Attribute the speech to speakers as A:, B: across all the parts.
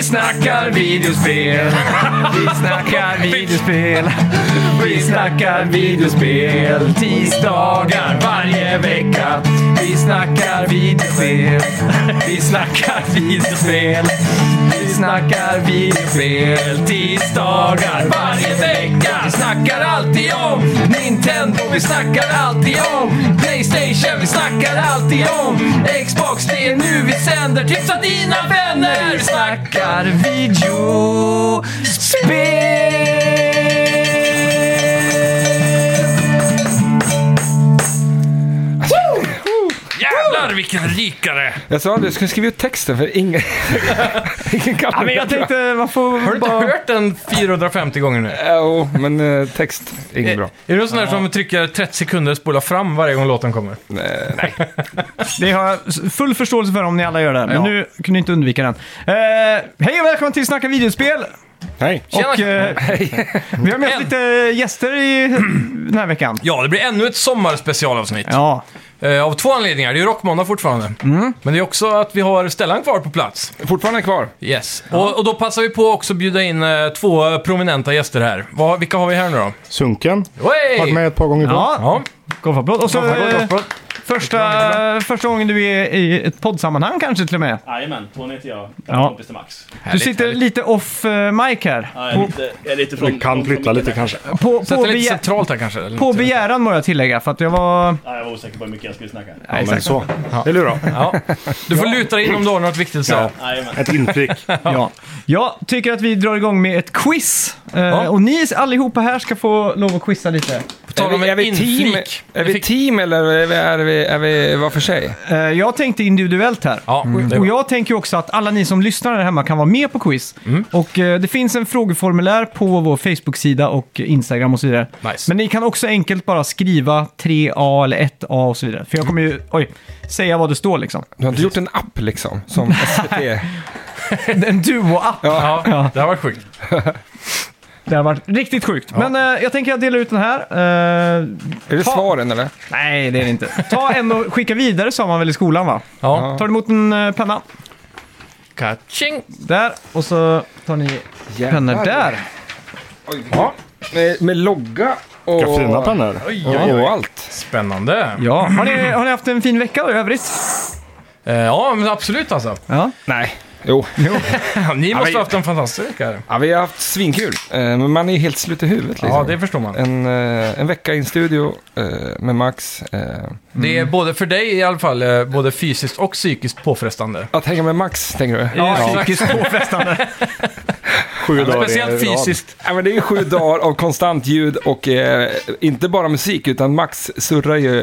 A: snackar videospel. Vi snackar videospel. Vi snackar videospel. Tisdagar varje vecka. Vi snackar videospel. Vi snackar videospel. Vi snackar videospel. Tisdagar varje vecka. Vi snackar alltid om Nintendo. Vi snackar alltid om Playstation. Vi snackar alltid om Xbox. Det är nu vi sänder. Tipsa dina vänner. Vi snackar videospel.
B: Jävlar vilken rikare!
C: Jag sa det, jag skulle skriva ut texten för ingen, ingen kan
D: Ja, men jag tänkte, eh, man
B: Har du
D: får
B: inte
D: bara...
B: hört den 450 gånger nu?
C: Jo, men eh, text, inget bra.
B: Är du sån där som trycker 30 sekunder och spolar fram varje gång låten kommer?
D: Det har jag full förståelse för om ni alla gör det, men
B: Ja.
D: nu kunde jag inte undvika den. Eh, hej och välkomna till Snacka videospel!
C: Nej.
B: Tjena.
D: Och, eh, vi har med oss
B: En.
D: lite gäster i den här veckan.
B: Ja, det blir ännu ett sommarspecialavsnitt.
D: Ja,
B: Eh, av två anledningar. Det är ju rockmåndag fortfarande. Men det är också att vi har Stellan kvar på plats.
C: Fortfarande kvar.
B: Yes. Och, och då passar vi på att också bjuda in eh, två prominenta gäster här. Vad- vilka har vi här nu då?
E: Sunken. Varit
B: Hey!
E: med ett par gånger på.
D: ja.
B: Ja,
D: golfapplåd. Och så
C: Fortfarande
D: eh,
C: kvar.
D: första, första gången du är i ett poddsammanhang kanske till och med.
F: Jajamän, Tony heter jag.
D: Ja.
F: Ja. Kompis till Max.
D: Du sitter lite off eh, mic här.
F: Ja, jag, är lite, jag är lite från...
E: Vi kan
F: från
E: flytta
F: micken
E: lite
F: där.
E: kanske.
D: På, på,
B: sätter lite
D: begär,
B: centralt här kanske. eller
D: på
B: något.
D: begäran må jag tillägga för att jag var...
F: Ja, jag var osäker på hur mycket jag skulle snacka.
E: Ja, men så. Eller hur då?
B: Ja. Du får luta dig in om du har något viktigt att säga.
F: Jajamän.
E: Ett inprick.
D: Ja. Jag tycker att vi drar igång med ett quiz. Eh,
B: Ja.
D: Och ni allihopa här ska få lov att quizza lite.
B: På tal om
C: är
B: en
C: vi team,
B: inflik.
C: är
B: Vi
C: vi
B: fick-
C: team eller är vi, är vi, är vi var för sig?
D: Eh, Jag tänkte individuellt här.
B: Ja, mm, det är
D: Och
B: bra.
D: jag tänker ju också att alla ni som lyssnar där hemma kan vara med på quiz. Och eh, det finns en frågeformulär på vår Facebook-sida och Instagram och så vidare.
B: Nice.
D: Men ni kan också enkelt bara skriva 3A eller 1A och så vidare. För jag kommer ju, oj, säga vad det står liksom.
C: Du har inte gjort en app liksom, som SVT?
D: En duo-app.
B: ja, det har varit sjukt.
D: Det har varit riktigt sjukt. Men eh, jag tänker jag delar ut den här. Eh,
C: Är det
D: Ta-
C: svaren eller?
D: nej, det är det inte. Ta en och skicka vidare sa man väl i skolan va?
B: Ja.
D: Tar du emot en eh, penna?
B: Ka-ching!
D: Där. Och så tar ni pennor där.
C: Oj, ja. med, med logga och...
E: Vilka fina pennor.
C: Och allt.
B: Spännande. Ja.
D: Ja, har ni, har ni haft en fin vecka i övrigt?
B: Eh, ja, men absolut alltså.
D: Ja.
C: Nej. Jo.
B: Ni måste
C: men-
B: ha haft en fantastisk vecka. här.
C: Ja, vi har haft svinkul. Eh, Men man är helt slut i huvudet liksom.
B: Ja, det förstår man.
C: en, eh, en vecka i en studio eh, med Max. eh,
B: Det är både för dig i alla fall, eh, både fysiskt och psykiskt påfrestande.
C: Att hänga med Max, tänker du?
D: Psykiskt påfrestande.
E: Sju dagar i
B: Speciellt
E: rad.
B: fysiskt.
C: Ja, men det är ju sju dagar av konstant ljud och eh, inte bara musik, utan Max surrar ju.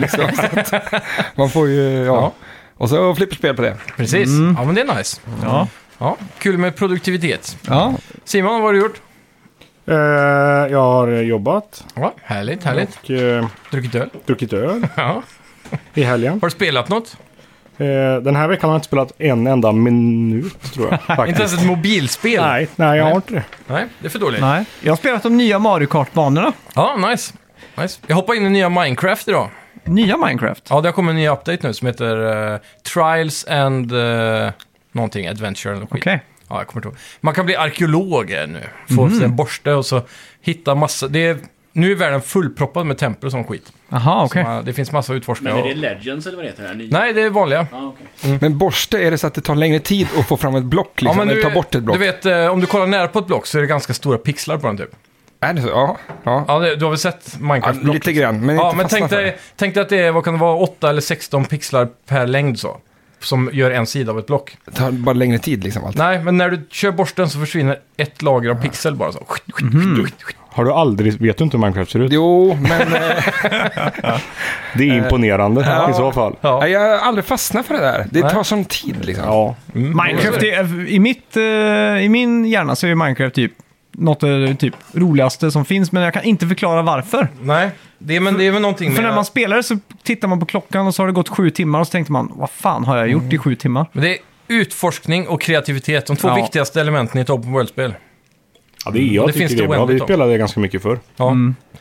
C: liksom, så att man får ju, ja. Och så flipperspel på det.
B: Precis. Ja, men det är nice.
D: Ja.
B: Ja, kul med produktivitet.
D: ja.
B: Simon, vad har du gjort?
E: Eh, Jag har jobbat
B: Ja, härligt, härligt.
E: och eh,
B: Druckit öl.
E: druckit öl
B: Ja.
E: i helgen.
B: Har du spelat något?
E: Eh, Den här veckan har jag inte spelat en enda minut tror jag.
B: Inte ens
E: Faktiskt.
B: ett mobilspel?
E: Nej, nej, jag
B: Nej.
E: har inte det.
B: Nej, det är för dåligt.
D: Nej. Jag har spelat de nya Mario Kart-banorna.
B: Ja, nice. nice. Jag hoppade in i nya Minecraft idag.
D: Nya Minecraft.
B: Ja, det har kommit en ny update nu som heter eh, Trials and uh, någonting, Adventure eller något skit.
D: Okej.
B: Ja, jag kommer inte ihåg. Man kan bli arkeolog här nu. Få
C: Mm.
B: sig en borste och så hitta massa... Det är, nu är världen fullproppad med tempel och sån skit.
D: Aha, okej.
B: Ja, Det finns massa att utforska.
F: Men är det
B: och-
F: Legends eller vad det heter? Här? Nya?
B: Nej, det är vanliga.
F: Ja, okej.
B: Mm.
C: Men borste, är det så att det tar längre tid att få fram ett block? Liksom, eller ta bort ett block?
B: Du vet, eh, om du kollar nära på ett block så är det ganska stora pixlar på den typ.
C: Är det så? Ja. ja.
B: Ja, det, du har väl sett
C: ja
B: Minecraft-block?
C: lite grann, men
B: liksom. Ja,
C: inte
B: men tänk
C: fastnat för
B: dig, tänk dig att det är, vad kan det vara, 8 eller 16 pixlar per längd så. Som gör en sida av ett block.
C: det. tar bara längre tid liksom. Allt.
B: Nej, men när du kör borsten så försvinner ett lager av pixel bara så.
C: Mm.
E: Har du aldrig, vet du inte hur Minecraft ser ut?
C: Jo, men eh,
E: Det är imponerande i så fall.
B: Eh, Ja.
C: jag har aldrig fastnat för det där. Det
B: Nej.
C: tar sån tid liksom.
E: Ja,
D: Minecraft är, i, mitt, eh, I min hjärna så är Minecraft typ något av det typ roligaste som finns, men jag kan inte förklara varför.
B: Nej, det är, men det är väl någonting
D: För när
B: med...
D: man spelar det så tittar man på klockan och så har det gått sju timmar och så tänkte man, vad fan har jag gjort i sju timmar?
B: Men det är utforskning och kreativitet, de två
D: Ja.
B: viktigaste elementen i ett open world-spel.
E: ja det är jag
B: Det
E: tycker
B: finns
E: det
B: det
E: är bra. Vi
B: oändligt om.
E: spelade det ganska mycket förr.
B: Ja.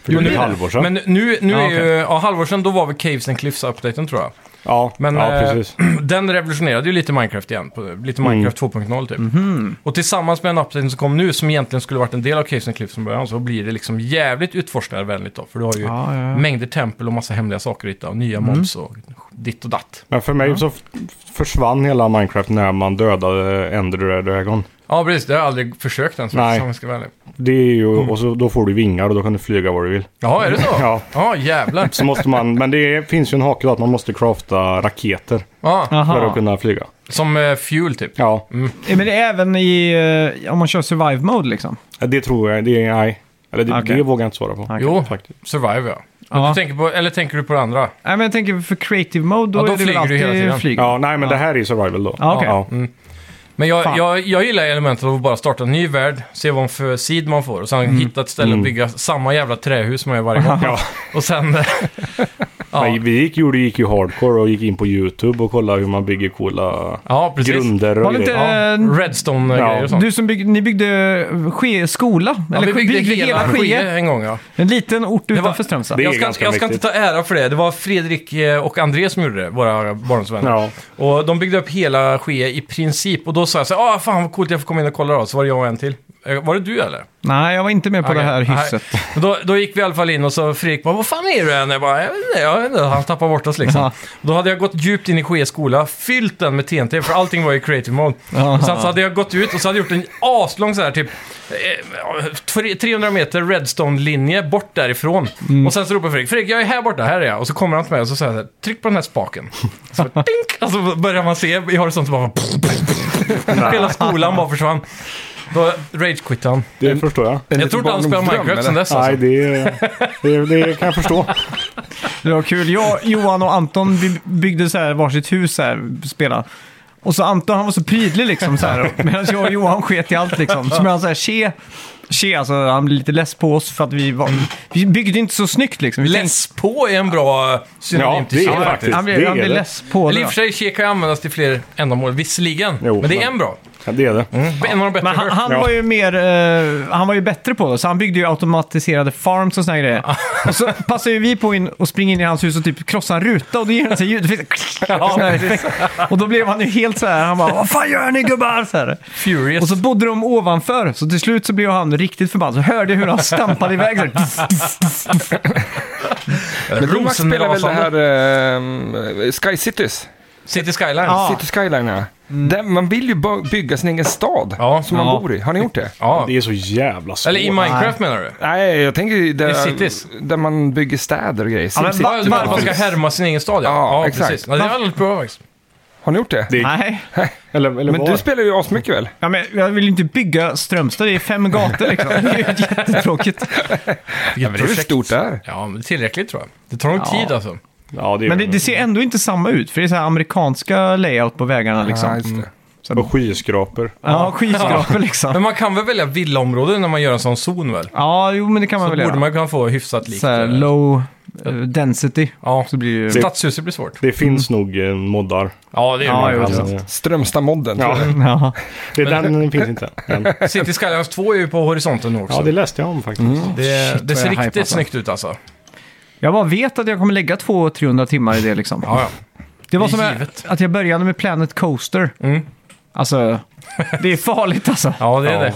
E: För jo,
B: men
E: ett
B: nu-
E: halvår sedan.
B: Men nu, nu
D: Ja,
B: är
D: okej.
B: ju, ja halvår sedan då var väl Caves and Cliffs-updaten tror jag.
E: Ja,
B: Men,
E: ja
B: eh,
E: precis.
B: Den revolutionerade ju lite Minecraft igen, på, lite Minecraft 2.0 typ.
D: Mm. Hmm.
B: Och tillsammans med en update som kom nu, som egentligen skulle varit en del av Caves and Cliffs från början, så blir det liksom jävligt utforskarvänligt då. För du har ju
D: Ja, ja, ja.
B: mängder tempel och massa hemliga saker att hitta, och nya mobs och ditt och datt.
E: Men för mig så f- försvann hela Minecraft när man dödade eh, Ender Dragon.
B: Ja, precis. Det har jag aldrig försökt ens,
E: Nej.
B: om jag ska vara ärlig.
E: Det är ju,
D: Mm.
E: och så, då får du vingar och då kan du flyga var du vill.
B: Jaha, är det så?
E: Ja.
B: Ja, jävlar.
E: Så måste man, men det finns ju en hake då att man måste crafta raketer
B: Ja,
E: för
D: Aha.
E: att kunna flyga.
B: som eh, fuel typ.
E: Ja,
D: Eh, Men det är även i, eh, om man kör survive mode liksom.
E: det tror jag. Det, är- nej. Eller det,
D: Okej.
E: det vågar jag inte svara på.
D: Okej.
B: Jo,
E: Faktiskt.
B: survive ja.
D: Ja.
B: Du tänker på, eller tänker du på det andra?
D: Nej, men jag tänker för creative mode, då,
B: Ja, då
D: är det väl
B: flyger du hela tiden.
D: alltid flyg.
E: Ja, nej men det här är ju survival då.
D: Ja, okej.
E: Ja.
B: Mm. Men jag,
D: Fan.
B: jag, jag gillar elementet av att bara starta en ny värld, se vad för sid man får och sen
E: Mm.
B: hitta ett ställe och bygga samma jävla trähus som jag gör varje gång.
E: Ja.
B: Och sen... eh, ja.
E: Men vi gick, gjorde, gick ju hardcore och gick in på YouTube och kollade hur man bygger coola
B: ja, precis.
E: grunder
D: Var
E: och
D: det inte
E: grejer.
D: eh,
B: Redstone-grejer och sånt.
D: du som byggde, ni byggde ske, skola?
B: Ja, vi byggde, hela Skien en gång ja.
D: En liten ort
B: var-
D: utanför Strömstad.
E: Det är
B: Jag ska,
E: ganska
B: jag ska inte
E: mäktigt.
B: ta ära för det. Det var Fredrik eh, och André som gjorde det, våra barndomsvänner.
E: Ja.
B: Och de byggde upp hela Skien i princip. Och då sa jag så här, ah fan vad coolt jag får komma in och kolla då. Så var det jag och en till. Eh, Var det du eller?
D: Nej, jag var inte med på det här
B: Okej.
D: hysset.
B: Nej. Men Då, då gick vi i alla fall in och så Fredrik bara, vad fan är du än? Jag bara, jag vet inte, jag vet inte. Han tappade bort oss liksom.
D: Ja.
B: Och Då hade jag gått djupt in i Ske skola, fyllt den med TNT, för allting var i creative mode.
D: Ja.
B: Och sen så hade jag gått ut och så hade jag gjort en aslång så här typ, eh, tre- 300 meter redstone-linje bort därifrån.
D: Mm.
B: Och sen så ropar Fredrik, Fredrik jag är här borta, här är jag. Och så kommer han till mig och så säger han så här, tryck på den här spaken. Så, bara, tink, och så börjar man se i horisonten bara, hela skolan bara försvann. Då rage-quittade han.
E: Det förstår jag.
B: Jag tror inte han spelar Minecraft sen dess
E: Nej,
B: alltså.
E: det, det, det kan jag förstå.
D: Det var kul. Jag, Johan och Anton by- byggde så här varsitt hus så här, spela. Och så Anton han var så prydlig liksom så här. Medan jag och Johan sket i allt liksom. Så medan så här, tje, tje, alltså han blev lite less på oss för att vi var, vi byggde inte så snyggt liksom. Vi
B: Less på är en bra synonym
E: Ja,
B: till
E: det
B: tjej
E: är det
B: faktiskt.
E: faktiskt.
D: han blev,
E: det
D: han
E: är
D: blev
E: det.
D: less på
B: Eller i
D: det.
B: och för sig, tje kan ju användas till fler ändamål, visserligen.
E: Jo,
B: men det är
E: men-
B: en bra.
E: Ja, det är det.
B: En av de bättre
D: Men han,
B: han,
D: han
E: Ja.
D: var ju mer, eh, han var ju bättre på det, så han byggde ju automatiserade farms och såna här grejer. och så passade ju vi på in och springer in i hans hus och typ krossar en ruta och då ger han sig ljud. Det finns- sån här effekt. och då blev han ju helt så här, han bara Vad fan gör ni gubbar? Så här.
B: Furious.
D: Och så bodde de ovanför, så till slut så blev han riktigt förbannad. Så hörde jag hur han stampade iväg så här.
C: Men du Max spelar väl det
B: eh, Rosenrasande.
C: här ehm, Sky Cities?
B: City Skylines.
D: Ja.
B: Ja.
C: City Skyline, ja. Där man vill ju by- bygga sin egen stad
B: Ja.
C: som
D: Ja.
C: man bor i. Har ni gjort det?
E: Det är så jävla svårt.
B: Eller i Minecraft menar du?
C: Nej, jag tänker ju
B: I
C: där,
B: cities.
C: där man bygger städer och grejer.
D: Ja, men
C: SimCity
D: va-
B: Ja, du menar att man ska
C: vanligtvis.
B: härma sin egen stad, ja.
C: Ja,
B: Ja,
C: exakt.
B: precis. Ja, det har jag aldrig provat faktiskt.
C: Har ni gjort det?
E: Det-
D: Nej,
E: eller, eller
C: Men
E: var?
C: du spelar ju asmycket väl?
D: ja, men jag vill ju inte bygga Strömstad, det är fem gator liksom. Det är ju jättetråkigt.
B: Ja,
C: Det är ju stort där.
B: Ja, men tillräckligt tror jag. Det tar nog
D: Ja.
B: tid alltså.
E: Ja, det är
D: Men det, det ser ändå inte samma ut, för det är så här amerikanska layout på vägarna liksom.
C: Ja, just det.
E: Och skyskrapor.
D: Ja, skyskrapor
B: Men
D: liksom.
B: man kan väl välja villaområden när man gör en sån zon väl?
D: Ja, jo men det kan
B: Då
D: man väl
B: borde
D: göra.
B: man kunna få hyfsat likt.
D: Så här,
B: eh,
D: low eh, density.
B: Ja,
D: Så blir ju...
B: stadshuset blir svårt.
E: Det finns
D: Mm.
E: nog eh, moddar.
B: Ja, det är
D: Ja,
B: ja,
D: jo,
E: Alltså,
D: det.
C: Strömstadmodden. tror
E: Ja,
C: jag.
D: Ja.
E: det, den finns inte än.
B: City Skylines 2 är ju på horisonten nu också.
E: Ja, det läste jag om faktiskt.
B: Det, det
D: vad
B: ser
D: jag
B: riktigt
D: hypar på.
B: snyggt ut alltså.
D: Jag bara vet att jag kommer lägga 200-300 timmar i det liksom.
B: Ja, ja.
D: det var
B: det är
D: som jag,
B: givet.
D: att jag började med Planet Coaster.
B: Mm.
D: Alltså, det är farligt alltså.
B: ja det är
E: Ja.
B: det.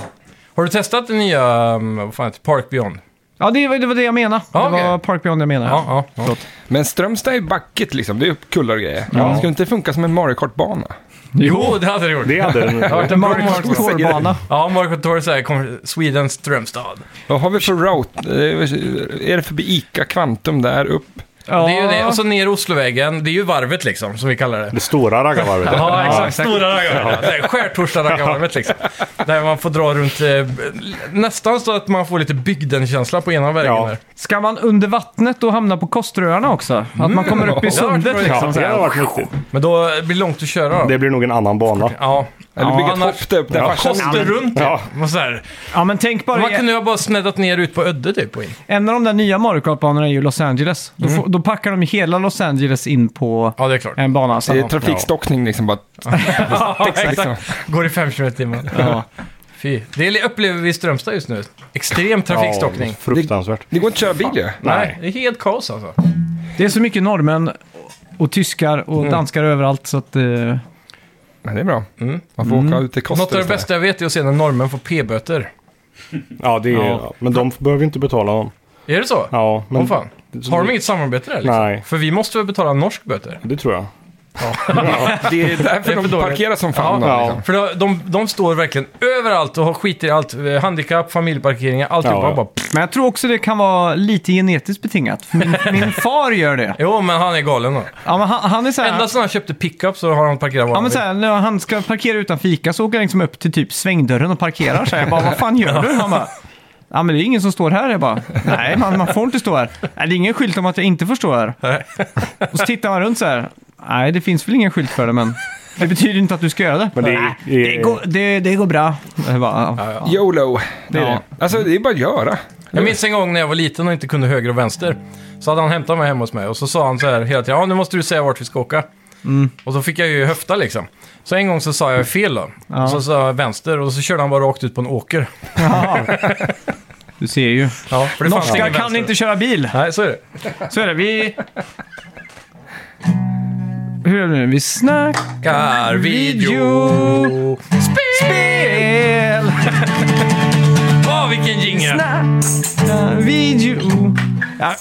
B: Har du testat det nya um, vad fan heter, det? Park Beyond?
D: Ja, det var det, var det jag menade.
B: Ja,
D: det var
B: okej.
D: Park Beyond jag menade.
B: Ja, ja. ja.
C: Men Strömstad är backigt liksom. Det är ju kullar och grejer. Skulle det inte funka som en Mario Kart-bana?
B: Jo, det hade det gjort.
E: Det hade den.
B: Det har varit en
D: Mario
B: bra
D: Kart
B: Marco
D: Tour-bana.
B: Ja, Marco Torres här, kommer Sweden Strömstad.
C: Vad har vi för route? Eh, Är det förbi Ica Kvantum där upp?
D: Ja.
B: Det är ju det. Och så ner Oslovägen, det är ju varvet liksom, som vi kallar det.
E: Det stora raggarvarvet.
B: Ja, exakt. Stora raggarvarvet. Ja. Skärtorsdag-raggarvarvet liksom. Där man får dra runt, eh, nästan så att man får lite bygden-känsla på ena vägen
E: Ja.
B: där.
D: Ska man under vattnet då hamna på Kosteröarna också? Att man kommer upp i
B: Mm. Det har varit
D: sundet
B: bra,
E: Ja,
D: liksom. så
E: det har
D: här.
E: varit riktigt.
B: Men då blir det långt att köra då.
E: Det blir nog en annan bana.
B: Ja.
C: Eller
D: Ja,
C: bygga ett
B: annars-
C: hopp där upp där
B: Ja,
C: farsan...
B: koster runt
E: Ja.
B: det. Och så här.
D: Ja, men tänk bara...
B: Man kunde ju ha bara sneddat ner ut på Ödde typ och in.
D: En av de där nya Mario Kart-banorna är ju Los Angeles.
C: Mm.
D: Då, får, då packar de hela Los Angeles in på
B: Ja, det är klart.
D: en bana.
C: Det är
D: Så
C: trafikstockning liksom bara.
B: Ja,
C: liksom.
B: exakt. Går i 5 km i timmen.
D: ja.
B: Fy. Det upplever vi i Strömstad just nu. Extrem trafikstockning.
E: Ja, fruktansvärt.
C: Det går inte att köra bil ju.
B: Nej, det är helt kaos alltså.
D: Det är så mycket norrmän och och tyskar
C: Mm.
D: och danskar överallt. Så att, eh,
C: Men det är bra. Man får åka ut till Koster
B: Något av det
C: istället.
B: bästa jag vet är att se när norrmän får p-böter.
E: Ja, det är,
D: Ja.
E: ja. Men de behöver inte betala dem.
B: Är det så?
E: Ja, men
B: Åh fan. Har de inget samarbete där liksom?
E: Nej.
B: För vi måste väl betala norsk böter?
E: det tror jag.
C: Det är därför
B: Det är för
C: de
B: dåligt.
C: parkerar som fan.
E: Ja.
C: då, liksom.
B: För de, de, de står verkligen överallt och har skiter i allt. Eh, Handikapp, familjeparkeringar, alltihopa.
E: Ja, ja.
B: Bara, pff.
D: men jag tror också det kan vara lite genetiskt betingat. För Min, min far gör det.
B: jo, men han är galen då.
D: Ja, men han, han är så här,
B: Ända sedan han köpte pickup så har han parkerat var
D: Ja
B: han
D: men
B: vill.
D: såhär, när han ska parkera utan fika så åker han liksom upp till typ svängdörren och parkerar så här. Jag bara, vad fan gör du? Han bara, ja men det är ingen som står här. Jag bara, nej man, man får inte stå här. Nej, det är ingen skylt om att jag inte får stå här. Och så tittar man runt så här. nej det finns väl ingen skylt för det men det betyder inte att du ska göra det.
E: Men det,
D: Nej,
E: är-
D: det, går, det, det går bra. Jag bara, ja.
C: YOLO, det är
D: Ja.
C: det. Alltså det är bara att göra.
B: Jag minns en gång när jag var liten och inte kunde höger och vänster. Så hade han hämtat mig hemma hos mig och så sa han så här hela tiden, ja nu måste du säga vart vi ska åka. Och så fick jag ju höfta liksom. Så en gång så sa jag fel då.
D: Ja.
B: Så sa jag vänster och så körde han bara rakt ut på en åker.
D: Du ser ju.
B: Ja, för det fanns
D: Norskar
B: ingen
D: kan
B: vänster.
D: inte köra bil.
B: Nej, så är det.
D: Så är det. Vi... Hur är det nu? Vi snackar
B: Kar video.
D: Video. spel.
B: Åh, vilken jingel!
D: Snacka video. Jag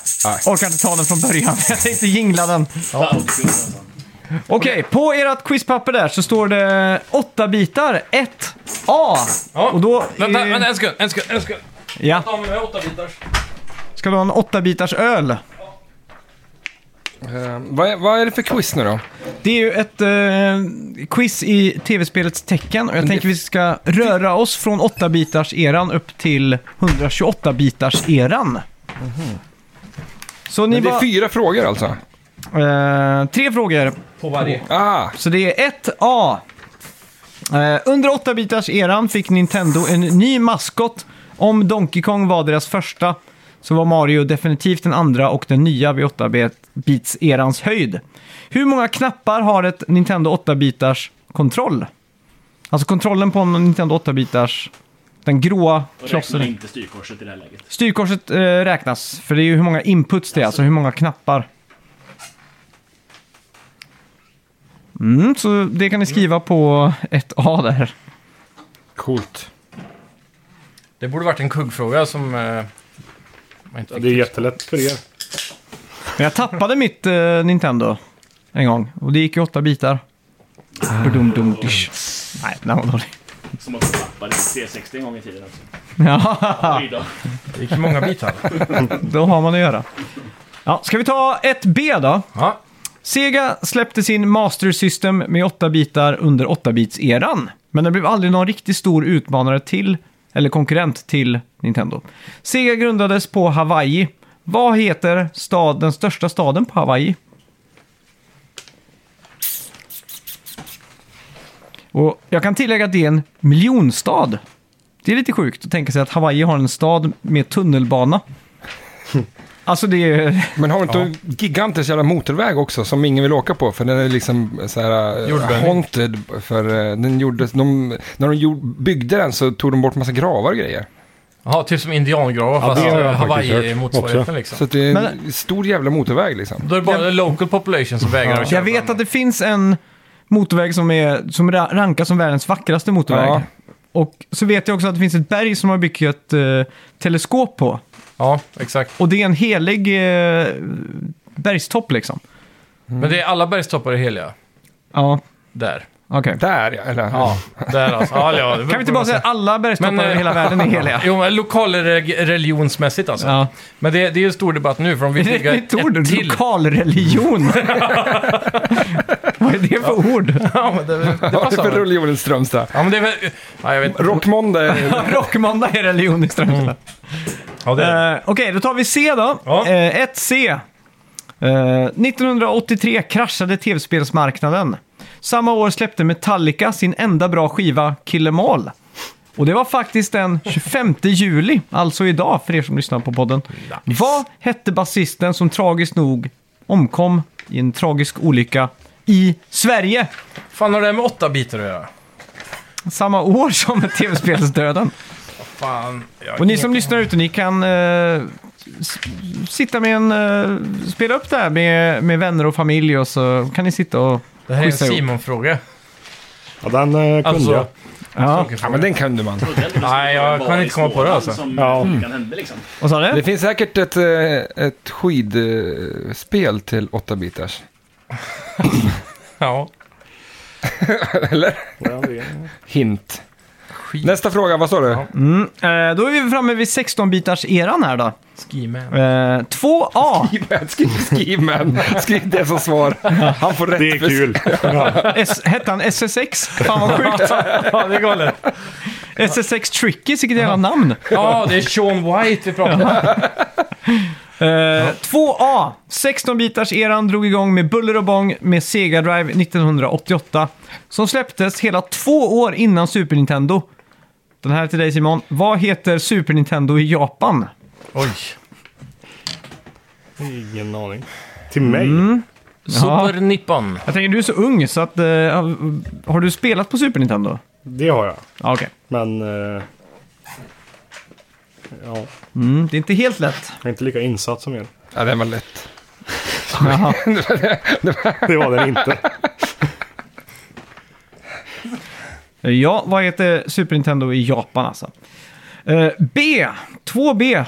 D: orkar inte ta den från början. Jag tänkte jingla den. Okej, på ert quizpapper där så står det åtta bitar. 1 A.
B: Ja.
D: Och då... är-
B: Vänta, vänta, en sekund, en sekund, en sekund.
D: Ja.
B: Ta med åtta bitars.
D: Ska du ha en åtta bitars öl?
C: Eh, vad, är, vad är det för quiz nu då?
D: Det är ju ett eh, quiz i tv-spelets tecken och jag tänker vi ska röra oss från 8-bitars-eran upp till 128-bitars-eran. Så ni
C: Mhm. Men det är
D: var...
C: fyra frågor alltså?
D: eh, tre frågor.
B: På varje.
C: Ah,
D: Så det är 1A. Eh, under 8-bitars-eran fick Nintendo en ny maskot. Om Donkey Kong var deras första så var Mario definitivt den andra och den nya vid 8-bits-erans höjd. Hur många knappar har ett Nintendo 8-bitars kontroll? Alltså kontrollen på en Nintendo 8-bitars, den gråa
F: Och räknar
D: klossen.
F: inte styrkorset i det här läget.
D: Styrkorset eh, räknas, för det är ju hur många inputs det är, alltså hur många knappar. Mm, så det kan ni skriva på ett A där.
C: coolt.
B: Det borde varit en kuggfråga som... Eh, man inte
E: Ja,
B: fick.
E: det är jättelätt för er.
D: Men jag tappade mitt eh, Nintendo en gång och det gick i åtta bitar. Badum, dum, dish. Nej, den var dålig.
F: Som också tappade 360 en gång i tiden. Alltså.
D: Ja,
F: Oj då.
B: Det gick många bitar.
D: då har man att göra. Ja, ska vi ta ett B då?
B: Ja.
D: Sega släppte sin Master System med 8 bitar under 8-bits-eran. Men den blev aldrig någon riktigt stor utmanare till, eller konkurrent till, Nintendo. Sega grundades på Hawaii. Vad heter stad, den största staden på Hawaii? Och jag kan tillägga att det är en miljonstad. Det är lite sjukt att tänka sig att Hawaii har en stad med tunnelbana. Alltså det är...
C: Men har du inte en gigantisk jävla motorväg också som ingen vill åka på för den är liksom så här eh,
B: Jordbävning.
C: haunted. För eh, den gjordes, de, när de gjord, byggde den så tog de bort massa gravar och grejer.
B: Jaha, typ som indiangravar
E: Ja,
B: fast
E: det har jag faktiskt
B: Hawaii-motsvarigheten
E: hört
B: liksom.
C: Så att det är en
D: Men-
C: stor jävla motorväg liksom.
B: Då är det bara local population som vägrar att köra
D: Jag vet att det finns en motorväg som, är, som ra- rankas som världens vackraste motorväg.
C: Ja.
D: Och så vet jag också att det finns ett berg som har byggt ett eh, teleskop på.
B: Ja, exakt.
D: Och det är en helig eh, bergstopp liksom.
B: Men det är alla bergstoppar är heliga.
D: Ja,
B: Där.
D: okej.
C: Där ja, eller?
B: Ja, där alltså. Ja, ja, det beror
D: Kan vi
B: på
D: inte bara
B: vad
D: säga att alla bergstoppar
B: Men, eh,
D: i hela världen är heliga?
B: Jo, men lokal reg- religionsmässigt alltså.
D: Ja.
B: Men det, det är ju en stor debatt nu för de vill
D: Det
B: bygga
D: är
B: ett,
D: ett ord,
B: ett till.
D: lokalreligion. Vad är det för ord?
B: Ja, men det, det
C: Vad är det
B: passar
C: för
B: väl.
C: rulle i Strömstad?
B: Ja, men det är väl... Ja, jag vet inte.
C: Rockmåndag är-
D: Rockmåndag är religion i Strömstad.
B: Ja, det är det.
D: Eh, Okej, då tar vi C då.
B: Ja.
D: Eh, 1C. Eh, 1983 kraschade tv-spelsmarknaden. Samma år släppte Metallica sin enda bra skiva, Kill Em All. Och det var faktiskt den 25 juli, alltså idag för er som lyssnar på podden. Vad hette basisten som tragiskt nog omkom i en tragisk olycka i Sverige?
B: Fan, har det här med åtta bitar att göra?
D: Samma år som tv-spelsdöden.
B: Fan. jag-
D: Och ni som lyssnar ute, ni kan eh, s- sitta med en... eh, spela upp det här med, med vänner och familj och så kan ni sitta och...
B: Det här är en
D: Quizza ihop.
B: Simon-fråga.
E: Ja, den eh, kunde jag.
B: Alltså,
D: Ja.
B: tråkig
C: Ja,
B: fråga.
C: men den kunde man.
F: trodde ändå det skulle
B: Nej, jag
F: vara en bar
B: kan
F: i
B: inte komma på det,
F: Småland
B: alltså.
F: Som
E: Ja.
F: ja. kan hända liksom.
D: Vad sa
C: Det
D: du?
C: finns säkert ett, eh, ett skidspel till 8-bitars.
B: Ja.
C: Eller?
E: Ja, det-
C: Hint. Nästa fråga, vad sa du?
B: Ja.
D: Mm, eh, då är vi framme vid 16-bitars-eran här då.
B: Ski-man.
D: Eh, 2A.
C: Skivman, skriv Skivman. Skriv det som svar. Han får rätt.
E: Det är
C: för-
E: kul.
D: S- Hette han SSX? Fan vad sjukt.
B: Ja, det är galet.
D: SSX Tricky, vilket jävla namn.
B: Ja, det är Sean White vi pratar om.
D: Eh, 2A. 16-bitars-eran drog igång med buller och bång med Sega Drive 1988. Som släpptes hela två år innan Super Nintendo. Den här är till dig Simon. Vad heter Super Nintendo i Japan?
B: Oj.
E: Ingen aning. Till mig?
B: Mm. Super Nippon.
D: Jag tänker, du är så ung så att... eh, har du spelat på Super Nintendo?
E: Det har jag.
D: Ja, okej.
E: Men... Eh, ja,
D: Mm, det är inte helt lätt.
E: jag är inte lika insatt som er.
C: Ja, den var lätt.
E: Det var den inte.
D: Eh, Ja, vad heter Super Nintendo i Japan alltså? Eh, B. 2B.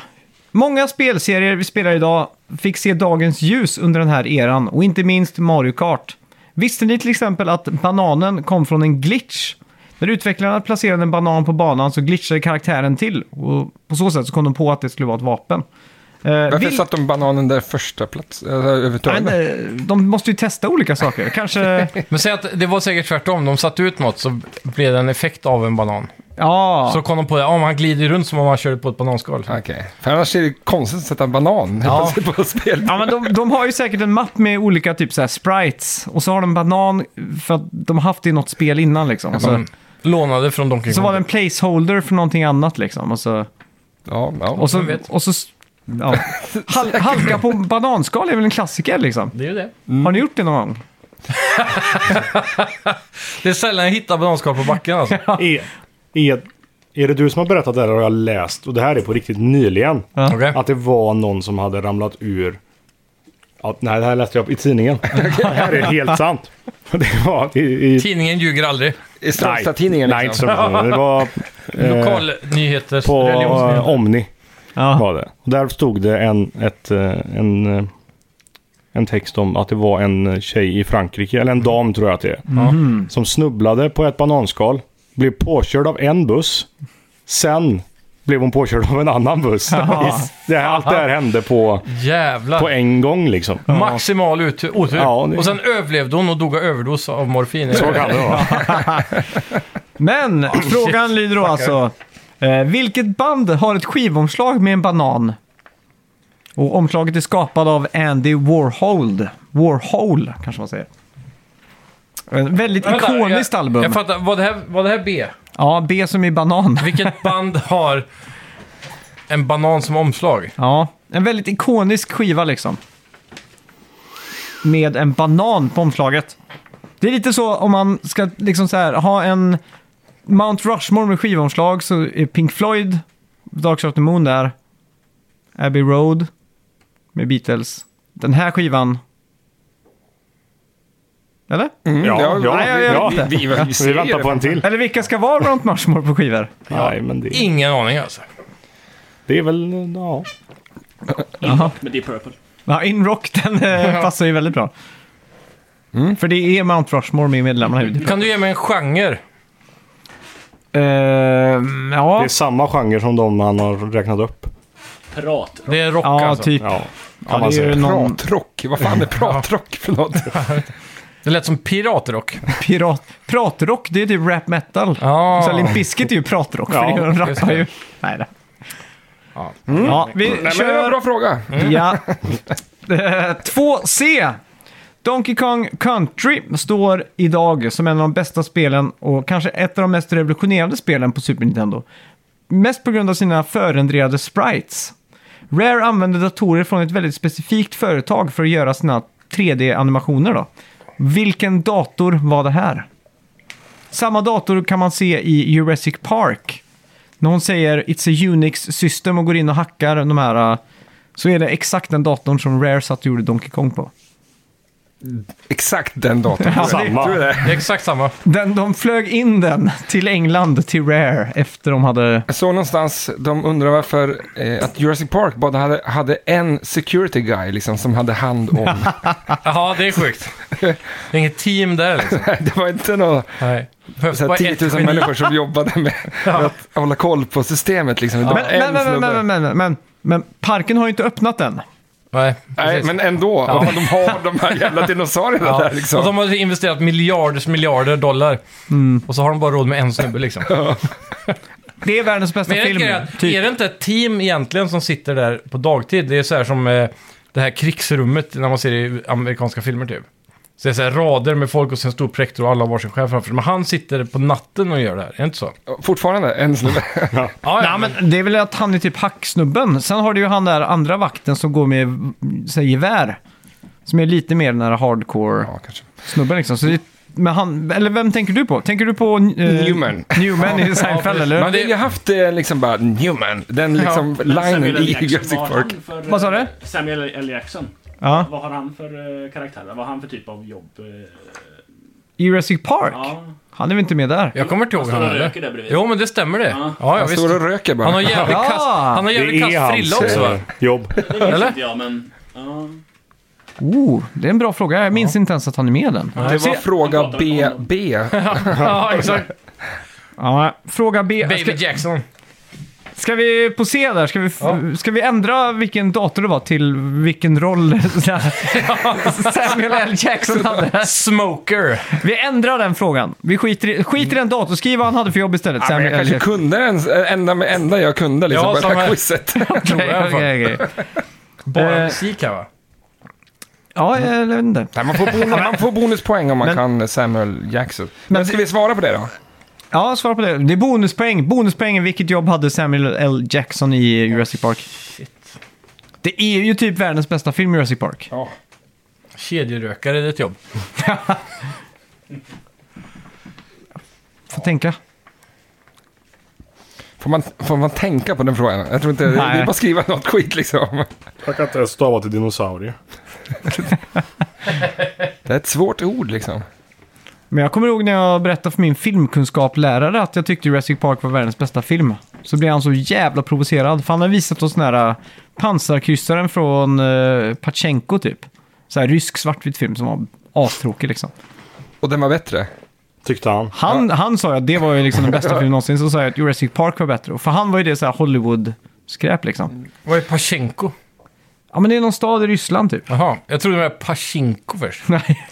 D: Många spelserier vi spelar idag fick se dagens ljus under den här eran och inte minst Mario Kart. Visste ni till exempel att bananen kom från en glitch? När utvecklarna placerade en banan på banan så glitchade karaktären till och på så sätt så kom de på att det skulle vara ett vapen. Eh,
C: Varför
D: vil-
C: satt de bananen där första plats? Äh, överhuvudtaget?
D: Nej, eh, de måste ju testa olika saker. Kanske...
B: Men säg att det var säkert tvärtom. De satte ut något så blev det en effekt av en banan.
D: Ja.
B: Så kom de på det. Om han glider runt som om han körde på ett bananskal.
C: Okej, för annars är det konstigt att sätta en banan
B: Ja.
C: ja. på spel.
D: Ja, men de, de har ju säkert en mapp med olika typ så här sprites. Och så har de banan för att de har haft det i något spel innan liksom. Och så,
B: De lånade från Donkey Kong.
D: så var det en placeholder för någonting annat liksom. Och så...
C: Ja, ja.
D: Och så,
B: Vem vet?
D: och så ja. Hal, halka på bananskal är väl en klassiker liksom.
B: Det är ju det.
D: Har ni gjort det någon gång?
B: Det är sällan jag hittar bananskal på backen alltså.
E: Är, är, E, är det du som har berättat det här har jag läst och det här är på riktigt nyligen.
D: Ja.
B: Okej.
E: Att det var någon som hade ramlat ur... Ja, nej, det här läste jag i tidningen. Det här är helt sant. Det var i... i
B: Tidningen ljuger aldrig.
C: I Strömstad-tidningen
E: Nej, inte
C: liksom.
E: Strömstad. Det var eh,
B: Lokalnyheter.
E: på eh,
B: religionsnyheter.
E: Omni.
D: Ja.
E: var det. Och där stod det en, ett, eh, en, eh, en text om att det var en eh, tjej i Frankrike, eller en dam tror jag att det är,
D: Mm.
C: Mm.
E: som snubblade på ett bananskal, blev påkörd av en buss, sen blev hon påkörd av en annan buss. Det, här- allt det här hände på,
B: Jävlar.
E: på en gång liksom.
B: Maximal ut- otur.
E: Ja, det-
B: Och sen överlevde hon och dog av överdos av morfin.
E: Så kan det vara.
D: Men frågan lyder då alltså. Eh, vilket band har ett skivomslag med en banan? Och omslaget är skapat av Andy Warhol. Warhol kanske man säger. En väldigt
B: Vänta,
D: ikoniskt
B: jag,
D: album.
B: Jag fattar. Var det, här, var det här B?
D: Ja, B som i banan.
B: Vilket band har en banan som omslag?
D: Ja, en väldigt ikonisk skiva liksom. Med en banan på omslaget. Det är lite så om man ska liksom så här, ha en Mount Rushmore med skivomslag så är Pink Floyd, Dark Side of the Moon där, Abbey Road med Beatles. Den här skivan... Eller?
C: Mm,
E: Ja, ja,
D: ja, ja.
C: Vi, vi, vi,
E: Vi
C: ser
E: väntar
C: det.
E: på en till.
D: Eller vilka ska vara Mount Rushmore på skivor?
E: Nej, men det,
B: Ingen aning alltså.
E: det är väl... Ja.
F: Men det är Purple.
D: Ja, In Rock den eh, passar ju väldigt bra. För det är Mount Rushmore med medlemmarna i
B: Kan du ge mig en genre?
D: Ehm,
E: Det
D: ja.
E: är samma genre som de han har räknat upp.
F: Prat.
B: Det är rock
D: Ja,
B: alltså.
D: typ.
E: Ja,
D: Ja,
E: kan man
D: det är ju
E: säga.
D: någon
C: Pratrock, vad fan är pratrock för något?
B: Det lät som piratrock.
D: pirat... Pratrock, det är typ rap metal.
B: Ja.
D: Så Limp Bizkit är ju pratrock, för
E: Ja,
D: det de
B: just
D: rappar
B: det.
D: ju. Nej, det.
B: Ja.
D: Ja, vi
C: Nej, men det var en
D: kör...
C: bra fråga.
D: Ja. Eh, 2C. Donkey Kong Country står idag som en av de bästa spelen och kanske ett av de mest revolutionerande spelen på Super Nintendo. Mest på grund av sina förändrade sprites. Rare använde datorer från ett väldigt specifikt företag för att göra sina 3D-animationer då. Vilken dator var det här? Samma dator kan man se i Jurassic Park. När hon säger “It's a Unix system” och går in och hackar de här äh, Så är det exakt den datorn som Rare satt och gjorde Donkey Kong på.
C: Exakt den datorn.
E: Samma.
C: Tror du det?
B: Det är exakt samma.
D: Den, de flög in den till England, till Rare, efter de hade...
C: Jag såg någonstans, de undrar varför eh, att Jurassic Park bara hade, hade en security guy liksom, som hade hand om.
B: Jaha, det är sjukt. Det är inget team där liksom.
C: det var inte några
B: Nej. Behövs
C: så
B: bara
C: här,
B: ett
C: 10 000
B: geni.
C: människor som jobbade med, med att hålla koll på systemet. Liksom. Det var en
D: Men, men, men,
C: snubbe.
D: men, men, men, men, men parken har ju inte öppnat än.
B: Nej,
C: Nej,
B: precis.
C: men ändå. Vad fan, De har de här jävla dinosaurierna
B: Ja.
C: där liksom.
B: Och de har investerat miljarders miljarder dollar.
C: Mm.
B: Och så har de bara råd med en snubbe liksom.
D: Det är världens bästa
B: Men jag
D: film.
B: tänker att,
D: typ.
B: är det inte ett team egentligen som sitter där på dagtid? Det är så här som eh, det här krigsrummet när man ser det i amerikanska filmer typ. Så det är så här rader med folk och sen stor präkter och alla har varsin skärm framför sig. Men han sitter på natten och gör det här, är det inte så?
C: Fortfarande en snubbe.
B: Ja,
D: Ja, men det är väl att han är typ hacksnubben. Sen har du ju han där andra vakten som går med så här, gevär. Som är lite mer den här hardcore-snubben
C: ja, kanske.
D: liksom. Så det, men han, eller vem tänker du på? Tänker du på... eh,
C: Newman.
D: Newman i Seinfeld, eller?
C: Man vill ju haft eh, liksom bara Newman, den liksom linen
F: Samuel L.
C: i
F: Jackson,
C: Jurassic
F: vad har
C: Park.
F: han för, eh,
D: Vad sa du?
F: Samuel L. Jackson.
D: Ja.
F: Vad har han för eh, karaktär? Vad har han för typ av jobb? eh,
D: Jurassic Park?
F: Ja,
D: Han är väl inte med där?
B: Jag kommer inte ihåg
F: han står
B: honom.
F: och
B: eller?
F: röker där bredvid.
B: Jo, men det stämmer det. Ja, ja
C: Han
B: visst.
C: står och röker bara.
B: Han har jävligt
D: Ja.
B: kass, han har jävligt
E: Det är
B: kass
E: hans
B: frilla också va?
E: eh, jobb.
F: det minns
B: Eller?
F: inte jag men... Ja.
D: Oh, det är en bra fråga. Jag minns inte ens att han är med i den.
C: Det var fråga
F: Han pratar
C: B,
F: om
C: B.
B: Ja, exakt.
D: Ja, fråga B.
B: Baby
D: Ska,
B: Jackson.
D: ska vi på C där? Ska vi, f- ska vi ändra vilken dator det var till vilken roll Samuel L. Jackson hade?
B: Smoker.
D: Vi ändrar den frågan. Vi skiter i, skiter i den datorskriva han hade för jobb istället.
C: Ja, men jag
D: Samuel L.
C: kanske
D: Jackson.
C: kunde den, eh, enda med enda jag kunde liksom,
B: Ja,
C: på det
B: samma
C: här
B: här.
C: quizet.
B: tror jag i alla fall.
D: Okej, okej, okej.
B: Bara
D: Eh.
B: musik här va?
D: Ja, jag vet inte.
C: Nej, man, får bonus, man får bonuspoäng om man
D: Men-
C: kan Samuel Jackson. Men, ska vi svara på det då?
D: Ja, svara på det. Det är bonuspoäng. Bonuspoäng är vilket jobb hade Samuel L. Jackson i Jurassic Park? Det är ju typ världens bästa film, Jurassic Park.
C: Ja.
B: Kedjerökare, det är ett jobb.
D: Får tänka.
C: Får, man, får man tänka på den frågan? Jag tror inte, det
D: Nej.
C: är bara att skriva något skit liksom.
E: Jag kan inte ens stava till dinosaurier.
C: Det är ett svårt ord liksom.
D: Men jag kommer ihåg när jag berättade för min filmkunskaplärare att jag tyckte Jurassic Park var världens bästa film. Så blev han så jävla provocerad, för han har visat oss den här äh, pansarkryssaren från uh, Pachenko typ. Så här rysk svartvit film som var astråkig liksom.
C: Och den var bättre.
E: Tyckte han.
D: Han, han sa ju att det var ju liksom den bästa filmen någonsin, så sa jag att Jurassic Park var bättre. Och För han var ju det så här Hollywood-skräp liksom.
B: Vad är Pachenko?
D: Ja men det är någon stad i Ryssland typ.
B: Jaha, jag trodde det var Pachinko först.
D: Nej.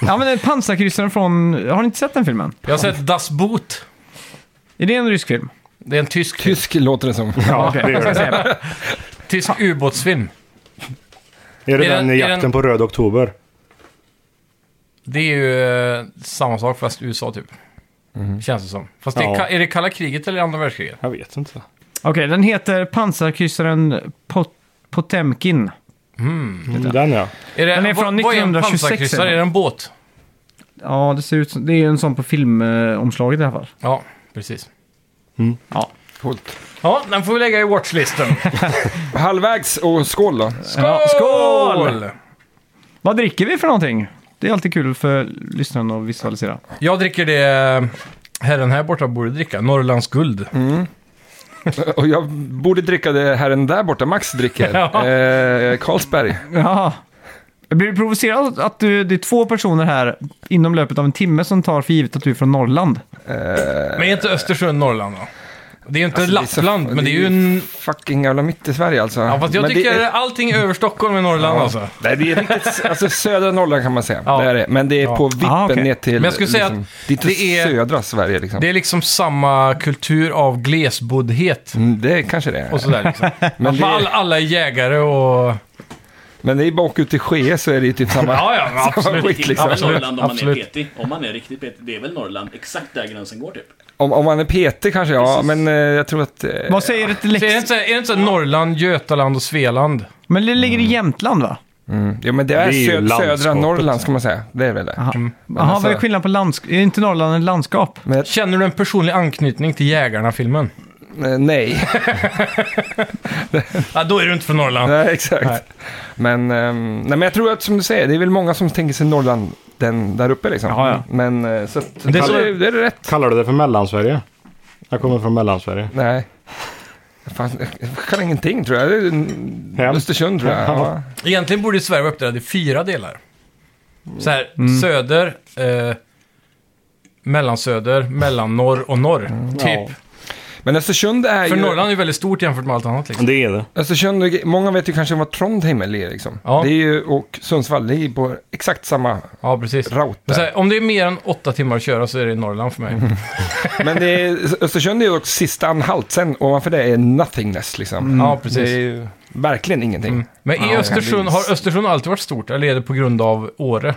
D: Ja men det är pansarkryssaren från, har ni inte sett den filmen?
B: Jag har sett Das Boot.
D: Är det en rysk film?
B: Det är en tysk, tysk.
C: Tysk låter det som.
E: Ja,
D: okej.
E: det gör det.
B: ubåtsfilm.
E: Är det
B: Är
E: den
B: den- är
E: jakten
B: den-
E: på röd oktober?
B: Det är ju eh, samma sak fast USA typ. Känns det som. Fast det är,
E: Ja.
B: ka- är det kalla kriget eller andra världskriget?
E: Jag vet inte.
D: Okej, den heter Pansarkryssaren Pot- Potemkin.
E: Mm, den ja.
B: Är det,
D: Den är från
B: vad- vad är en
D: 1926
B: pansarkryssare?
D: eller?
B: Är det en båt?
D: Ja, det ser ut som... Det är ju en sån på filmomslaget i alla fall.
B: Ja, precis.
C: Coolt.
B: Ja, den får vi lägga i watchlisten.
C: Halvvägs och skål då.
D: Ja, skål! Vad dricker vi för någonting? Det är alltid kul för lyssnaren att visualisera.
B: Jag dricker det herren här borta borde dricka, Norrlands guld.
C: Och jag borde dricka det herren där borta Max dricker.
B: Ja.
C: eh, Carlsberg.
D: Ja. Jag blir provocerad att du, det är två personer här inom löpet av en timme som tar för givet att du är från Norrland.
B: Men är inte Östersund Norrland då? Det är ju inte
C: Alltså, det är så-
B: Lappland, men det är ju en...
C: Fucking jävla mitt i Sverige alltså.
B: Ja, fast jag
C: Men det
B: tycker
C: är-
B: allting över Stockholm är Norrland alltså.
C: Nej, det är riktigt, alltså södra Norrland kan man säga.
B: Ja.
C: Det är det. Men det är på vippen
D: Ah, okej.
C: ner till... liksom,
B: Men jag skulle säga att
C: det är inte
B: det är-
C: södra Sverige liksom.
B: Det är liksom samma kultur av glesboddhet
C: Mm, det är kanske det är.
B: och sådär liksom.
C: Men det,
B: All,
C: är-
B: alla är jägare och...
C: men det är bara att åka ut till Skee så är det ju typ samma...
B: Ja, ja, men absolut.
C: Skit,
F: Det är
C: liksom.
F: väl Norrland om man är
B: absolut.
F: petig. Om man är riktigt petig, det är väl Norrland exakt där gränsen går typ.
C: Om, om man är PT kanske, ja. Men eh, jag tror att... Eh,
D: Vad säger ett
B: Så är det
D: lex...
B: inte, så- är det inte så här Norrland, Götaland och Svealand?
D: Men det ligger i Jämtland va?
C: ja, men det är,
E: Det är ju
C: söd, södra
E: landskapet.
C: Norrland ska man säga. Det är väl det.
D: Jaha, Jaha,
C: alltså-
D: vad är skillnaden på landskap? Är inte Norrland ett landskap?
C: Men,
B: Känner du en personlig anknytning till Jägarna-filmen?
C: Eh, nej.
B: Ja, då är du inte från Norrland.
C: nej, exakt. Men, ehm, nej, men jag tror att som du säger, det är väl många som tänker sig Norrland den där uppe liksom.
D: Ja, ja.
C: Men eh, så, att,
B: det
C: det,
B: är
C: är
B: så-
C: det är rätt.
E: Kallar du det för Mellansverige? Jag kommer från Mellansverige.
C: Nej. Fan, jag kan ingenting tror jag. Det är en-
E: Hem.
C: Östersund tror jag. Ja.
B: Egentligen borde Sverige vara uppdelat i fyra delar. Så här,
C: Mm.
B: söder, eh, mellansöder, mellannorr och norr.
C: Mm.
B: Typ.
C: Men Östersund är
B: För
C: ju...
B: Norrland är ju väldigt stort jämfört med allt annat liksom.
E: Det är det.
C: Östersund, många vet ju kanske vad Trondheim ligger liksom.
B: Ja.
C: Det är ju, och Sundsvall, det är ju på exakt samma
B: Ja, precis.
C: route.
B: Men så
C: där.
B: här, om det är mer än åtta timmar att köra så är det i Norrland för mig.
C: Mm. Men det är, Östersund är ju också sista anhalt, sen ovanför det är nothingness liksom.
B: Ja, precis.
C: Det är ju verkligen ingenting.
B: Mm. Men är
C: Ja,
B: Östersund,
C: det är-
B: har Östersund alltid varit stort eller är det på grund av Åre?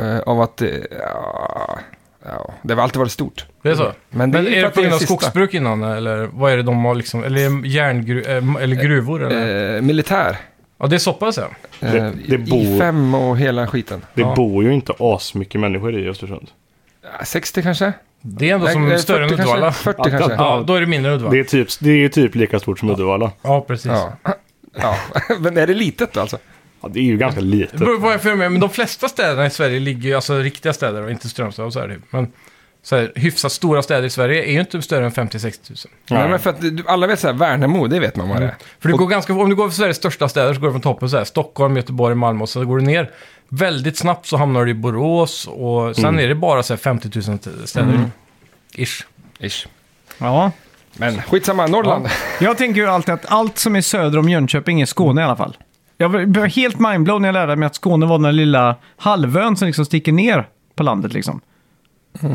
C: Eh, av att det, ja, ja, det har alltid varit stort.
B: Det är så?
C: Mm. Men det
B: Men
C: är
B: är
C: ju för
B: det
C: att
B: på
C: det är
B: grund av
C: sista.
B: skogsbruk innan eller vad är det de har liksom? Eller är det järngru eh, eller gruvor eller?
C: Eh, militär.
B: Ja, det är så pass ja.
C: Eh,
E: Det- det bor-
C: I5 och hela skiten.
E: Det
B: Ja.
E: bor ju inte asmycket människor i Östersund.
C: Ja, 60 kanske?
B: Det är ändå
C: Nej,
B: som
C: eh,
B: större än
C: 40
B: Uddevalla.
C: Kanske, 40 kanske. Ja,
B: Ja, då är det mindre än
E: Det
B: Uddevalla.
E: är, typ, det är ju typ lika stort som Uddevalla.
B: Ja, precis.
C: ja. Men är det litet då alltså?
E: Ja, det är ju ganska
B: Det
E: litet.
B: beror på vad jag för mig, men de flesta städerna i Sverige ligger ju, alltså riktiga städer och inte Strömstad och så här typ. Men så här, hyfsat stora städer i Sverige är ju inte större än 50-60 tusen.
C: Nej, men för att du- alla vet så här, Värnamo, det vet man vad det är.
B: För det går ganska, om du går för Sveriges största städer så går du från toppen så här, Stockholm, Göteborg, Malmö och så går du ner. Väldigt snabbt så hamnar du i Borås och sen är det bara så här 50 000 städer. Ish.
C: Ish.
D: Ja.
C: Men skitsamma, Norrland.
D: Jag tänker ju alltid att allt som är söder om Jönköping är Skåne i alla fall. Jag blev helt mindblown när jag lärde mig att Skåne var den där lilla halvön som liksom sticker ner på landet liksom.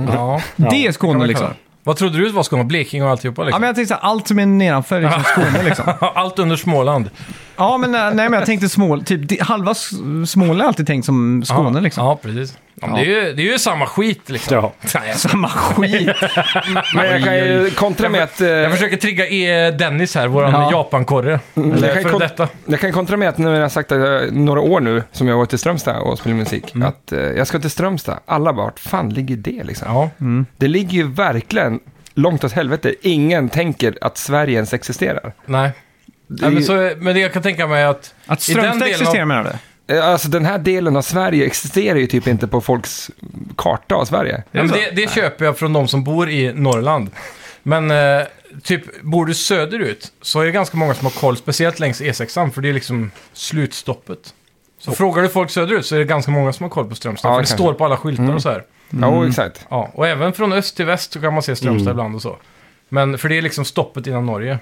B: Ja.
D: det är Skåne liksom.
B: Vad trodde du var Skåne? Blekinge och alltihopa
D: Ja,
B: liksom?
D: men jag tänkte så här, allt som är nedanför är liksom Skåne liksom.
B: Allt under Småland.
D: Ja, men, eh, nej, nej, men jag tänkte Småland. Typ, di- halva S- Småland har jag alltid tänkt som Skåne
B: ja.
D: liksom.
B: Ja, precis. Ja, men Det, är ju, det är ju samma skit liksom.
E: Ja.
B: Nej,
D: Samma skit.
C: Men jag kan ju kontra med att... eh,
B: Jag försöker trigga eh, Dennis här, våran
D: Ja.
B: Japan-korre. Eller
C: jag kan
B: före
C: kon-
B: detta.
C: Jag kan kontra med att nu när jag har sagt att jag, några år nu som jag har varit i Strömstad och spelat musik, att eh, jag ska till Strömstad. Alla bara, vart fan ligger det liksom?
B: Ja.
C: Det ligger ju verkligen långt åt helvete. Ingen tänker att Sverige ens existerar.
B: Nej. Nej men, så, men det jag kan tänka mig att...
D: Att
B: i den delen
D: Strömstad
B: av-
D: existerar menar du?
C: Eh, Alltså den här delen av Sverige existerar ju typ inte på folks karta av Sverige.
B: Ja, men det, det köper jag från de som bor i Norrland. Men eh, typ, bor du söderut så är det ganska många som har koll, speciellt längs E6, för det är liksom slutstoppet. Så frågar du folk söderut så är det ganska många som har koll på Strömstad,
C: Ja,
B: för det
C: kanske.
B: står på alla skyltar och så här.
C: Ja, exakt.
B: Ja, och även från öst till väst så kan man se Strömstad ibland och så. Men, för det är liksom stoppet innan Norge.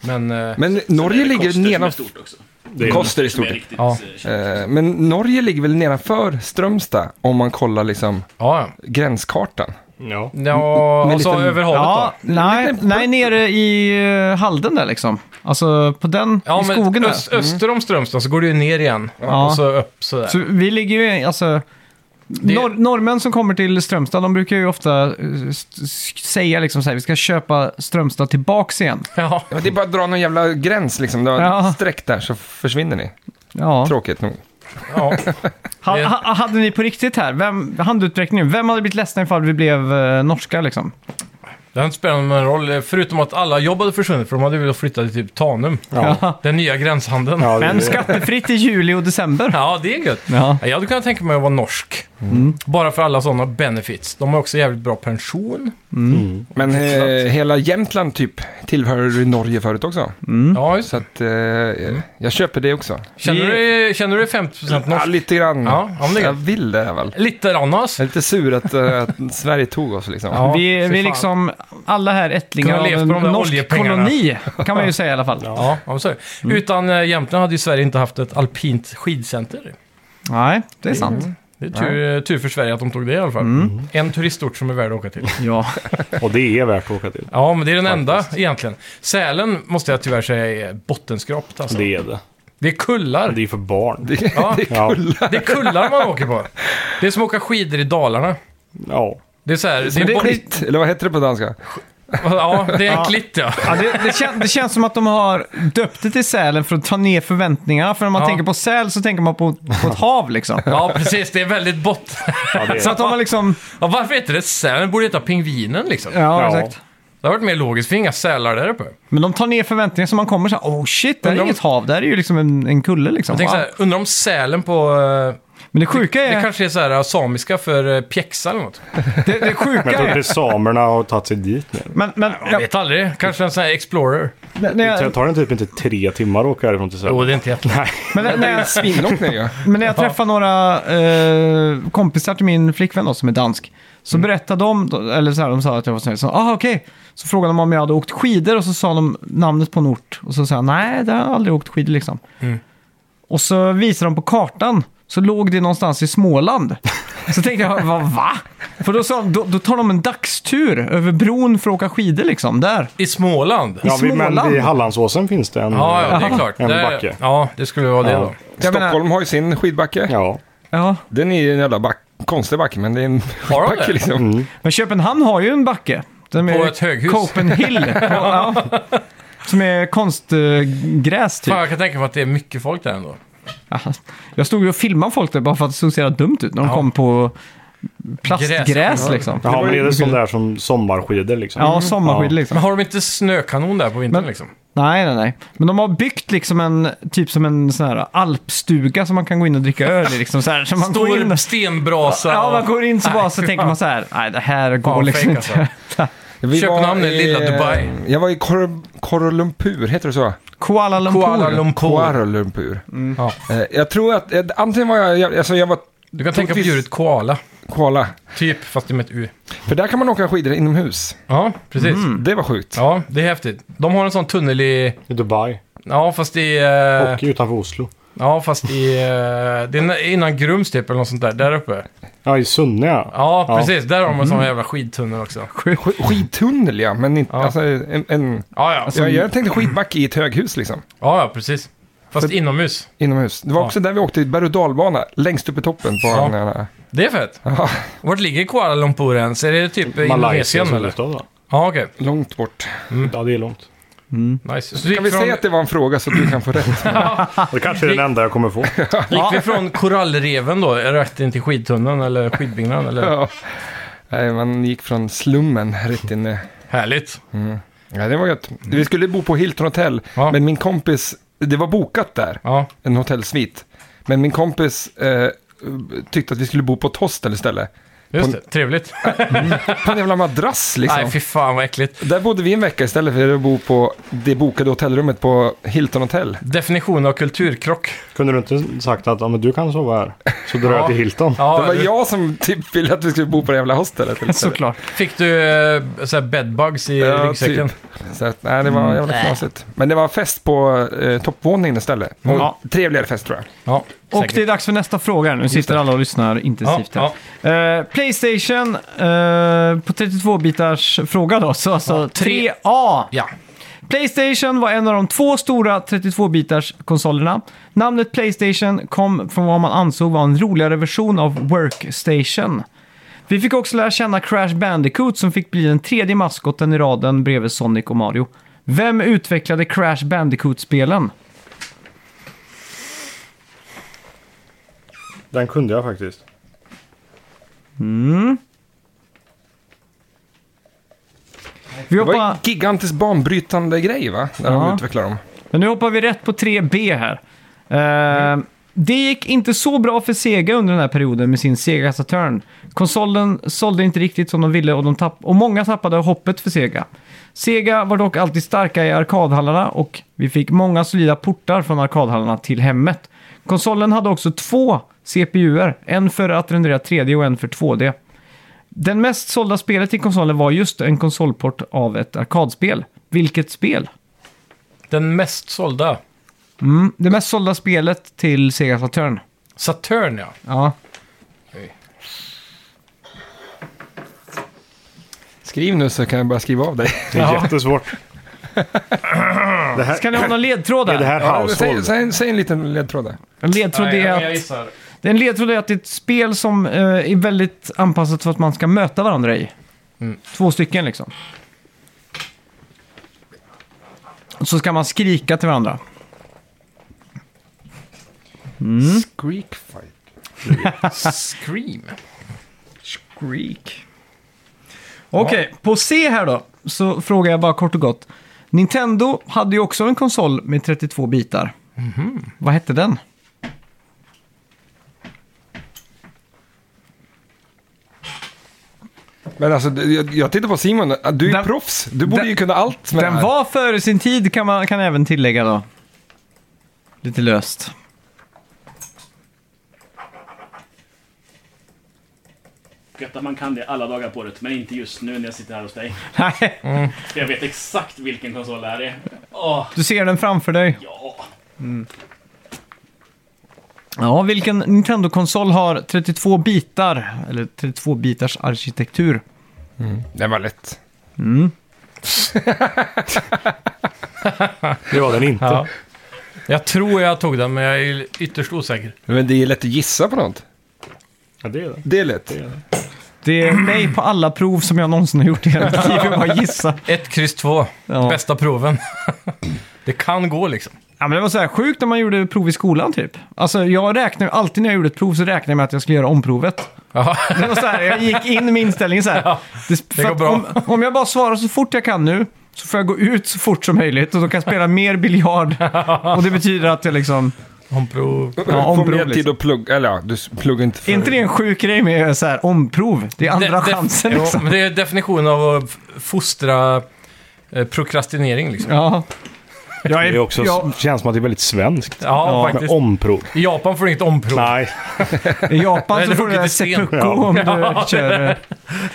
B: Men, eh,
C: Men
F: Alltså,
C: Norge ligger
F: nedan...
C: nedanför...
F: stort också.
E: Det är,
C: Koster i
F: Som
C: stort.
F: är riktigt...
B: Ja.
F: eh, känt.
C: Eh, Men Norge ligger väl nedanför Strömstad om man kollar liksom
B: ja,
C: gränskartan.
E: ja.
B: ja.
C: med
B: Och så
C: liten-
B: över havet
D: Ja,
B: då.
D: nej, nej, nere i eh, Halden där liksom. Alltså på den,
B: Ja,
D: i skogen
B: men
D: där. Mm.
B: öst, öster om Strömstad så går det ju ner igen.
D: Ja.
B: Och så upp sådär.
D: Så vi ligger ju, alltså... Norr, norrmän som kommer till Strömstad, de brukar ju ofta eh, st- sk- säga liksom så här, vi ska köpa Strömstad tillbaks igen.
B: Ja.
C: Ja, det är bara att dra någon jävla gräns liksom. Du har
D: Ja.
C: ett streck där så försvinner ni.
D: Ja.
C: Tråkigt nog.
B: ja.
D: Ha,
B: Det-
D: ha, hade ni på riktigt här, vem, handuträckningen, vem hade blivit ledsen ifall vi blev eh, norska liksom?
B: Det har inte spelat någon roll, eh, förutom att alla jobb hade försvunnit, för de hade velat flytta till typ Tanum.
D: Ja.
B: Den nya gränshandeln. Ja,
E: Ja, det-
D: Men skattefritt i juli och december.
B: det är gött.
D: Ja. Mm.
B: Jag hade kunnat tänka mig att vara norsk. Bara för alla sådana benefits. De har också jävligt bra pension.
C: Men eh, hela Jämtland typ tillhör Norge förut också.
D: Mm.
B: Ja, just.
C: Så att eh, jag köper det också.
B: Känner,
D: Vi-
B: du, dig- känner du dig 50%
C: Ja,
B: norsk?
C: lite grann.
B: Ja, ja, men det är
C: jag
B: gött.
C: vill det här väl.
B: Lite rannas.
C: Jag är lite sur att, eh, att Sverige tog oss liksom.
B: Ja,
D: vi
B: fy
D: vi är
B: fan.
D: liksom alla här ättlingar
B: Kunde
D: av
B: levt
D: en
B: på de där
D: norsk
B: oljepengarna.
D: koloni, kan man ju säga i alla fall.
B: Ja, ja, så är det.
D: Mm.
B: Utan eh, Jämtland hade ju Sverige inte haft ett alpint skidcenter.
D: Nej, det är sant.
B: Det är tur, tur för Sverige att de tog det i alla fall. En turistort som är värd att åka till.
D: Ja.
E: Och det är värt att åka till.
B: Ja, men det är den enda egentligen. Sälen måste jag tyvärr säga är bottenskrapt alltså.
E: Det är det.
B: Det är kullar.
E: Det är för barn.
B: Ja,
E: Ja.
B: det är kullar man åker på. Det är som att åka skidor i Dalarna.
E: ja.
B: Det är så här, det
C: Men
B: är,
C: det är
B: bo-
C: skit, eller vad heter det på danska?
B: Ja, det är en klitt ja.
D: Ja, det, det, kän, det känns som att de har döpt det till Sälen för att ta ner förväntningarna. För när man
B: Ja.
D: tänker på säl så tänker man på, på ett hav liksom.
B: Ja, precis. Det är väldigt bott.
E: ja det är
D: Så att
E: det.
D: de har liksom...
B: Ja, varför heter det Sälen? Det borde heta Pingvinen liksom.
D: Ja,
E: Ja.
D: exakt.
B: Så Det har varit mer logiskt, för det är inga sälar där uppe.
D: Men de tar ner förväntningarna så man kommer så här, oh shit, det här är
B: Men de-
D: inget hav, det här är ju liksom en, en kulle liksom.
B: Jag tänker så
D: Wow.
B: här, undrar om sälen på... eh,
D: Men det sjuka
B: Det
D: är,
B: kanske är så här eh, samiska för eh, pjäxa eller något.
D: det, det sjuka
E: Men jag tror
D: är,
E: inte samerna har tagit sig dit nu.
D: men, men
B: Jag
D: jag,
B: vet aldrig. Kanske en sån här Explorer.
D: när
E: Jag
D: jag,
E: tar det typ inte tre timmar att åka härifrån till Sälen.
B: Jo, det är inte jättelätt.
D: men när- när jag,
C: Svinlångt ner ju.
D: Men när jag träffade några eh, kompisar till min flickvän då, som är dansk, så
E: Mm.
D: berättade de, eller så här, de sa att jag var snäll, så ah, okej. Så frågade de om jag hade åkt skidor och så sa de namnet på en ort. Och så sa jag, nej, det har jag aldrig åkt skidor liksom.
E: Mm.
D: Och så visade de på kartan, så låg det någonstans i Småland. Så tänkte jag, vad va? För då, sa de, då, då tar de en dagstur över bron för att åka skidor liksom, där.
B: I Småland?
E: Ja, vi, men
D: Småland.
E: vid Hallandsåsen finns det en...
B: Ja, ja, det är
D: Jaha.
B: klart.
E: Mm. En
B: Det-
E: backe.
B: Ja, det skulle vara det
E: Ja.
B: då.
D: Jag menar-
C: Stockholm har ju sin skidbacke.
E: Ja.
D: Ja.
C: Den är ju en jävla back, konstig backe, men det är en
B: Har de
C: backe
B: det?
C: liksom.
D: Men Köpenhamn har ju en backe. Den
B: På ett höghus.
D: Copenhill. ja, ja. Som är konstgräs typ.
B: Fan, jag kan tänka mig att det är mycket folk där ändå.
D: Ja. Jag stod ju och filmade folk där bara för att det såg så jävla dumt ut när de
B: Ja.
D: kom på plastgräs
B: Gräs.
D: liksom.
E: Jaha, men är det sån där som sommarskidor liksom?
B: Mm.
D: Ja, sommarskid
E: Ja.
D: liksom.
B: Men har de inte snökanon där på vintern
D: Men-
B: liksom?
D: Nej, nej, nej. Men de har byggt liksom en, typ som en sån här alpstuga som man kan gå in och dricka öl i liksom. Så här, så man går in
B: Stor
D: och...
B: stenbrasa.
D: Ja, man går in så bara så
B: Nej,
D: tänker man så här, nej det här går
B: Fan, fake,
D: liksom
B: alltså.
D: inte.
C: Vi
B: Köpenhamn
C: var eh,
B: är lilla Dubai.
C: Jag var i Kuala- Kuala Lumpur, heter det så?
D: Kuala Lumpur.
B: Kuala Lumpur.
C: Kuala Lumpur.
B: Ja.
C: Eh, Jag tror att, eh, antingen var jag, jag- alltså jag var
B: Du kan tänka på
C: Troligtvis-
B: djuret koala.
C: koala.
B: Typ, fast det är med ett U.
C: För där kan man åka skidor inomhus.
B: Ja, precis.
D: Mm.
C: Det var sjukt.
B: Ja, det är häftigt. De har en sån tunnel i...
E: I Dubai.
B: Ja, fast i... eh,
E: Och utanför Oslo.
B: Ja, fast i... eh, Det är nä- innan Grums typ, eller något sånt där. Där uppe.
E: Ja, i Sunne ja.
B: Ja,
E: Ja. Mm.
B: precis. Där har de en sån jävla skidtunnel också.
C: Sk- Skidtunnel ja, men inte,
B: Ja.
C: alltså en, en Mm.
B: Ja, ja.
C: jag, jag tänkte skidbacke i ett höghus liksom.
B: Ja, ja, precis. Fast inomhus.
C: Inomhus. Det var
B: Ja.
C: också där vi åkte i berg och dalbana, längst upp i toppen på
B: Ja.
C: den här-
B: Det är fett.
C: Ja,
B: Vart ligger Kuala Lumpur ens? Är det typ
E: Malaysia
B: Indonesien eller? Mm.
E: huvudstad va?
B: Ja, okej.
C: långt bort.
E: Ja, det är långt.
B: Nice. Så gick,
C: Kan vi
B: från,
C: säga att det var en fråga så att du kan få rätt?
B: Ah.
E: Det kanske är den enda jag kommer få.
B: gick vi från korallreven då rätt in till skidtunneln eller skidbyggnaden? Eller?
C: Ja. Nej, man gick från slummen rätt in i...
B: Härligt.
C: Ja, det var gött. Vi skulle bo på Hilton Hotel,
B: Mm. Ja.
C: men min kompis, det var bokat där,
B: Ja.
C: en hotellsvit. Men min kompis eh, tyckte att vi skulle bo på ett hostel istället.
B: Just
C: På- Liksom.
B: det, trevligt.
C: På en jävla madrass liksom.
B: Nej, fy fan vad äckligt.
C: Där bodde vi en vecka istället för att bo på det bokade hotellrummet på Hilton Hotel.
B: Definition av kulturkrock.
E: Kunde du inte sagt att ja, men du kan sova här? Så drar jag till Hilton.
B: Ja,
C: det var
B: du-
C: jag som typ ville att vi skulle bo på det jävla hostelet. istället.
D: Såklart.
B: Fick du eh, så här bedbugs i
C: Ja,
B: ryggsäcken? Mm.
C: typ. Så att, nej, det var jävla knasigt. Men det var fest på eh, toppvåningen istället. Och
D: Ja.
C: Trevligare fest tror jag.
B: Ja,
D: Och
B: säkert.
D: det är dags för nästa fråga. Nu sitter alla och lyssnar intensivt här.
B: Ja,
D: Eh, Playstation eh, på 32-bitars fråga då. Så alltså
B: tre-
D: 3A.
B: ja.
D: Playstation var en av de två stora 32-bitars konsolerna. Namnet Playstation kom från vad man ansåg var en roligare version av Workstation. Vi fick också lära känna Crash Bandicoot som fick bli den tredje maskoten i raden bredvid Sonic och Mario. Vem utvecklade Crash Bandicoot-spelen?
E: Den kunde jag faktiskt.
D: Vi
C: Det var
D: hoppar...
C: en gigantisk banbrytande grej va? När
D: Ja.
C: de utvecklade dem.
D: Men nu hoppar vi rätt på 3B här. Eh, Det gick inte så bra för Sega under den här perioden med sin Sega Saturn. Konsolen sålde inte riktigt som de ville och, de tapp- och många tappade hoppet för Sega. Sega var dock alltid starka i arkadhallarna och vi fick många solida portar från arkadhallarna till hemmet. Konsolen hade också två CPUer, en för att rendera 3D och en för 2D. Den mest sålda spelet till konsolen var just en konsolport av ett arkadspel. Vilket spel?
B: Den mest sålda.
D: Mm, det mest sålda spelet till Sega Saturn.
B: Saturn, ja.
D: Ja.
C: Skriv nu så kan jag börja skriva av dig.
E: Det är jättesvårt. Det här,
D: Ska ni ha någon ledtråd
E: är det
D: där?
E: här
C: Ja, säg,
E: household?
C: säg, säg en liten ledtråd där.
D: En ledtråd
B: Nej,
D: är
B: jag- jag
D: att,
B: gissar.
D: det är en ledtråd är att det är ett spel som eh, är väldigt anpassat för att man ska möta varandra i.
E: Mm.
D: Två stycken liksom. Och så ska man skrika till varandra.
C: Greekfight.
B: Scream.
D: Skrik. Okej, på C här då. så frågar jag bara kort och gott. Nintendo hade ju också en konsol med 32 bitar.
E: Mhm.
D: Vad hette den?
C: Men alltså, det- jag, jag tittar på Simon. Du är
D: Den-
C: proffs. Du borde
D: den-
C: ju kunna allt med det
D: Den
C: här.
D: var före sin tid kan man kan även tillägga då. Lite löst.
F: Gött att man kan det alla dagar på året, men inte just nu när jag sitter här hos dig.
D: Nej,
F: För jag vet exakt vilken konsol det här är. Åh,
D: du ser den framför dig.
F: ja.
D: Ja, vilken Nintendo-konsol har 32 bitar? Eller 32 bitars arkitektur.
C: Den var lätt.
E: Det var den inte.
B: Ja. Jag tror jag tog den, men jag är ytterst osäker.
C: Men det är lätt att gissa på något.
E: Ja, det är det.
C: Det är lätt.
D: Det är nej på alla prov som jag någonsin har gjort i hela mitt liv. Jag bara gissa.
B: 1, kryss 2.
D: Ja.
B: Bästa proven. det kan gå liksom.
D: Ja, men det var så här sjukt när man gjorde prov i skolan typ. Alltså jag räknar alltid när jag gjorde ett prov så räknade jag med att jag skulle göra omprovet.
B: Ja.
D: Det var så här, jag gick in med inställningen så här. det, för
B: går
D: att
B: bra.
D: Om, om jag bara svarar så fort jag kan nu så får jag gå ut så fort som möjligt och då kan jag spela mer biljard. Och det betyder att jag liksom...
B: Omprov.
D: Ja,
C: Får
D: omprov,
C: mer tid
D: liksom.
C: att plugga. Eller ja, du s- pluggar inte för...
D: Är inte det en sjuk grej med så här, omprov? Det är andra
B: Det- det-
D: chansen
B: jo,
D: liksom.
B: men det är definitionen av att f- fostra eh, prokrastinering liksom.
D: Ja. Jag
E: Det är också,
D: jag,
E: känns som att det är väldigt svenskt.
B: Ja,
D: Ja,
E: Med
B: faktiskt.
E: omprov.
B: I Japan får du inget omprov.
E: Nej,
D: I Japan så
B: Eller
D: får du
B: hugget i sten.
D: seppuku
E: Ja.
D: om du
B: Ja,
D: kör... eh,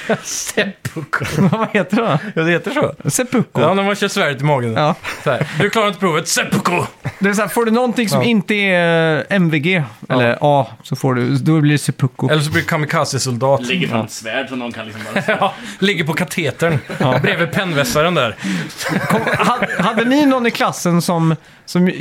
B: Seppuku.
D: Vad heter det då?
B: Ja, det heter så.
D: Seppuku.
B: Ja, när man kör svärdet i magen.
D: Ja.
B: Så här, du klarar inte provet, seppuku!
D: Det är så här, får du någonting som
B: Ja.
D: inte är eh, MVG, eller A, så får du, då blir det seppuku.
B: Eller så blir du kamikaze-soldat.
F: Lägger fram ett svärd som någon kan liksom bara...
B: Ja, ligger på katetern bredvid pennvässaren där.
D: Kom, hade, hade ni någon i klassen som, som eh,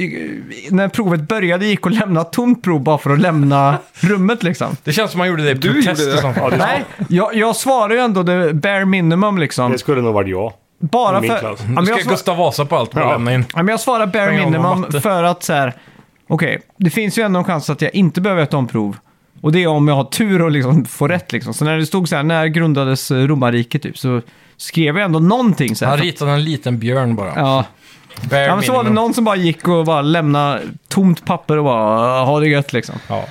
D: när provet började gick och lämnade ett tomt prov bara för att lämna rummet liksom?
B: Det känns som man gjorde det i
C: Du
B: protest.
C: gjorde det.
B: och sånt.
E: ja, det,
D: Nej, jag, jag svarar ju ändå det bare minimum liksom.
E: det skulle nog varit jag.
D: Bara
E: min
D: för...
E: klass.
D: Ja,
B: Nu
D: men
B: ska
D: jag, svar,
B: Gustav Vasa på allt och
E: Ja.
B: lämna in.
D: ja, men jag svarar bare
B: Springa om och matte.
D: minimum för att så här, okej, det finns ju ändå en chans att jag inte behöver ett omprov. Och det är om jag har tur och liksom får rätt liksom. Så när det stod så här, när grundades eh, romarriket typ, så skrev jag ändå någonting så här.
B: Han ritade en liten björn bara.
D: Ja.
B: Bare
D: Ja, men så var det
B: minimum.
D: någon som bara gick och bara lämnade tomt papper och bara ha det gött liksom.
B: Ja.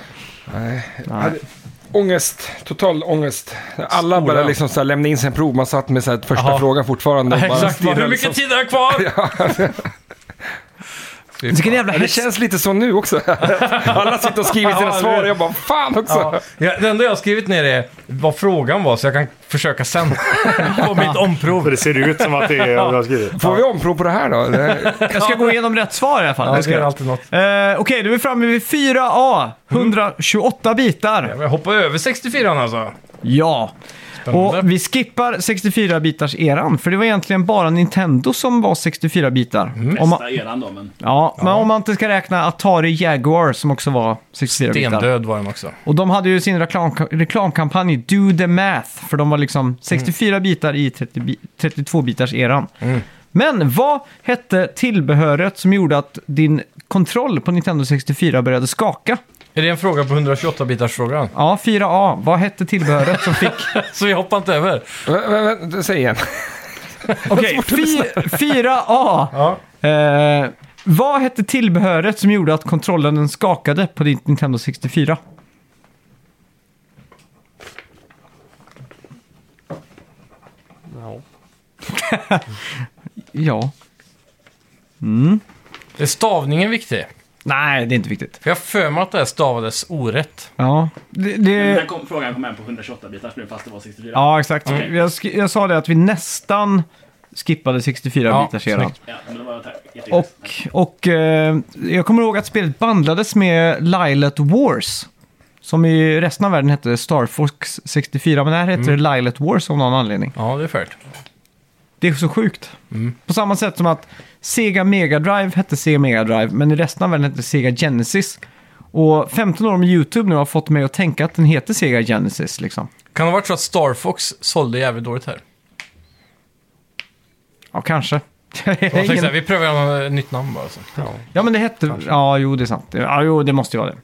C: Ångest. Total ångest. Alla
B: Skolan.
C: började liksom så här, lämna in sin prov. Man satt med så här, första
B: Jaha.
C: frågan fortfarande. och bara
B: Exakt,
C: stirrade
B: hur
C: liksom.
B: mycket tid är det kvar? Fy
D: Vilken
B: fan.
D: jävla
C: Ja, Det känns lite så nu också. Alla sitter och skriver sina
B: Ja,
C: svar
B: det-
C: och jag bara fan också.
B: Ja. Ja, det enda jag har skrivit ner är vad frågan var så jag kan försöka sen på mitt
E: För
B: omprov.
E: det ser ut som att det är vad jag har skrivit.
C: Får vi omprov på det här då? Det-
D: Jag ska gå igenom rätt svar i alla fall.
B: Ja,
D: Jag ska
B: det är
D: göra.
B: alltid Mm. något.
D: Eh, Okej, då är vi framme vid 4A. 128 bitar.
B: Jag hoppar över 64 alltså.
D: Ja.
B: Spännande.
D: Och vi skippar 64-bitars-eran, för det var egentligen bara Nintendo som var 64-bitar. Om man- Eh.
F: Bästa eran då, men...
D: Ja, men om man inte ska räkna Atari Jaguar som också var 64-bitar.
B: Stendöd var den också.
D: Och de hade ju sin reklam, reklamkampanj Do the Math, för de var liksom 64 bitar i 30 bi- 32-bitars-eran. Men vad hette tillbehöret som gjorde att din kontroll på Nintendo 64 började skaka?
B: Är det en fråga på 128-bitarsfrågan?
D: Ja, 4A. Vad hette tillbehöret som fick...
B: Så vi hoppar inte över.
C: Vä- vä- vä- Säg igen.
D: Okej, fi- 4A.
B: Ja.
D: Eh, vad hette tillbehöret som gjorde att kontrollen den skakade på din Nintendo 64? Ja.
B: Är stavningen viktig?
D: Nej, det är inte viktigt.
B: För jag har för mig att det här stavades orätt.
D: Ja, det...
F: Den här
D: det
F: kom, frågan kom hem på 128 bitar nu, fast det var 64.
D: ja, exakt.
F: Okej.
D: Jag, sk- jag sa det att vi nästan skippade 64
B: Ja,
D: bitar sedan.
F: Ja, men det var
D: Och,
F: jätteviktigt.
D: och eh, jag kommer ihåg att spelet bandlades med Lilet Wars. Som i resten av världen hette Star Fox 64, men här heter det Lilet Wars av någon anledning.
B: Ja, det är färdigt.
D: Det är så sjukt. På samma sätt som att Sega Mega Drive hette Sega Mega Drive, men i resten av världen hette Sega Genesis. Och 15 år med YouTube nu har fått mig att tänka att den heter Sega Genesis liksom.
B: Kan det ha varit så att Star Fox sålde jävligt dåligt här?
D: Ja, kanske.
B: Jag tänkte så här, vi prövar ett nytt namn bara. alltså. Så.
D: Ja, men det hette... Ja, jo, det är sant. Ja, jo, det måste ju vara det.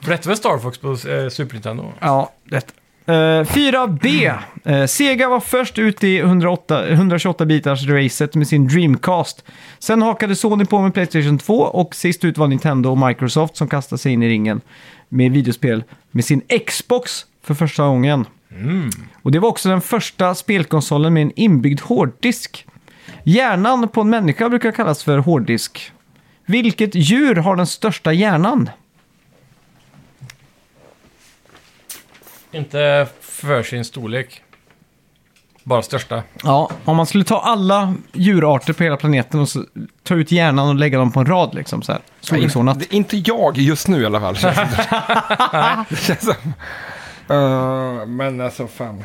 B: För det hette väl Star Fox på eh, Super Nintendo?
D: Ja, det Eh, 4B. Eh, Sega var först ut i 108 128-bitars-racet med sin Dreamcast. Sen hakade Sony på med Playstation 2 och sist ut var Nintendo och Microsoft som kastade sig in i ringen med videospel med sin Xbox för första gången. Och det var också den första spelkonsolen med en inbyggd hårddisk. Hjärnan på en människa brukar kallas för hårddisk. Vilket djur har den största hjärnan?
B: Inte för sin storlek. Bara största.
D: Ja, om man skulle ta alla djurarter på hela planeten och så ta ut hjärnan och lägga dem på en rad liksom så här. Storleksordnat.
C: Det är inte jag just nu i alla fall. känns det. Det känns som... Eh, men alltså fan.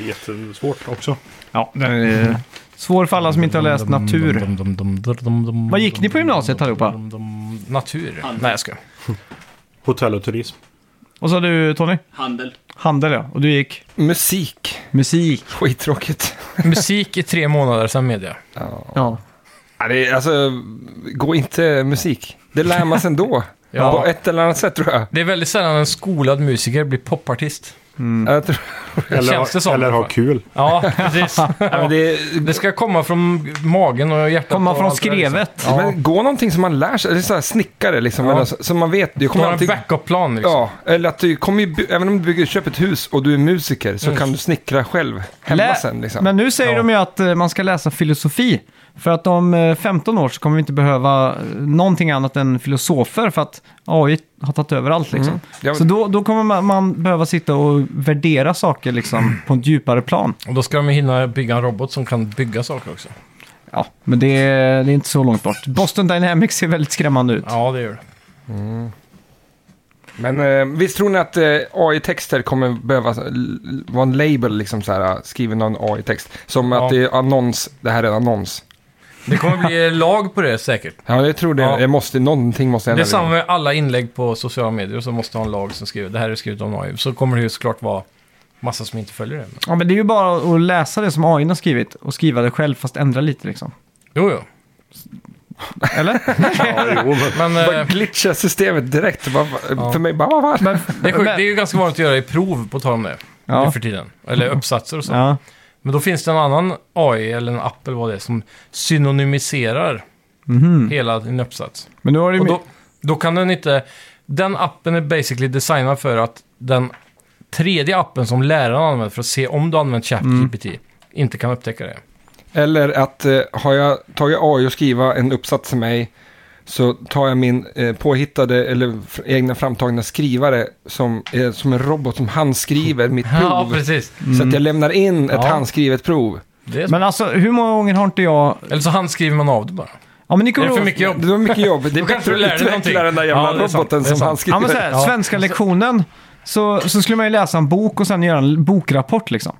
E: Jättesvårt också.
D: Ja, den är eh, svår för alla som inte har läst natur. Vad gick ni på gymnasiet allihopa?
B: Natur.
F: Handel.
B: Nej, jag ska.
E: Hotell och turism.
D: Och så du Tony?
F: Handel.
D: Handel ja. Och du gick?
C: Musik.
D: Musik.
C: Skittråkigt.
B: Musik i tre månader, sen media.
D: Ja.
C: Ja, det är, alltså, gå inte musik. Det lär man sig ändå.
B: Ja.
C: På ett eller annat sätt tror jag.
B: Det är väldigt sällan en skolad musiker blir popartist.
C: jag tror,
E: Eller,
B: Känns det som
E: ha- eller
B: i alla
E: ha
B: fall.
E: kul.
B: Ja, precis.
C: ja, men det,
B: Det ska komma från magen och hjärtat.
D: Komma
B: och
D: från
B: allt det där,
D: skrevet.
B: Liksom. Ja.
C: men gå någonting som man lär sig. Det är så här snickare liksom.
B: Ja.
C: Eller, så, som man vet. Du
B: Du
C: kommer
B: har en
C: alltid,
B: backup-plan liksom.
C: ja, eller att du kommer ju, by- även om du bygger, köper ett hus och du är musiker så kan du snickra själv hemma
D: Lä-
C: sen. Liksom.
D: Men nu säger de ju att eh, man ska läsa filosofi. För att om eh, 15 år så kommer vi inte behöva eh, någonting annat än filosofer för att AI har tagit över allt liksom.
C: Ja,
D: Så då, då kommer man, man behöva sitta och värdera saker liksom på ett djupare plan.
B: Och då ska de ju hinna bygga en robot som kan bygga saker också.
D: Ja, men det, är- det är inte så långt bort. Boston Dynamics ser väldigt skrämmande ut.
B: Ja, det gör det.
C: Men eh, visst tror ni att eh, AI-texter kommer behöva l- vara en label, liksom så här, skriven av en AI-text? Som
B: Ja.
C: att det är annons, det här är en annons.
B: Det kommer bli lag på det säkert.
C: Ja, jag tror det.
B: Ja.
C: Jag måste, någonting måste
B: Det
C: hända.
B: är samma
C: liksom.
B: med alla inlägg på sociala medier som måste ha en lag som skriver det här är skrivet om AI. Så kommer det ju såklart vara massa som inte följer det. Men...
D: Ja, men det är ju bara att läsa det som AI har skrivit och skriva det själv fast ändra lite liksom.
B: Jo, jo.
D: Eller?
E: Ja, jo, men...
B: Men eh,
C: Bara glitcha systemet direkt. Bara, För mig, bara, bara, bara.
D: Men,
B: det, är sjukt. det är ju ganska vanligt att göra i prov, på tal om det,
D: Ja.
B: nu för tiden. Eller uppsatser och så.
D: Ja.
B: Men då finns det en annan AI, eller en app eller vad det är, som synonymiserar
D: Mhm.
B: hela din uppsats.
D: Men nu har det ju...
B: Och då, då kan den inte... Den appen är basically designad för att den tredje appen som läraren använder för att se om du har använt ChatGPT inte kan upptäcka det.
C: Eller att eh, har jag tagit AI och skriva en uppsats till mig så tar jag min eh, påhittade eller f- egna framtagna skrivare som, eh, som en robot som handskriver mitt prov.
B: Ja, precis. Mm.
C: Så att jag lämnar in ett
B: Ja.
C: handskrivet prov.
B: Det är
D: Men alltså, hur många gånger har inte jag...
B: Eller så handskriver man av det bara.
D: Ja, men ni
B: Är
D: kommer
B: det för
D: ihåg-
B: mycket jobb?
C: Det var mycket jobb. Det är
B: kanske
C: bättre
B: du lärde
C: att
B: dig
C: utveckla
B: någonting.
C: den där
B: Ja,
C: jävla
B: det är sant.
C: roboten
B: Det är
C: som
B: sant.
C: han
D: Ja, men
C: skriver.
D: så här, svenska lektionen, så, så skulle man ju läsa en bok och sen göra en bokrapport liksom.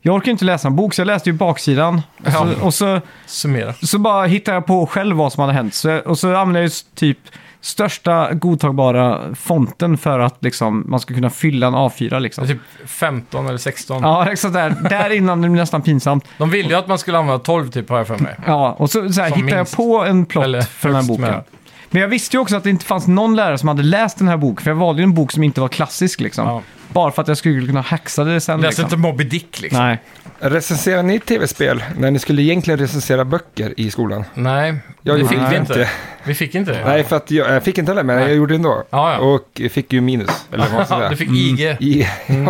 D: Jag orkar ju inte läsa en bok, så jag läste ju baksidan. Och så, och så,
B: Summera.
D: så bara hittade jag på själv vad som hade hänt. Så, jag- och så använde jag ju s- typ största godtagbara fonten för att liksom, man ska kunna fylla en A4
B: Det är
D: liksom.
B: Typ 15 eller 16.
D: Ja, exakt där. Där innan det blir nästan pinsamt.
B: De ville ju att man skulle använda 12 typ, har jag för mig.
D: Ja, och så, så här,
B: Som
D: hittade jag
B: minst.
D: på en plott
B: Eller
D: för den här
B: högst
D: boken.
B: med.
D: Men jag visste ju också att det inte fanns någon lärare som hade läst den här boken, för jag valde ju en bok som inte var klassisk liksom.
B: Ja.
D: Bara för att jag skulle kunna hacksa det sen.
B: Läs
D: Liksom.
B: inte Moby Dick liksom.
D: Nej.
C: Recenserar ni tv-spel när ni skulle egentligen recensera böcker i skolan?
B: Nej,
C: Jag
B: det
C: gjorde
B: fick
C: det
B: vi
C: inte.
B: inte. Vi fick inte det.
C: Nej, för att jag, jag fick inte heller, men jag gjorde det ändå.
B: Ja, ja.
C: Och fick ju minus. Eller vad
B: Ja,
C: sådär.
B: du fick Mm. IG.
C: I,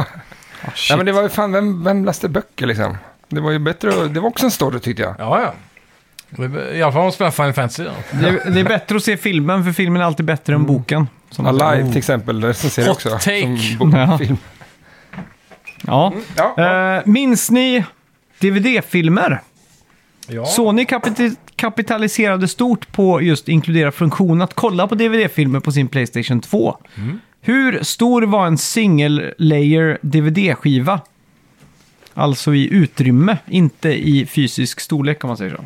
C: ja, men det var ju fan, vem, vem läste böcker liksom? Det var ju bättre, att- det var också en story tyckte jag.
B: Ja, ja. Det- I alla fall om man spelar Final Fantasy. Då.
D: Det, är- det är bättre att se filmen, för filmen är alltid bättre
B: Mm.
D: än boken. Som man säger.
C: Alive till exempel recenserar jag
B: Oh. Hot
C: också.
B: take.
C: bo-
D: Ja.
C: film.
D: Ja.
C: Ja,
D: Eh, minns ni DVD-filmer?
B: Ja.
D: Sony kapit- kapitaliserade stort på just inkludera funktionen att kolla på DVD-filmer på sin Playstation 2.
B: Mm.
D: Hur stor var en single layer DVD-skiva? Alltså i utrymme, inte i fysisk storlek om man säger så.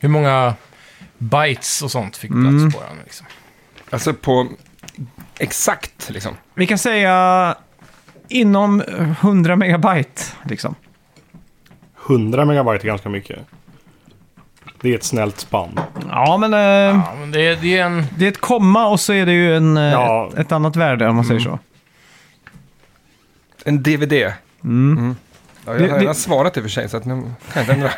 B: Hur många bytes och sånt fick plats på den? Liksom.
C: Alltså på exakt liksom.
D: Vi kan säga inom eh, 100 megabyte. Liksom.
E: 100 megabyte är ganska mycket. Det är ett snällt spann.
D: Ja, men eh,
B: Ja, men det, är- det är en...
D: det är ett komma och så är det ju en, eh,
E: Ja.
D: ett, ett annat värde om man
B: Mm.
D: säger så.
C: En DVD. Mm. Ja, jag
D: Det-
C: har
D: det-
C: redan svarat i och för sig, så att nu kan jag ändra.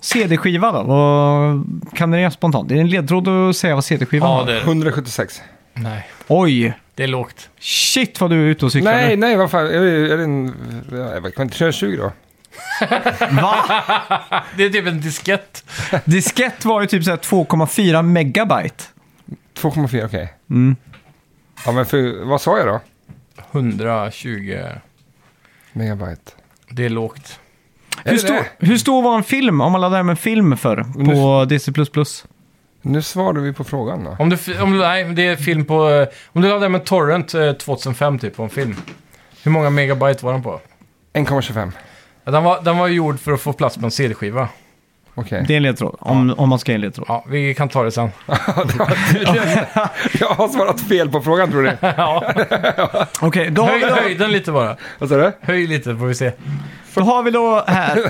D: CD-skiva då? Vad kan ni göra spontant? Det är en ledtråd att säga vad CD-skivan
B: Ja,
D: var.
B: det är
C: 176.
B: Nej,
D: Oj!
B: det är lågt.
D: Shit vad du är ute och cyklar
C: Nej,
D: nu.
C: nej, vad fan. Är det, är det en... ja, Jag vet inte, 320 då?
D: Va?
B: Det är typ en diskett.
D: Diskett var ju typ så här 2,4 megabyte.
C: 2,4, okej. Mm. Ja, men för, vad sa jag då?
B: 120.
C: Megabyte.
B: Det är lågt.
C: Är
D: Hur,
C: det
D: stor-
C: det?
D: hur stor var en film om man laddade hem en film för på DC++?
C: Nu svarade vi på frågan då.
B: Om du, fi- om, du- nej, men det är film på... eh, Om du laddar hem en torrent eh, 2005 typ på en film. Hur många megabyte var den på?
C: 1,25.
B: Ja, den, var, den var gjord för att få plats på en CD-skiva.
C: Okej.
D: Det är en ledtråd, om, om man ska ge en ledtråd.
B: Ja, vi kan ta det sen.
C: Jag har svarat fel på frågan tror du.
B: Ja,
D: Okej, då, har vi
B: höj,
D: då,
B: höj den lite bara.
C: Vad sa du?
B: Höj lite får vi se.
D: då har vi då här.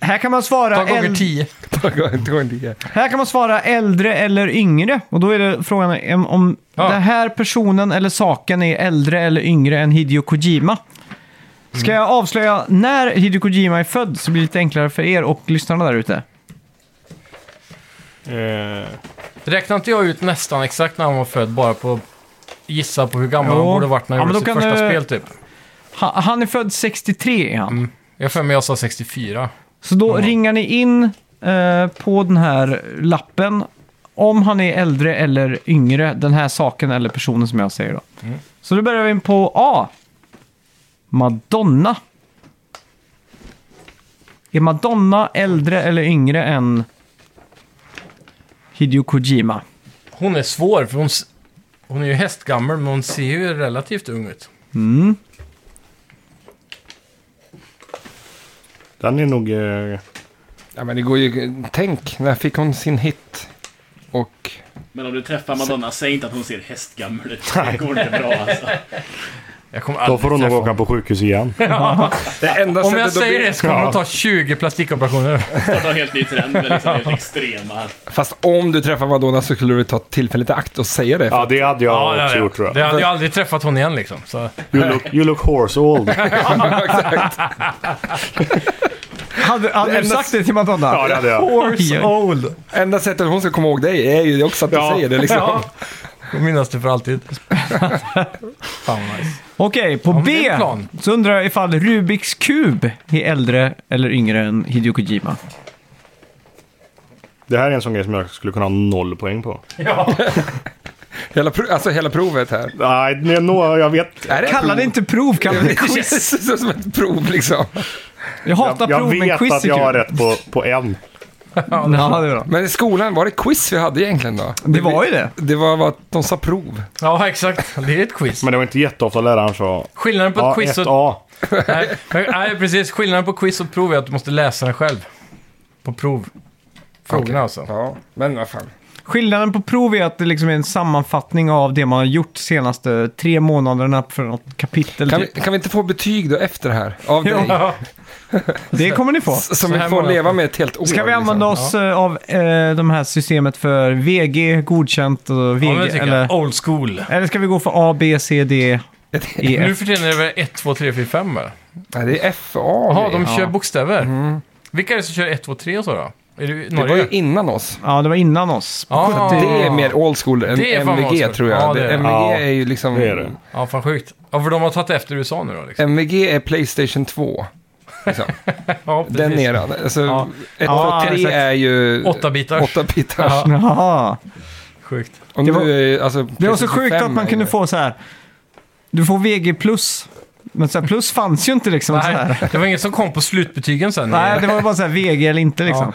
D: Här kan man svara,
B: Ta gånger
D: äl-
B: 10.
C: Ta gång- ta gång tio.
D: här kan man svara äldre eller yngre. Och då är det frågan om, om
B: Ja.
D: den här personen eller saken är äldre eller yngre än Hideo Kojima.
B: Mm.
D: Ska jag avslöja när Hideo Kojima är född så blir det lite enklare för er och lyssnarna där ute.
E: Eh,
B: Räknar inte jag ut nästan exakt när han var född bara på att gissa på hur gammal han
D: Jo.
B: borde varit när
D: Ja,
B: han
D: men
B: gjorde
D: då
B: sitt
D: kan
B: första
D: du-
B: spel typ?
D: Ha, han är född 63 är han.
B: Jag har för mig jag sa 64.
D: Så då ringar ni in eh, på den här lappen om han är äldre eller yngre, den här saken eller personen som jag säger då.
B: Mm.
D: Så då börjar vi in på A. Madonna. Är Madonna äldre eller yngre än Hideo Kojima?
B: Hon är svår för hon, s- hon är ju hästgammal men hon ser ju relativt ung ut.
E: den är nog... Eh,
C: Ja, men det går ju... Tänk, när fick hon sin hit? Och...
F: Men om du träffar Madonna, säg inte att hon ser hästgammal ut. Det går inte bra alltså.
B: Jag kommer
E: då
B: aldrig
E: får hon nog
B: träffa
E: åka på sjukhus igen.
C: Det enda
B: Om jag
C: sättet att
B: säger
C: bli-
B: det så kommer hon ta 20 plastikoperationer.
F: Att ha en helt ny trend med liksom helt extrema.
C: Fast om du träffar Madonna så skulle du ta tillfället i akt och säga det.
E: Ja, det hade jag också gjort tror
B: Det
E: jag.
B: hade jag aldrig träffat hon igen liksom. Så.
E: You look, you look horse old.
D: Hade, hade du sagt det till Madonna?
E: Ja, det hade jag.
D: Horse old.
C: Enda sättet hon ska komma ihåg dig är ju också att du
E: Ja.
C: säger det liksom.
B: Ja. Jag minnas det för alltid. Fan vad nice.
D: Okej, på
B: men det är
D: B
B: en plan.
D: så undrar jag ifall Rubiks kub är äldre eller yngre än Hideo Kojima.
E: Det här är en sån grej som jag skulle kunna ha noll poäng på.
C: Hela pro- alltså hela provet här.
E: Nej, det är några, jag vet.
C: Är
D: Kalla
C: prov?
D: det inte prov, kalla det
C: Det
D: quiz.
C: känns som ett prov liksom.
D: Jag hatar
E: Jag, jag
D: prov, men
E: vet
D: quiz
E: att
D: är
E: jag
D: kul.
E: har rätt på, på en.
D: Ja, det, är bra.
C: Men i skolan, var det quiz vi hade egentligen då?
D: det var ju det.
C: Det var vad de sa prov.
B: Ja, exakt. Det är ett quiz.
E: Men det var inte jätteofta läraren sa...
B: Skillnaden på ett
E: Ja,
B: quiz och...
E: 1A.
B: Nej, men- nej, precis. Skillnaden på quiz och prov är att du måste läsa den själv. På prov. Frågorna
C: Okej.
B: alltså.
C: Ja, men vad fan.
D: Skillnaden på prov är att det liksom är en sammanfattning av det man har gjort senaste tre månaderna för något kapitel.
C: Kan vi,
D: typ.
C: kan vi inte få betyg då efter det här? Av dig?
B: Ja.
D: Det kommer ni få.
C: Som vi
B: här
C: får
B: många-
C: leva med ett helt år.
D: Ska vi använda
C: liksom.
D: oss eh, av eh, de här systemet för VG, godkänt och
B: Ja, men
D: VG?
B: det tycker
D: eller,
B: jag. Old school.
D: eller ska vi gå för A, B, C, D, E,
B: Nu
D: F?
B: för tiden är det väl 1, 2, 3, 4, 5 va?
C: Nej, det är FA.
B: Jaha, de
D: Ja.
B: kör bokstäver. Vilka är det som kör 1, 2, 3 och så då? Är det
C: det var
B: Norge? Ah.
C: ju innan oss.
D: Ja, det var innan oss. På
B: Ja.
D: 70
C: Det är mer old school än
B: Det är fan old
C: MVG
B: school.
C: tror jag.
B: Ja,
C: det
B: det är det.
C: MVG
E: Ja,
C: är ju liksom...
E: Det är det.
B: Ja, fan sjukt. Ja, för de har tagit efter USA nu då liksom.
C: MVG är Playstation 2. Liksom.
B: Ja, precis.
C: Den eran. Alltså,
B: Ja.
C: 1
D: Ja,
C: och 3
D: exakt.
C: är ju...
B: Åtta bitars.
C: 8 bitars.
B: Ja.
D: Jaha.
B: Sjukt.
C: Och nu
D: Det var-
C: är, alltså,
D: Det var så
C: Playstation
D: sjukt
C: 5
D: att man
C: är
D: kunde
C: ju-
D: få så här. Du får VG plus. Men så här, plus fanns ju inte liksom. Så här.
B: Nej, det var ingen som kom på slutbetygen sen.
D: Nej, det var bara så här VG eller inte liksom.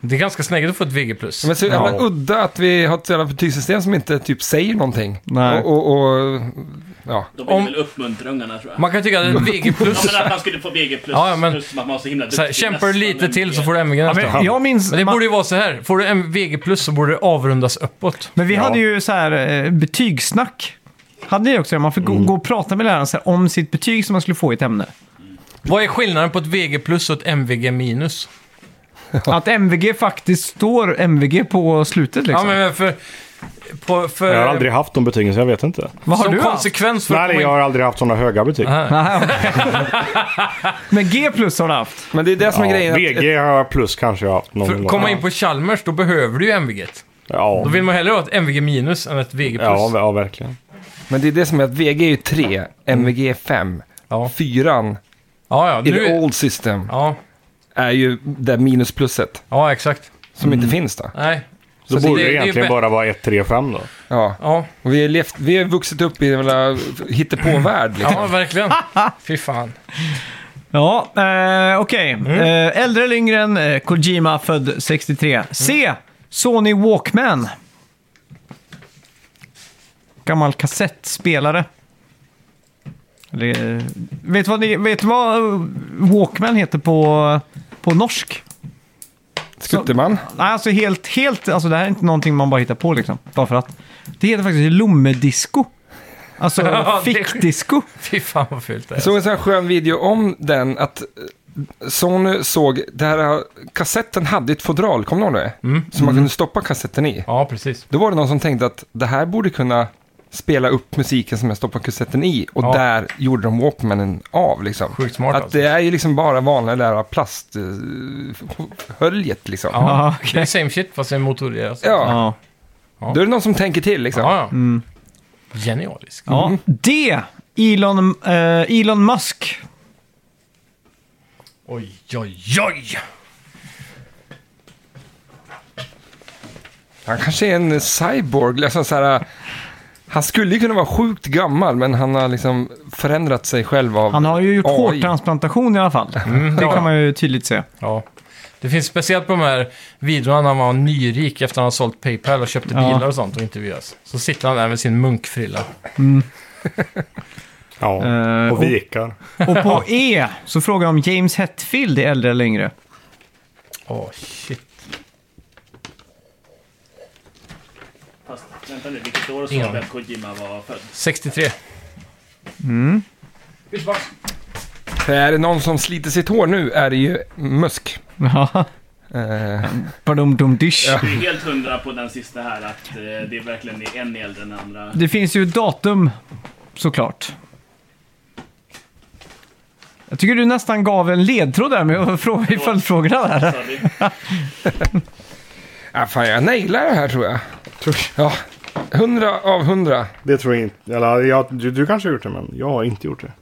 B: Det är ganska snäggt att få ett VG+.
C: Men så
E: Ja.
C: jävla udda att vi har ett jävla betygssystem som inte typ säger någonting.
D: Nej.
C: Och, och, och ja.
F: De vill
B: Om-
F: väl uppmuntra ungarna tror jag.
B: Man kan tycka att ett VG+,
F: Ja, men att man skulle få BG plus.
B: Ja, ja, men-
F: plus att man var så himla
B: så här,
F: duktig
B: kämpar du
F: nästan
B: lite
F: en
B: till så
F: del.
B: får du MVG
D: Ja,
B: nästan.
D: men jag minns...
B: Men det
D: man-
B: borde ju vara så här. Får du MVG+, så borde det avrundas uppåt.
D: men vi hade ju så här eh, betygssnack. Hade ni också det? Man fick gå, gå och prata med läraren så här, om sitt betyg som man skulle få i ett ämne.
B: Vad är skillnaden på ett VG+, och ett MVG-?
D: Att MVG faktiskt står MVG på slutet
B: Ja,
D: liksom.
B: men för... På, för
E: Jag har aldrig haft de betygen så jag vet inte.
D: Vad har
B: som
D: du haft?
B: konsekvens för att
E: Nej,
B: komma in-
E: jag har aldrig haft sådana höga betyg.
B: Aha.
D: Nej, okej. Men G plus har du haft.
C: Men det är det som är
E: Ja,
C: grejen. att-
E: VG har jag plus kanske jag har haft någon
B: För
E: gång.
B: att komma in på Chalmers, då behöver du ju MVG. -t.
E: Ja,
B: Då vill man hellre ha ett MVG minus än ett VG plus.
E: ja, ja, verkligen.
C: Men det är det som är att VG är ju
D: Mm.
C: 3, MVG är 5.
B: Ja.
C: Fyran
B: ja, ja,
C: i the
B: nu...
C: old system
B: Ja,
C: är ju det minusplusset
B: ja, exakt.
C: som
D: Mm.
C: inte finns då.
B: Nej.
E: Då
B: Så
E: borde
B: det-
E: det,
B: det är
E: egentligen
B: bä-
E: bara vara 1, 3, 5 då.
C: Ja.
B: Ja,
C: Och vi har, levt, vi har vuxit upp i en jävla hittepåvärld liksom.
B: ja verkligen. Fy fan.
D: Ja, eh, okej. Eh, äldre eller yngre än eh, Kojima, född 63. C. Sony Walkman. Gammal kassettspelare. Eller, eh, vet du vad, ni- vet du vad eh, Walkman heter på, på norsk?
C: Skutteman.
D: Nej, alltså helt, helt, alltså det här är inte någonting man bara hittar på liksom. Bara för att. Det heter faktiskt lommedisco. Alltså
B: Ja, det-
D: fickdisco.
B: Fy fan vad fult det är.
C: Jag såg en sån här skön video om den att eh, Sony såg, det här, eh, kassetten hade ett fodral, kommer du ihåg det?
B: Mm.
C: Som man kunde stoppa kassetten i.
B: Ja, precis.
C: Då var det någon som tänkte att det här borde kunna spela upp musiken som jag stoppar kassetten i och
B: Ja.
C: där gjorde de Walkmanen av liksom.
B: Sjukt smart,
C: Att
B: alltså.
C: det är ju liksom bara vanliga där eh, plasthöljet liksom. Ja.
B: Ja,
D: Ja,
B: det är same shit fast det är motoriserat.
D: Ja.
C: Då är det någon som tänker till liksom.
B: Ja, ja. Genialisk.
D: Ja. D. Elon, eh, Elon Musk.
B: Oj, oj, oj!
C: Han kanske är en cyborg, liksom så här, äh, han skulle ju kunna vara sjukt gammal men han har liksom förändrat sig själv av...
D: Han har ju gjort
C: AI.
D: hårtransplantation i alla fall. det kan man ju tydligt se.
B: Ja. Det finns speciellt på de här videorna när han var nyrik efter att han har sålt Paypal och köpte
D: Ja.
B: bilar och sånt och intervjuas. Så sitter han där med sin munkfrilla.
E: Ja,
D: Eh,
E: och vikar.
D: Och på E så frågar jag om James Hetfield är äldre eller yngre.
B: Åh, shit.
F: Fast vänta nu, vilket år
B: Ingen
F: sa
B: aning.
F: vi att Kojima var född?
B: 63.
C: För är det någon som sliter sitt hår nu är det ju Musk. Eh,
D: Badum-dum-dish.
F: Du är helt hundra på den sista här att eh, det verkligen är en äldre än den andra.
D: Det finns ju ett datum, såklart. Jag tycker du nästan gav en ledtråd där med att fråga i följdfrågorna där.
F: Så det,
C: Ja, fan, jag nailar det här tror jag. Ja, 100 av 100.
E: Det tror jag inte. Eller, jag, du, du kanske har gjort det, men jag har inte gjort det.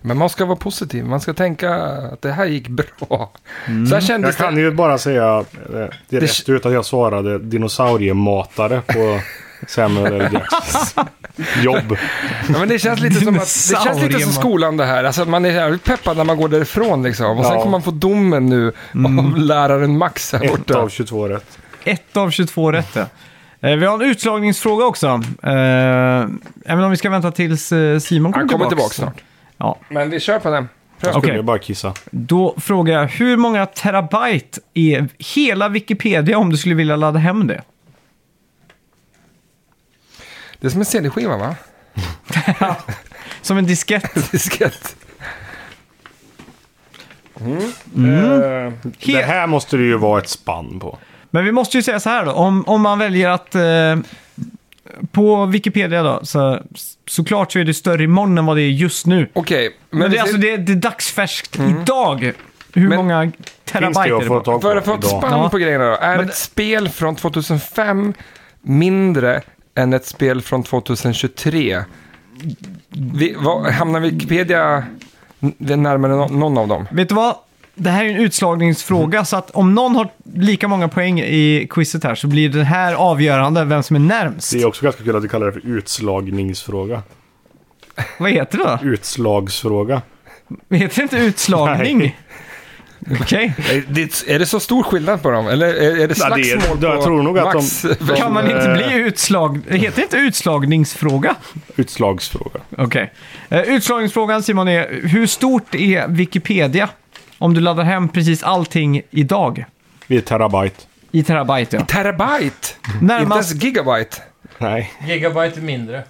C: Men man ska vara positiv. Man ska tänka att det här gick bra. Så här
E: Jag
C: kändes
E: kan
C: det.
E: ju bara säga eh, det rätt ut att jag svarade dinosauriematare på Samuel L. Jacksons jobb.
C: Ja, men det känns lite som, att, det känns lite som
D: Dinosaurien.
C: skolan det här. Alltså, att man är jävligt peppad när man går därifrån liksom. Och sen
E: Ja.
C: kommer man få domen nu av läraren Max här
E: Ett
C: borta.
E: av 22 rätt.
D: Ett av 22 rätt. ja. Eh, Vi har en utslagningsfråga också. Eh, även om vi ska vänta tills eh, Simon kommer
C: Han kommer
D: tillbaks.
C: tillbaka snart.
D: Ja.
C: Men vi kör på den.
E: Jag skulle
D: Okej.
E: bara kissa.
D: Då frågar jag, hur många terabyte är hela Wikipedia om du skulle vilja ladda hem det?
C: Det är som en CD-skiva va?
D: Som en diskett.
C: Diskett.
E: Det här måste det ju vara ett spann på.
D: Men vi måste ju säga så här då, om, om man väljer att... Eh, på Wikipedia då, så, såklart så är det större imorgon än vad det är just nu.
C: Okej, men,
D: Men det,
C: vi
D: är alltså, det, är- det är dagsfärskt idag. Hur
C: Men-
D: många
E: Finns
D: terabyte
E: det
D: är
E: att
D: det
E: få
D: på?
E: tag på
C: för att få ett
E: idag?
C: spann
D: Ja.
C: på grejerna då. Är ett spel från 2005 mindre än ett spel från 2023? Vi, vad, hamnar Wikipedia n- vi är närmare nå- någon av dem?
D: Vet du vad? Det här är en utslagningsfråga,
C: Mm.
D: så att om någon har lika många poäng i quizet här så blir det här avgörande vem som är närmst.
E: Det är också ganska kul att du kallar det för utslagningsfråga.
D: Vad heter det då?
E: Utslagsfråga.
D: Heter det inte utslagning? Okej.
C: Är det, är det så stor skillnad på dem? Eller är, är det
E: Ja, det är-
C: slagsmål
E: jag
C: på
E: tror nog att
C: Max?
E: de- de-
D: Kan man inte bli utslag... Det heter inte utslagningsfråga?
E: Utslagsfråga.
D: Okej. Eh, Utslagningsfrågan Simon är, hur stort är Wikipedia? Om du laddar hem precis allting idag.
E: Vi är terabyte.
D: I terabyte ja.
C: Terabyte? Inte
D: Närmast,
C: ens gigabyte?
E: Nej.
B: Gigabyte mindre.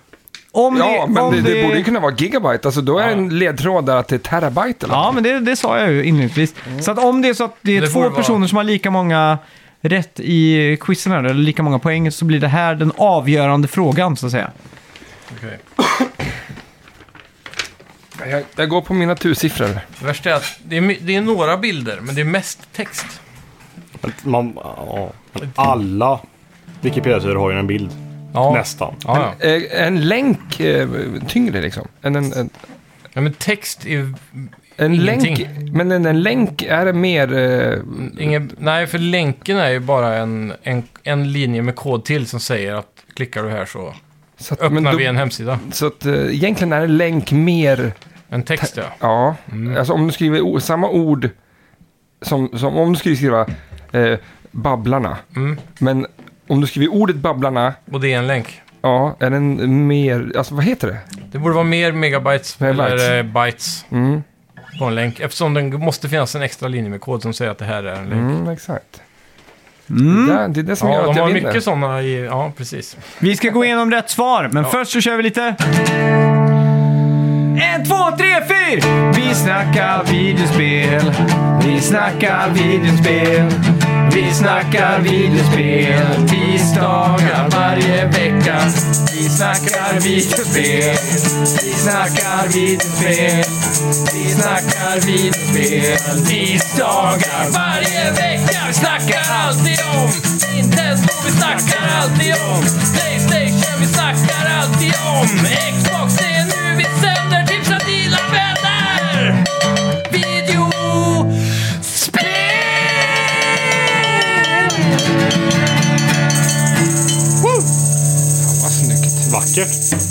D: Om
C: Ja, men
D: om
C: det, det borde ju kunna vara gigabyte. Alltså då är en ledtråd där att det är terabyte eller
D: Ja, men det, det sa jag ju inledningsvis. Så att om det är så att det är
B: Det
D: två
B: borde vara-
D: personer som har lika många rätt i quizen här, eller lika många poäng, så blir det här den avgörande frågan så att säga.
B: Okej.
C: jag, jag går på mina tursiffror.
B: Värst är att det är, my- det är några bilder, men det är mest text.
E: Man, ja. Alla Wikipedia-sidor har ju en bild.
B: Ja.
E: Nästan.
B: Ja, ja.
C: Eh, en länk eh, tyngre liksom. En, en, en,
B: ja, men text är...
C: en
B: Ingenting.
C: länk, men en, en länk är mer... Eh,
B: Ingen, nej, för länken är ju bara en, en, en linje med kod till som säger att klickar du här så
C: så att,
B: öppnar
C: men då,
B: vi en hemsida.
C: så att eh, egentligen är en länk mer...
B: En text, ja.
C: Ja, alltså om du skriver o- samma ord som, som om du skulle skriva eh, Babblarna.
B: Mm.
C: Men om du skriver ordet Babblarna,
B: Och det är en länk.
C: ja, är den mer... Alltså vad heter det?
B: Det borde vara mer megabytes,
C: Megabytes.
B: eller eh, bytes
C: Mm,
B: på en länk. Eftersom det måste finnas en extra linje med kod som säger att det här är en länk.
C: mm exakt.
D: Mm.
C: Det, där- det är det som
B: Ja,
C: gör att
B: de
C: jag
B: har
C: vinner.
B: mycket sådana i... Ja, precis.
D: Vi ska gå igenom rätt svar, men först så kör vi lite... En, två, tre, fyra! Vi snackar videospel. Vi snackar videospel. Vi snackar videospel.
A: Tisdagar varje vecka. Vi snackar videospel. Vi snackar videospel. Vi snackar videospel. Tisdagar varje vecka. Vi snackar alltid om Nintendo. Vi snackar alltid om Playstation. Vi snackar alltid om Xbox. Det är nu vi sänder. Tipsa dina vänner. Videospel!
C: Vad snyggt.
E: Vackert.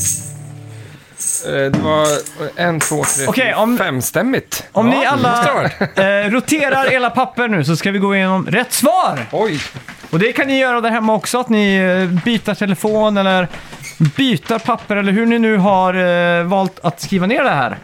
C: Eh, Det var en, två, tre,
D: Okej,
C: fyra,
D: om-
C: femstämmigt.
D: Om ni
B: måste det
D: alla
B: ha
D: eh, roterar era papper nu så ska vi gå igenom rätt svar!
C: Oj,
D: Och det kan ni göra där hemma också, att ni eh, byter telefon eller byter papper eller hur ni nu har eh, valt att skriva ner det här.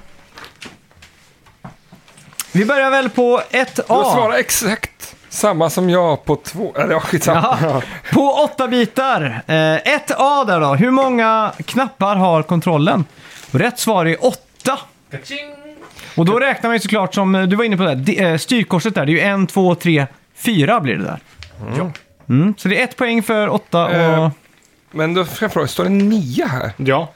D: Vi börjar väl på
C: du har
D: 1A.
C: svarat exakt samma som jag på två... Eller ja, skitsamma.
D: Ja, på åtta bitar. Eh, 1A där då. Hur många knappar har kontrollen? Och rätt svar är åtta. Och då räknar man ju såklart som, eh, du var inne på det, här, di- eh, styrkorset där. Det är ju en, två, tre, fyra blir det där. Ja. Mm, så det är ett poäng för åtta och...
C: Eh, Men då ska jag fråga, står det nio här?
E: Ja.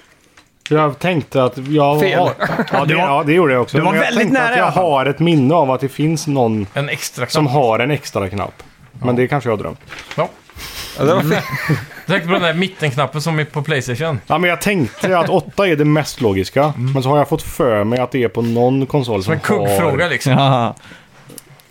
E: Jag tänkte att jag...
C: Fel.
E: Ja, ja, det, ja, det gjorde jag också.
D: Det var
E: Men jag
D: väldigt
E: tänkte
D: nära
E: att
D: i
E: jag
D: alla fall.
E: har ett minne av att det finns någon
B: En extra knapp.
E: som har en extra knapp. Men det kanske jag har drömt.
B: Ja.
C: Ja, det var fel.
B: Jag tänkte på den där mittenknappen som är på Playstation.
E: Ja, men jag tänkte att 8 är det mest logiska. Men så har jag fått för mig att det är på någon konsol som
B: En kuggfråga
E: har...
B: liksom.
D: Ja.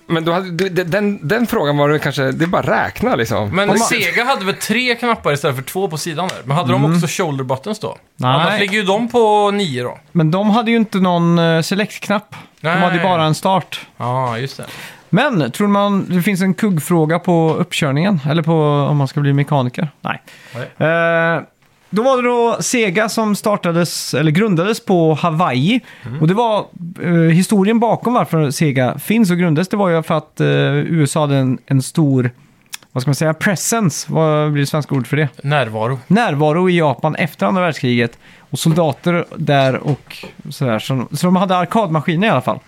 C: Men då hade, du- den, den, den frågan var det kanske, det är bara räkna liksom.
B: Men Sega hade väl tre knappar istället för två på sidan där. Men hade de också shoulder buttons då?
D: Mm. Nej.
B: Annars ligger ju de på nio då.
D: Men de hade ju inte någon eh, select-knapp. De
B: Nej.
D: hade ju bara en start.
B: Ja, just det.
D: Men tror man det finns en kuggfråga på uppkörningen? Eller på om man ska bli mekaniker? Nej.
B: Nej.
D: Eh, då var det då Sega som startades, eller grundades på Hawaii. Och det var eh, historien bakom varför Sega finns och grundades. Det var ju för att eh, USA hade en, en stor, vad ska man säga, presence. Vad blir det svenska ord för det?
B: Närvaro.
D: närvaro i Japan efter andra världskriget och soldater där och sådär. Så, så de hade arkadmaskiner i alla fall.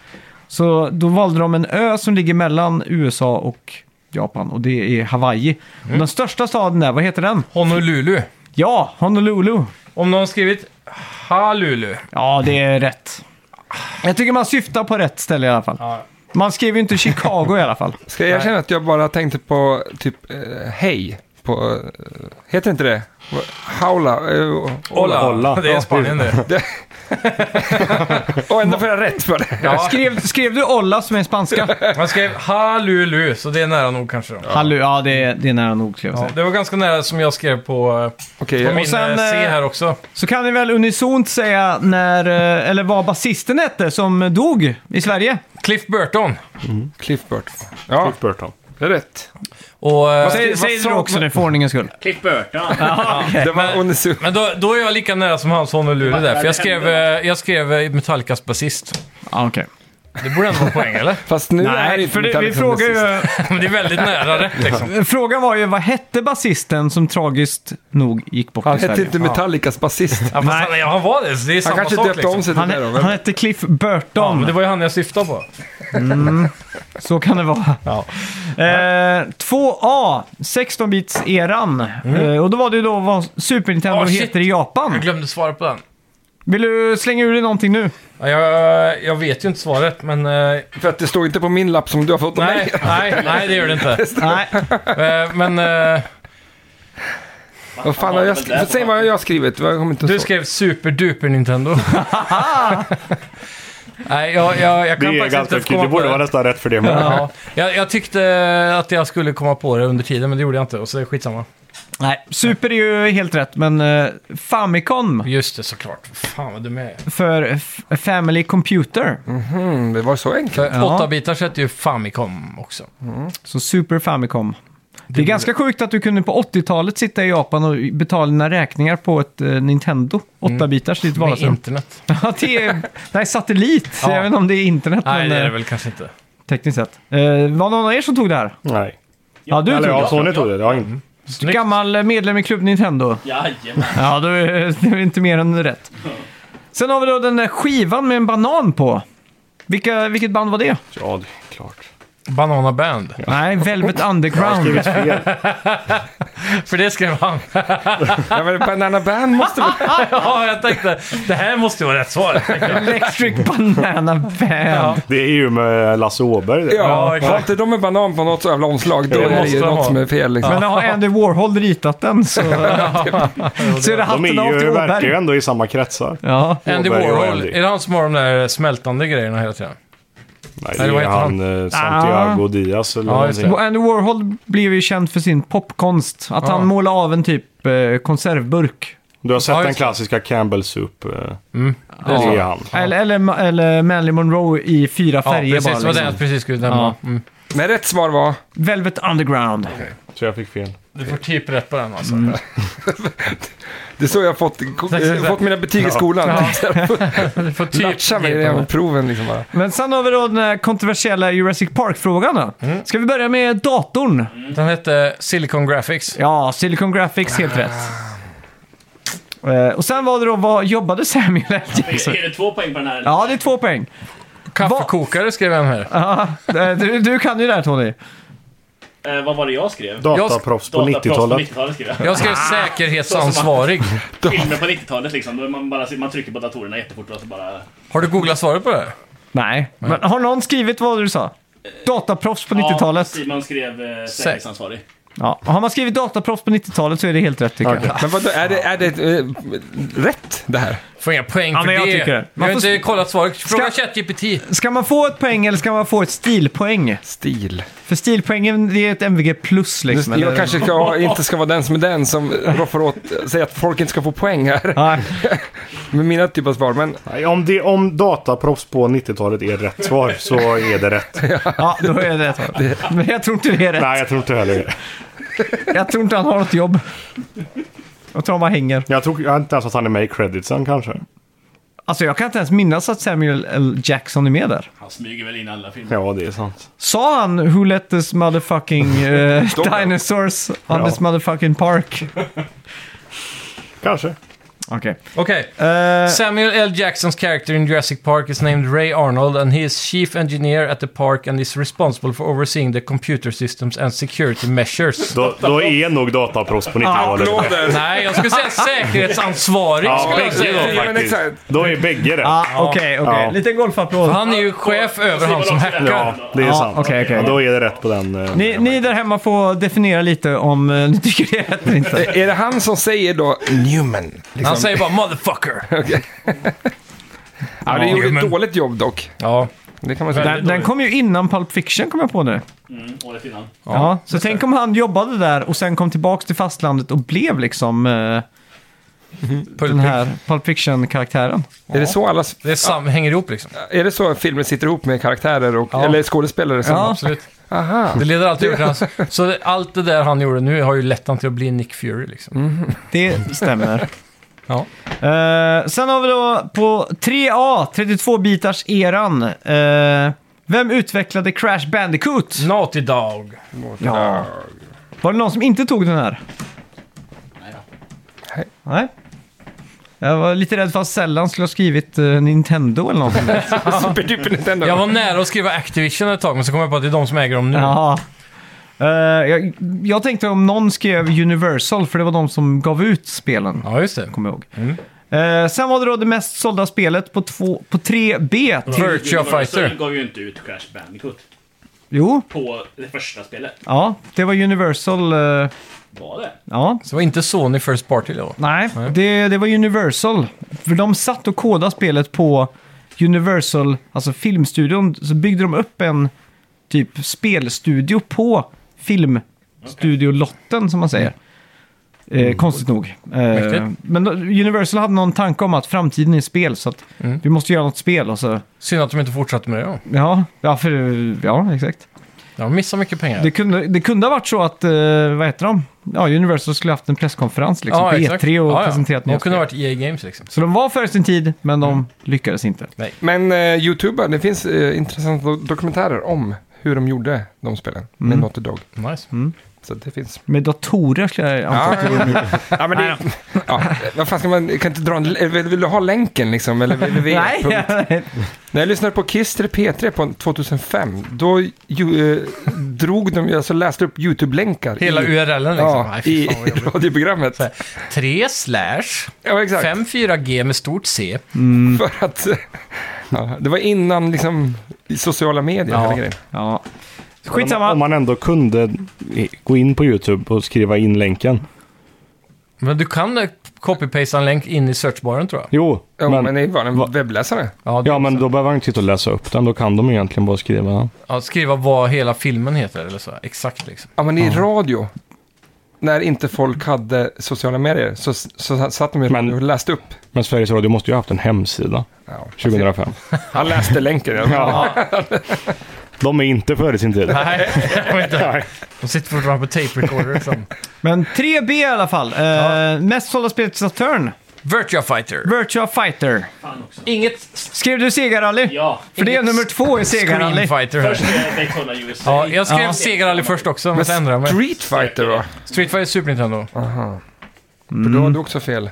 D: Så då valde de en ö som ligger mellan USA och Japan och det är Hawaii.
B: Mm.
D: Och den största staden där, vad heter den?
B: Honolulu.
D: Ja, Honolulu.
B: Om någon skrivit Halulu.
D: Ja, det är rätt. Jag tycker man syftar på rätt ställe i alla fall.
B: Ja.
D: Man skriver ju inte Chicago i alla fall.
C: Ska jag erkänna att jag bara tänkte på typ eh, hej? På, eh, heter inte det? Haula? Eh,
B: Ola.
E: Ola.
B: Det är Spanien det.
C: och ändå får jag rätt för det.
B: Ja,
D: Skrev, skrev du olla som är spanska?
B: man skrev Halulu, så det är nära nog kanske. Då.
D: Hallu, ja det är, det är nära nog skulle jag
B: Ja,
D: säga.
B: det var ganska nära som jag skrev på,
C: Okej,
B: på
C: jag-
B: min
D: sen,
B: eh, C
D: eh,
B: här också.
D: Så kan ni väl unisont säga när, eh, eller vad basisten hette som dog i Sverige?
B: Cliff Burton.
C: Cliff Burton. Ja,
E: Cliff Burton.
C: det är rätt.
B: Och, eh,
D: Säg,
C: vad
D: säg
C: sa-
D: det också nu för ordningens skull.
F: Cliff Burton.
C: Det var Onisu.
B: men då, då är jag lika nära som hans Honolulu där, för jag skrev, eh, jag skrev eh, Metallicas basist.
D: Ja, okej.
B: Det borde ändå vara poäng, eller?
C: Fast nu är
D: Nej,
C: inte
D: för det, vi
C: Metallica som
D: frågar
C: sist.
D: ju...
B: Men det är väldigt nära rätt liksom.
D: Frågan var ju, vad hette basisten som tragiskt nog gick bort
C: Han
D: i Sverige?
C: hette inte Metallicas basist.
B: Ja, fast han, ja, han var det, så det är
C: Han
B: samma
C: kanske
B: sak
C: döpte
B: liksom.
C: om sig till
D: han,
C: det då.
D: han,
C: men-
D: hette Cliff Burton.
B: Ja, men det var ju han jag syftade på.
D: Så kan det vara.
B: Ja.
D: Eh, 2A, 16-bits-eran. Eh, och då var det ju då vad Super Nintendo
B: Ah, shit.
D: heter i Japan.
B: Jag glömde svara på den.
D: Vill du slänga ur dig någonting nu?
B: Ja, jag, jag vet ju inte svaret, men... eh,
C: För att det står inte på min lapp som du har fått av
B: nej,
C: mig.
B: nej, nej, det gör det inte.
D: Nej.
B: Eh, men eh,
C: Vad fan har jag skrivit? Säg vad jag har skrivit. Jag kommer inte
B: du
C: ihåg.
B: skrev superduper Nintendo. nej, jag, jag, jag kan
E: Det är
B: faktiskt
E: ganska
B: inte
E: kul.
B: komma
E: Det borde
B: på
E: vara nästan rätt för det. Men...
B: Ja, jag, jag tyckte att jag skulle komma på det under tiden, men det gjorde jag inte. Och så är det skitsamma.
D: Nej, Super är ju helt rätt, men eh, Famicom
B: Just det, såklart. Fan vad dum jag är.
D: för F- Family Computer.
C: Mm, det var så enkelt.
B: För
D: Ja.
B: 8-bitars hette ju Famicom också.
D: Så Super Famicom. Det är ganska sjukt att du kunde på 80-talet sitta i Japan och betala dina räkningar på ett eh, Nintendo. 8-bitars, ditt
B: Mm. Med
D: vardagsrum.
B: internet.
D: Ja, det är, nej, satellit.
B: Ja.
D: Jag vet inte om det är internet,
B: Nej,
D: men
B: det är det
D: eh,
B: väl kanske inte.
D: tekniskt sett. Eh, var någon av er som tog det här?
E: Nej.
D: Ja, du
E: Eller
D: tog
E: ja,
D: det.
E: Sony tog det. Ja, inte.
B: Snyggt.
D: Gammal eh, medlem i Klubb Nintendo.
F: Jajamän.
D: Ja, då är det är inte mer än rätt. Sen har vi då den där skivan med en banan på. Vilka, vilket band var det?
E: ja det är klart.
B: Banana Band.
D: Nej, Velvet Underground.
E: Skrivit fel.
B: För det skrev han.
C: Ja, men Banana Band måste väl...
B: ja, jag tänkte det här måste ju vara rätt svar. tänkte jag.
D: Electric Banana Band.
E: Det är ju med Lasse Åberg det.
C: Ja,
B: exakt.
C: har inte de en banan på något så jävla omslag, då
E: Det
C: är det
B: måste
C: ju
B: de
C: något
B: ha.
C: som är fel. Liksom.
D: Men har Andy Warhol ritat den så, så är det
E: De
D: hatten av
E: är
D: till
E: ju, verkar ju
D: Åberg.
E: ändå i samma kretsar.
D: Ja.
B: Andy
E: Åberg och
B: Warhol.
E: Andy.
B: Är det han som har de där smältande grejerna hela tiden?
E: Nej, det
B: Nej, det var
E: är
B: inte
E: han eh, Santiago Diaz eller
B: Ja, just det.
E: någonting.
D: Andy Warhol blev ju känd för sin popkonst. Att han målade av en typ eh, konservburk.
E: Du har sett
B: Ja, just
E: den
B: det.
E: klassiska Campbell Soup. eh, Det
D: Ja.
E: är han.
D: Eller, eller, eller Marilyn Monroe i fyra
B: Ja,
D: färger
B: precis.
D: bara.
B: Det var det
D: Liksom.
B: jag precis skulle nämna. Mm.
C: Men rätt svar var...
D: Velvet Underground.
E: Så jag fick fel.
B: Du får typ rätt på den alltså.
D: Mm.
C: Det är så jag har fått, eh, fått mina betyg i skolan.
B: Du får typ
C: Latcha mig i de här proven liksom bara.
D: Men sen har vi då den här kontroversiella Jurassic Park-frågan då. Ska vi börja med datorn?
B: Den hette Silicon Graphics.
D: Ja, Silicon Graphics, helt rätt. Eh, Och sen var det då, vad jobbade Samuel L. Jackson?
F: Är det två poäng på den här? eller?
D: Ja, det är två poäng.
B: Kaffekokare skrev jag här.
D: Ja, eh, du, du kan ju det här Tony.
F: Eh, vad var det jag skrev?
E: Dataproffs på
F: Dataproffs på
E: 90-talet.
F: 90-talet skrev jag.
B: Jag skrev
D: Ah.
B: säkerhetsansvarig.
F: Filmer på 90-talet liksom. Då är man, bara, man trycker på datorerna jättefort och så bara...
B: Har du googlat svaret på det?
D: Nej, men har någon skrivit vad du sa? Dataproffs på
F: Ja,
D: 90-talet.
F: Simon skrev eh, säkerhetsansvarig.
D: Ja, har man skrivit dataproffs på 90-talet så är det helt rätt tycker jag.
C: Men vadå, är det, är det eh, rätt det här?
B: Får inga poäng
D: Ja,
B: för
D: men jag
B: det.
D: tycker det.
B: Vi har
D: Man får-
B: inte kollat svaret. Fråga
D: Ska-
B: ChatGPT.
D: Ska man få ett poäng eller ska man få ett stilpoäng?
C: Stil. eh,
D: För stilpoängen det är ett MVG plus liksom.
C: jag
D: eller-
C: kanske ska, inte ska vara den som är den som roffar åt, säger att folk inte ska få poäng här.
D: Nej.
C: Med mina typer av svar. Men
E: Nej, Om, det, om dataproffs på 90-talet är rätt svar så är det rätt.
D: Ja, då är det rätt. Men jag tror inte det är rätt.
E: Nej, jag tror inte heller det.
D: Jag tror inte han har något jobb. Jag tror han bara hänger.
E: Jag tror jag inte ens att han är med i creditsen kanske.
D: Alltså jag kan inte ens minnas att Samuel L. Jackson är med där.
F: Han smyger väl in alla filmer.
E: Ja, det är sant.
D: Sa han “Who let this motherfucking eh, dinosaurs on
E: Ja.
D: this motherfucking park?”
E: Kanske.
D: Okej.
B: Okej.
D: Eh,
B: Samuel L. Jackson's character in Jurassic Park is named Ray Arnold and he is chief engineer at the park and is responsible for overseeing the computer systems and security measures.
E: Då, då är nog dataproffs på 90-talet.
B: Nej, jag skulle säga säkerhetsansvarig.
E: Ja,
B: skulle jag
E: bägge
B: säga.
E: då
C: Ja, men
E: faktiskt.
C: exakt.
E: Då är bägge rätt.
D: ah, Okej, okej.
E: Ja.
D: Liten golfapplåd.
B: Han är ju chef över han som hackar.
E: Ja, det är
D: Ja,
E: sant.
D: okej, okej.
E: Ja, Då är det rätt på den. eh,
D: Ni, ni där hemma får definiera lite om eh, ni tycker det är rätt eller inte.
C: Är det han som säger då Newman? Liksom?
B: Han säger bara “motherfucker”.
C: ja, det gjorde
B: Newman.
C: ett dåligt jobb dock.
B: Ja.
C: Det kan man säga.
D: Den, den kom ju innan Pulp Fiction kom jag på nu.
F: Mm, året innan.
D: Ja, så tänk om han jobbade där och sen kom tillbaks till fastlandet och blev liksom eh, den här Pulp Fiction-karaktären.
C: Är det så alla,
B: Det är sam- hänger ihop liksom.
C: är det så filmer sitter ihop med karaktärer och, eller skådespelare? Som,
D: Ja.
B: Absolut.
C: Aha.
B: Det leder alltid till hans... Så
D: Mm.
B: det, allt det där han gjorde nu har ju lett han till att bli Nick Fury liksom.
D: Det stämmer.
B: Ja.
D: Eh, sen har vi då på 3A, 32-bitars-eran. eh, vem utvecklade Crash Bandicoot?
B: Naughty Dog.
D: Ja. Var det någon som inte tog den här?
F: Nej då.
D: Nej. Jag var lite rädd för att sällan skulle ha skrivit eh, Nintendo eller någonting.
C: Superduper Nintendo.
B: Jag var nära att skriva Activision ett tag, men så kom jag på att det är de som äger dem nu.
D: ja. Eh, jag, jag tänkte om någon skrev Universal, för det var de som gav ut spelen.
B: Ja, just det.
D: Kommer jag ihåg. Eh, sen var det då det mest sålda spelet på, två, på 3B.
B: Virtua
F: Universal
B: Fighter.
F: gav ju inte ut Crash Bandicoot
D: Jo,
F: på det första spelet.
D: ja, det var Universal. eh,
F: Var det?
D: ja,
B: Så det var inte Sony First Party då?
D: nej, det, det var Universal. För de satt och kodade spelet på Universal, alltså filmstudion. Så byggde de upp en typ spelstudio på filmstudiolotten som man säger. Eh, konstigt nog. Eh,
B: Mm. Mäktigt.
D: men då- Universal hade någon tanke om att framtiden är spel, så att
B: Mm.
D: vi måste göra något spel. Och så,
B: Synd att de inte fortsatte med det. Ja.
D: ja, ja, för, ja, exakt.
B: De missar mycket pengar.
D: Det kunde, det kunde ha varit så att, eh, vad heter de? Ja, Universal skulle haft en presskonferens liksom, på
B: exakt.
D: E3 och
B: Ja, ja.
D: presenterat
B: De
D: nya
B: kunde
D: spel.
B: ha varit EA Games liksom.
D: Så de var före sin tid, men de lyckades inte.
C: Men eh, YouTube, det finns eh, intressanta do- dokumentärer om hur de gjorde de spelen med Naughty Dog.
B: Nice.
C: Så det finns.
D: Med datorer skulle jag anta.
C: Ja, ja, men det, ja, vad fan ska man, kan inte dra en, eller vill, vill du ha länken liksom? Eller www.
D: Nej,
C: När jag lyssnade på Kister P3 på 2005, då ju, eh, drog de, ju- alltså läste upp YouTube-länkar.
B: Hela
C: i,
B: URLen liksom.
C: Ja,
B: Nej, fy
C: i
B: fan vad jobbigt.
C: radioprogrammet.
B: Så här, 3 slash
C: Ja, exakt.
B: 54G med stort C.
C: För att... Ja, det var innan liksom i sociala medier,
B: Ja.
C: hela grejen.
D: ja.
E: Om
D: Skitsamma.
E: man ändå kunde gå in på YouTube och skriva in länken.
B: Men du kan eh, copy-pasta en länk in i searchbaren tror jag.
E: Jo,
C: Ja, men,
E: men,
C: det var en
E: Va-
C: webbläsare.
B: Ja, det-
E: ja, men då behöver man inte sitta och läsa upp den. Då kan de egentligen bara skriva den.
B: ja, skriva vad hela filmen heter eller så. här. Exakt liksom.
C: Ja, men i radio, när inte folk hade sociala medier, så, så satt de ju
E: Men-
C: och läste upp.
E: Men Sveriges Radio måste ju ha haft en hemsida
C: Ja.
E: 2005.
C: Han läste länken. Ja.
E: De är inte före sin tid.
B: Nej, jag vet inte. De sitter fortfarande på tape recorder liksom.
D: Men 3B i alla fall. Eh, Mest sålda spelet till Saturn.
B: Virtua Fighter.
D: Virtua Fighter.
F: Fan också.
B: Inget
D: Skrev du Segarally?
F: Ja.
D: För det är
B: Inget
D: nummer två i Segarally.
B: Screen Fighter här.
F: Först är Daytona USA.
B: Ja, jag skrev
D: Ja.
B: Sega Rally först också, men
C: Men
B: så ändrade jag mig.
C: Street Fighter då?
B: Street Fighter Super Nintendo.
C: För då hade du också fel.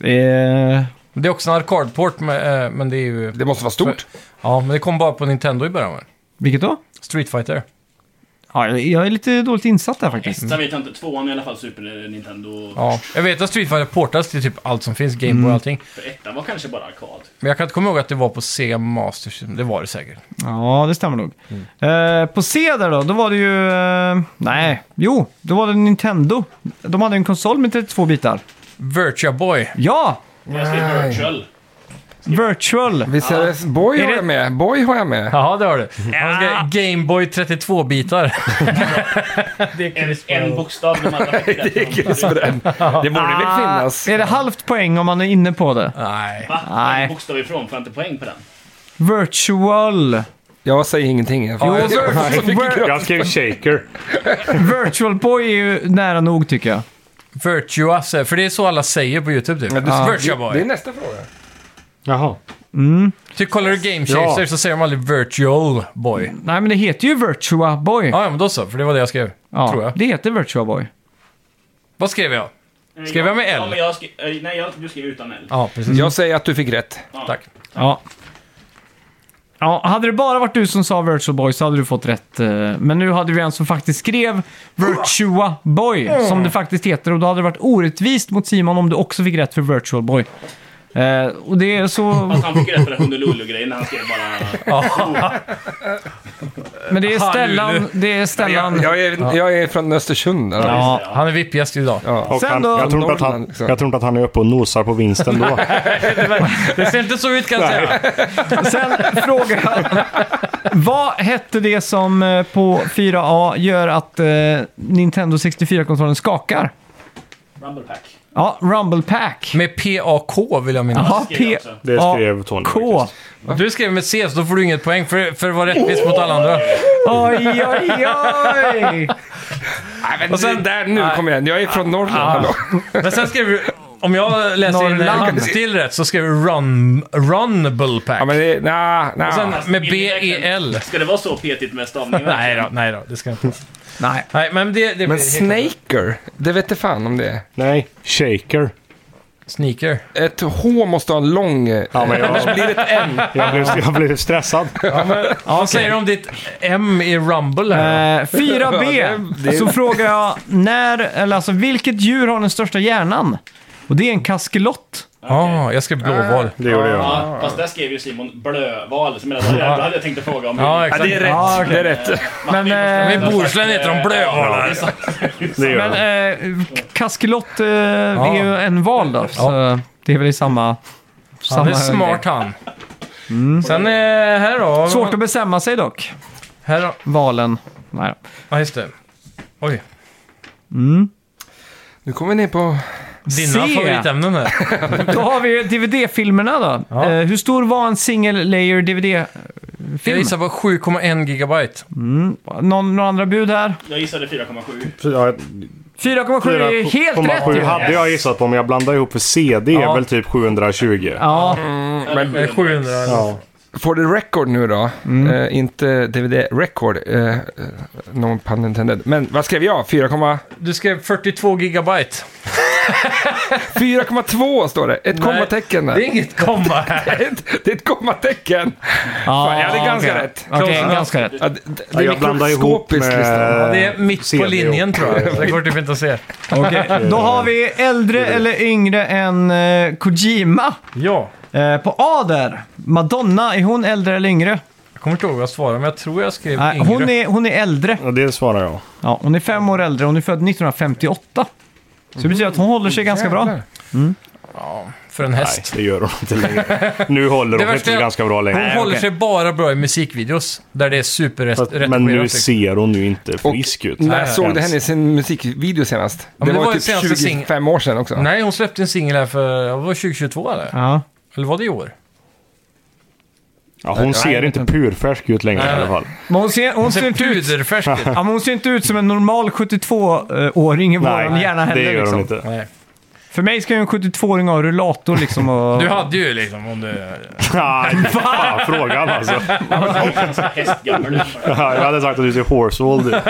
D: Eh,
B: Det är också en arkadport, men, eh, men det är ju...
C: Det måste vara stort.
B: Ja, men det kom bara på Nintendo i början. va?
D: vilket då?
B: Street Fighter.
D: Ja, jag är lite dåligt insatt där faktiskt.
F: Sen vet jag inte, tvåan i alla fall Super Nintendo.
B: Ja, jag vet att Street Fighter portas till typ allt som finns, Game Boy och allting.
F: För ettan var kanske bara arkad.
B: Men jag kan inte komma ihåg att det var på Sega Master System. Det var det säkert.
D: Ja, det stämmer nog. Eh, på C där då, då var det ju... Eh, nej, jo, då var det Nintendo. De hade en konsol med 32 bitar.
B: Virtua Boy.
D: Ja!
F: Jag skrev Virtual.
D: Virtual.
C: Visst är det... Boy
D: Är
C: har
D: det-
C: jag med. Boy har jag med.
B: Jaha, det har du. Han
D: Ja.
B: ska Game Boy 32-bitar.
F: En, en bokstav de andra fick rätt.
C: Det borde
D: Ah.
C: väl finnas.
D: Är det halvt poäng om man är inne på det?
B: Nej.
F: Va?
D: Nej.
F: En bokstav ifrån, får jag inte poäng på den?
D: Virtual.
C: Jag säger ingenting. Jag
B: Ja,
C: jag
B: så-
C: har så mycket kraft.
E: Jag skrev Shaker.
D: Virtual Boy är ju nära nog tycker jag.
B: Virtua, säger- för det är så alla säger på YouTube typ. Virtua
C: Det är
B: Boy.
C: nästa fråga.
E: Jaha.
B: Typ kollar du Game Chaser
E: Ja.
B: så säger de aldrig Virtual Boy.
D: Nej, men det heter ju Virtua Boy.
B: Ja, ja, men då så. För det var det jag skrev.
D: Ja,
B: Tror jag.
D: det heter Virtua Boy.
B: Vad skrev jag? Skrev jag med L?
F: Ja, men jag skrev, eh, nej, jag, du skrev utan L.
B: Ja, precis.
C: Jag säger att du fick rätt.
F: Ja.
B: Tack.
D: Ja. Ja, hade det bara varit du som sa Virtual Boy så hade du fått rätt. eh, Men nu hade vi en som faktiskt skrev Virtua Boy, som det faktiskt heter. Och då hade det varit orättvist mot Simon om du också fick rätt för Virtual Boy. Eh, och det är så...
F: Fast han fick rätt på den Honolulu-grejen när han skrev bara...
D: Men det är Stellan... Det är Stellan...
C: Jag är, jag är från Östersund. eller?
D: Ja.
B: Han är vippigast idag.
E: Och
D: Sen
E: han,
D: då-
E: jag, tror inte att
C: Norrland,
E: han,
C: liksom.
E: jag tror inte att han är uppe och nosar på vinsten då.
B: Det ser inte så ut kan jag säga.
D: Sen frågar jag... Vad hette det som eh, på 4A gör att eh, Nintendo 64-kontrollen skakar?
F: Rumble Pack.
D: Ja, Rumble Pack.
B: Med PAK vill jag minnas.
D: Ja,
F: skrev jag också.
E: Det skrev Tony.
D: K.
E: faktiskt.
B: Du skrev med C så då får du inget poäng för, för det var rättvist mot alla andra.
D: Oj, oj, oj!
C: Nej, men och sen, där, nu kommer jag igen. Jag är från Norrland. Hallå.
B: Men sen skrev du om jag läser in
D: Norrland.
B: handstil rätt så skrev vi run, runable pack.
C: Ja, men det... Nja,
B: Och sen
C: nja.
B: med B-E-L.
F: Ska det vara så petigt med stavningen?
B: E Nej då, nej då, det ska jag inte.
D: Nej.
B: Nej, men det... det
C: Men Snaker, det vet jag fan om det är.
E: Nej, shaker.
B: Sneaker.
C: Ett H måste ha en lång... eh,
E: Ja, men jag,
C: Blir det ett N?
E: jag, blev, jag blev stressad.
B: Vad säger du om ditt M i Rumble här?
D: Eh, 4B. Så frågar jag när, eller alltså vilket djur har den största hjärnan? Och det är en kaskelott.
B: Ja, Ah, jag skrev blåval.
E: Det gjorde jag.
F: Ja, fast där skrev ju Simon blöval, som jag hade jag tänkt att fråga om.
B: Ja, exakt.
C: Det är rätt.
D: Ja,
C: Det är rätt.
F: Men,
D: Men,
B: Men i Bohuslän heter de blövalar.
E: Det gör jag.
D: Men eh, kaskelott eh, är ju en val då, så det är väl i samma...
B: Han
D: samma Mm.
B: är smart han. Sen eh, här då.
D: Svårt att bestämma sig dock,
B: Här då.
D: valen. Nej, då.
B: Ja, just det. Oj.
C: Nu kommer vi ner på...
B: Dina
D: Se.
B: favoritämnen här.
D: då har vi ju DVD-filmerna då.
B: Ja.
D: Eh, hur stor var en single layer DVD-film?
B: Jag gissar på 7,1 gigabyte.
D: Någon, några andra bud här?
F: Jag gissade 4,7.
E: Fyra-
D: 4,7 är helt rätt
E: 4,7
D: ju.
E: hade jag gissat på, men jag blandade ihop för CD
D: Ja.
E: är väl typ 720.
D: Ja,
F: Men,
B: Eh, 700.
E: Ja.
C: For the record nu då. Eh, inte DVD, record. Eh, eh, någon pun intended. Men vad skrev jag? 4,2
B: Du skrev 42 gigabyte.
C: 4,2 står det. Ett kommatecken där.
B: Det är inget komma här.
C: Ett- Det är ett kommatecken. Fan, jag hade ganska
D: okej.
C: rätt.
D: Okej,
B: Close
D: ganska rätt.
C: Ja, det, det
E: Ja,
C: är
E: jag blandar ihop
C: mikroskopiskt
E: med-
C: listan.
B: Det
D: Eh,
B: är mitt
E: CD
B: på linjen
E: och-
B: tror jag. Det går typ inte att se.
D: Okej, Då har vi äldre eller yngre än eh, Kojima.
B: Ja.
D: Eh, på A där, Madonna, är hon äldre eller yngre?
B: Jag kommer inte ihåg vad jag svarade, men jag tror jag skrev
D: Nej,
B: yngre.
D: hon, är, hon är äldre.
E: Ja, Det svarar jag.
D: Ja, hon är fem år äldre, hon är född 1958. Så det betyder att hon håller sig ganska bra.
C: Jävlar.
B: För en
E: Nej,
B: häst.
E: det gör hon inte längre. Nu håller
B: Det
E: hon
B: värsta
E: inte
B: är-
E: ganska bra
B: Hon
E: längre.
B: håller sig bara bra i musikvideos. Där det är liksom.
E: Fast-
B: superrätt.
E: Men nu
B: redigerat.
E: ser hon ju inte frisk ut.
C: När såg
E: Ens.
C: du henne i sin musikvideo senast?
B: men
C: det,
B: det
C: var,
B: var ju
C: typ
B: senaste sing-
C: 25 år sedan också.
B: Nej, hon släppte en singel här för, ja, det var 2022 eller?
D: Ja.
B: Eller var det i år?
E: Ja, hon ser inte purfärsk ut längre i alla fall.
D: Men hon ser, hon,
B: Hon
D: ser
B: ser
D: inte ut,
B: puderfärsk ut.
D: ja, men hon ser inte ut som en normal 72-åring i vår
E: Nej,
D: hjärna
E: det
D: heller.
E: gör hon
D: Liksom.
E: inte.
B: Nej.
D: För mig ska ju en 72-åring ha rullator liksom. Och...
B: Du hade ju liksom om du...
E: Nej, fan frågan alltså.
F: Hästgammal.
E: Ja, Jag hade sagt att du ser horsehold ut.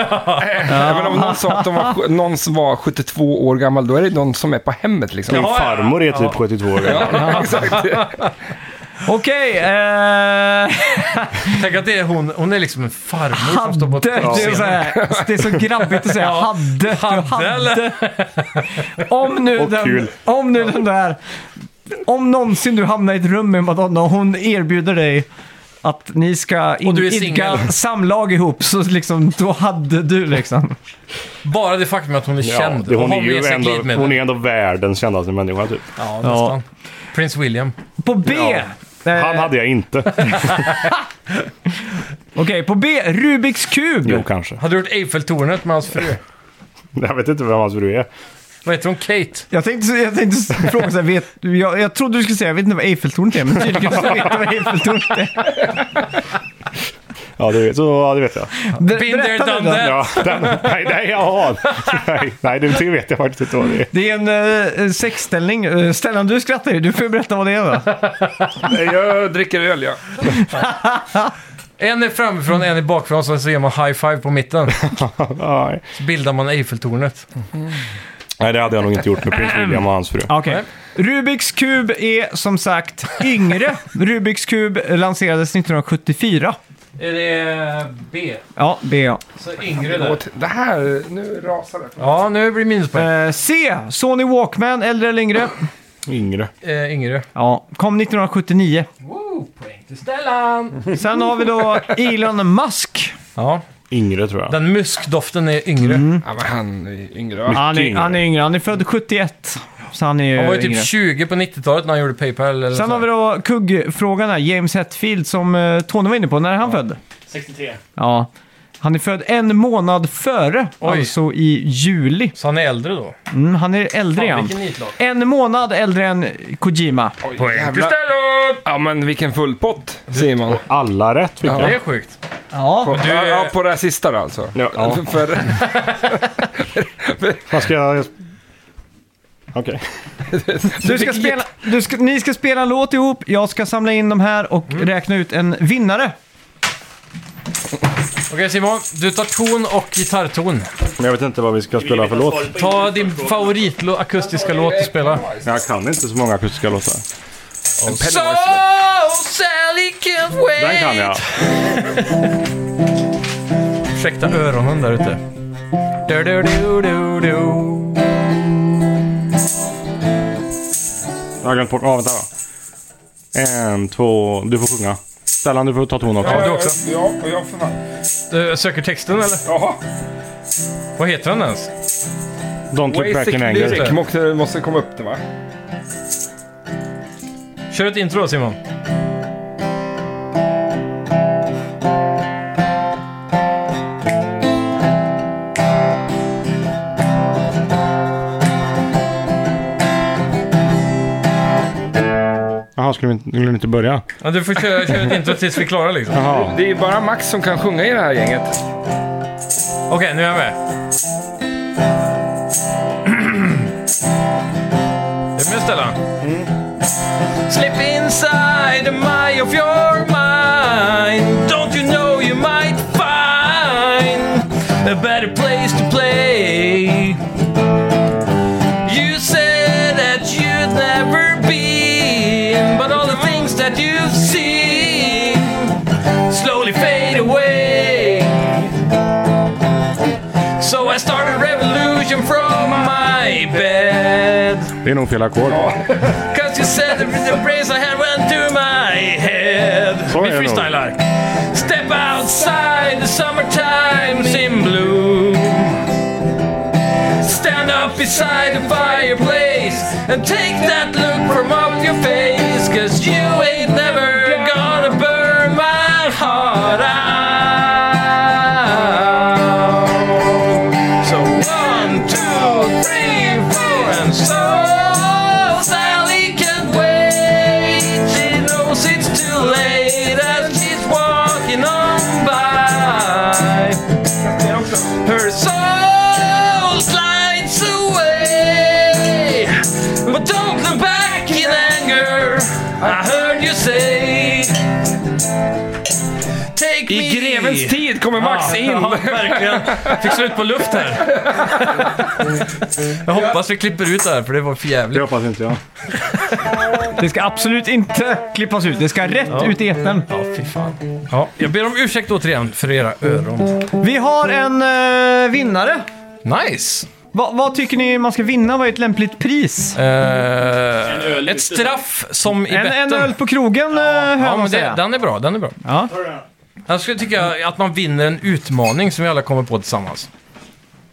C: Även om någon sa att de var, någon som var 72 år gammal, då är det någon som är på hemmet liksom.
E: Min farmor är typ 72 år gammal.
C: Exakt.
D: Okej, eh...
B: Tänk att det är hon, hon är liksom en farmor som står på
D: Hade. Det är, så
B: scenen.
D: här, det är så grabbigt att säga hade. Du
B: Hade eller?
D: Om nu,
E: Och
D: den,
E: kul.
D: om nu den där... Om någonsin du hamnar i ett rum med Madonna och hon erbjuder dig att ni ska in,
B: du är
D: idka
B: singel.
D: samlag ihop, så liksom, då hade du liksom.
B: Bara det faktum att hon är
E: Ja,
B: känd.
E: det, hon,
B: och
E: är
B: har med
E: ju
B: sig
E: ändå,
B: glidmedel.
E: hon är ändå världens kändaste människa typ.
B: Ja, nästan. Prins William.
D: På B! eh,
E: Han hade jag inte.
D: Okej, på B, Rubiks kub.
E: Jo, kanske.
B: Hade du gjort Eiffeltornet med hans fru?
E: Jag vet inte vem hans fru är.
B: Vad heter hon? Kate?
D: Jag tänkte, jag tänkte fråga så här, vet, jag, jag trodde du skulle säga, jag vet inte vad Eiffeltornet är, men tydligen så vet du vad Eiffeltornet är.
E: Ja, det, så, ja, det vet jag.
D: Ber-
B: Been there,
D: berätta nu
B: done
D: då.
B: that.
E: Ja, den, nej, nej, jaha. Nej, nej, det det vet jag faktiskt inte vad det är.
D: Det är en uh, sexställning. Eh, Stellan, du skrattar ju. Du får ju berätta vad det är då.
C: Jag dricker öl, ja.
B: En är framifrån, en är bakifrån, sen så ger man high five på mitten.
E: Nej.
B: Så bildar man Eiffeltornet.
E: nej, det hade jag nog inte gjort med prins William och hans fru.
D: Okej. Rubiks kub är som sagt yngre. Rubiks kub lanserades 1974.
B: Är det B?
D: Ja, det är jag.
B: Så yngre
C: Åt- Det här, nu rasar det.
B: Ja, nu blir det minuspoäng.
D: Eh, C. Sony Walkman, äldre eller yngre?
E: Yngre.
B: Eh, yngre.
D: Ja, kom 1979.
B: Wow, poäng till Stellan!
D: Sen har vi då Elon Musk.
B: Ja,
E: Yngre tror jag.
B: den muskdoften är yngre.
E: Mm.
C: Ja, men han är yngre. va?
D: Han är,
E: yngre.
D: han är yngre. Han är född 71. Så han är ju
B: Han var ju typ
D: yngre.
B: 20 på 90-talet när han gjorde Paypal. Eller
D: Sen har vi då kuggfrågan här. James Hetfield som eh, Tony var inne på. När är han född?
F: 63.
D: Ja. Han är född en månad före,
B: Oj.
D: alltså i juli.
B: Så han är äldre då?
D: Mm, han är äldre än.
B: vilken nitlock.
D: En månad äldre än Kojima.
C: Oj, jävlar. Ja, men vilken full pott, Simon.
E: Alla rätt fick
B: Det
E: jag.
B: är sjukt.
D: Ja.
C: På, ja, på det här sista då, alltså.
E: Ja.
C: För, för,
E: Vad ska jag... Okej.
D: Du ska spela, du ska, ni ska spela en låt ihop, jag ska samla in de här och
B: Mm.
D: räkna ut en vinnare.
B: Okej Simon, du tar ton och gitarrton.
E: Men jag vet inte vad vi ska spela för låt.
B: Ta din favoritlå akustiska låt och spela.
E: Jag kan inte så många akustiska låtar.
B: So Sally can't
E: Den kan jag.
B: wait! Ursäkta öronen där ute. Du, du, du, du, du.
E: Jag har glömt bort. Ja, vänta då. En, två... Du får sjunga. Stellan, du får ta ton också.
B: du också.
C: Ja, och jag får fan.
B: Du söker texten eller?
C: Jaha.
B: Vad heter den ens?
E: Don't look back
C: Basic
E: in anger.
C: lyric måste, måste komma upp det va?
B: Kör ett intro då Simon.
E: Jaha, skulle vi inte, skulle vi inte börja?
B: Ja, du får köra, köra ett intro tills vi är klara liksom.
E: Jaha.
C: Det är ju bara Max som kan sjunga i det här gänget.
B: Okej, nu är jag med. Är du med Stellan? Slip Mm. inside the eye of your mind Don't you know you might find A better place to play You said that you'd never been But all the things that you've seen Slowly fade away So I started revolution from my bed.
E: Det är nog fel ackord.
B: Cause you said the, the brains I had went to my head.
E: Så är
B: Vi
E: det nog.
B: freestylar. Step outside, the summertime's in bloom. Stand up beside the fireplace and take that look from off your face. Cause you ain't never gonna burn my heart out. So one, two, three, four, and so Sally can't wait. She knows it's too late as she's walking on by. Her soul slides away, but don't look back in anger. I heard you say. Take me.
C: I grevens tid kommer Max in.
B: Ja, verkligen. Fick slut på luft här. Jag hoppas vi klipper ut det här för det var för
E: Det
B: jävligt.
E: hoppas inte jag.
D: Det ska absolut inte klippas ut, det ska rätt ut i etern.
B: Ja, fy fan. Ja, jag ber om ursäkt återigen för era öron.
D: Vi har en eh, vinnare.
B: Nice!
D: Va, vad tycker ni man ska vinna? Vad är ett lämpligt pris?
B: Eh,
F: öl
B: ett straff som i
D: En,
B: betten.
D: en öl på krogen eh, hör
B: Ja,
D: man
B: men det,
D: säga.
B: den är bra. Den är bra.
D: Ja.
B: Jag skulle tycka att man vinner en utmaning som vi alla kommer på tillsammans.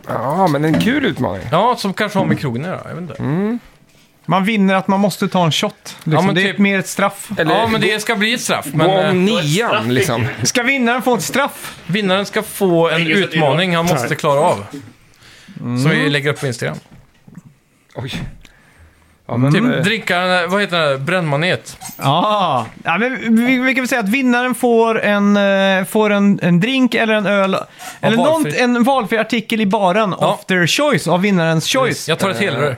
C: Ja, men en kul utmaning.
B: Ja, som kanske har med krogen att göra. Jag vet inte.
D: Man vinner att man måste ta en shot. Liksom.
B: men
D: det är
B: typ-
D: mer ett straff.
C: Eller,
B: Ja, men det ska bli ett straff. Men
C: gå om
B: eh,
C: nian liksom.
D: Ska vinnaren få ett straff?
B: vinnaren ska få en
F: Ingen sätter i
B: utmaning han måste klara av. Som vi lägger upp på Instagram.
C: Oj. Ja, men,
B: Typ
D: Mm.
C: eh,
B: dricka, den där- vad heter den där, brännmanet.
D: Ja. ja men vi, vi kan väl säga att vinnaren får en, eh, får en, en drink eller en öl. eller
B: valfri.
D: något, en valfri artikel i baren
B: Ja.
D: of their choice, av vinnarens choice.
B: Jag tar ett
D: Eh.
B: helrör.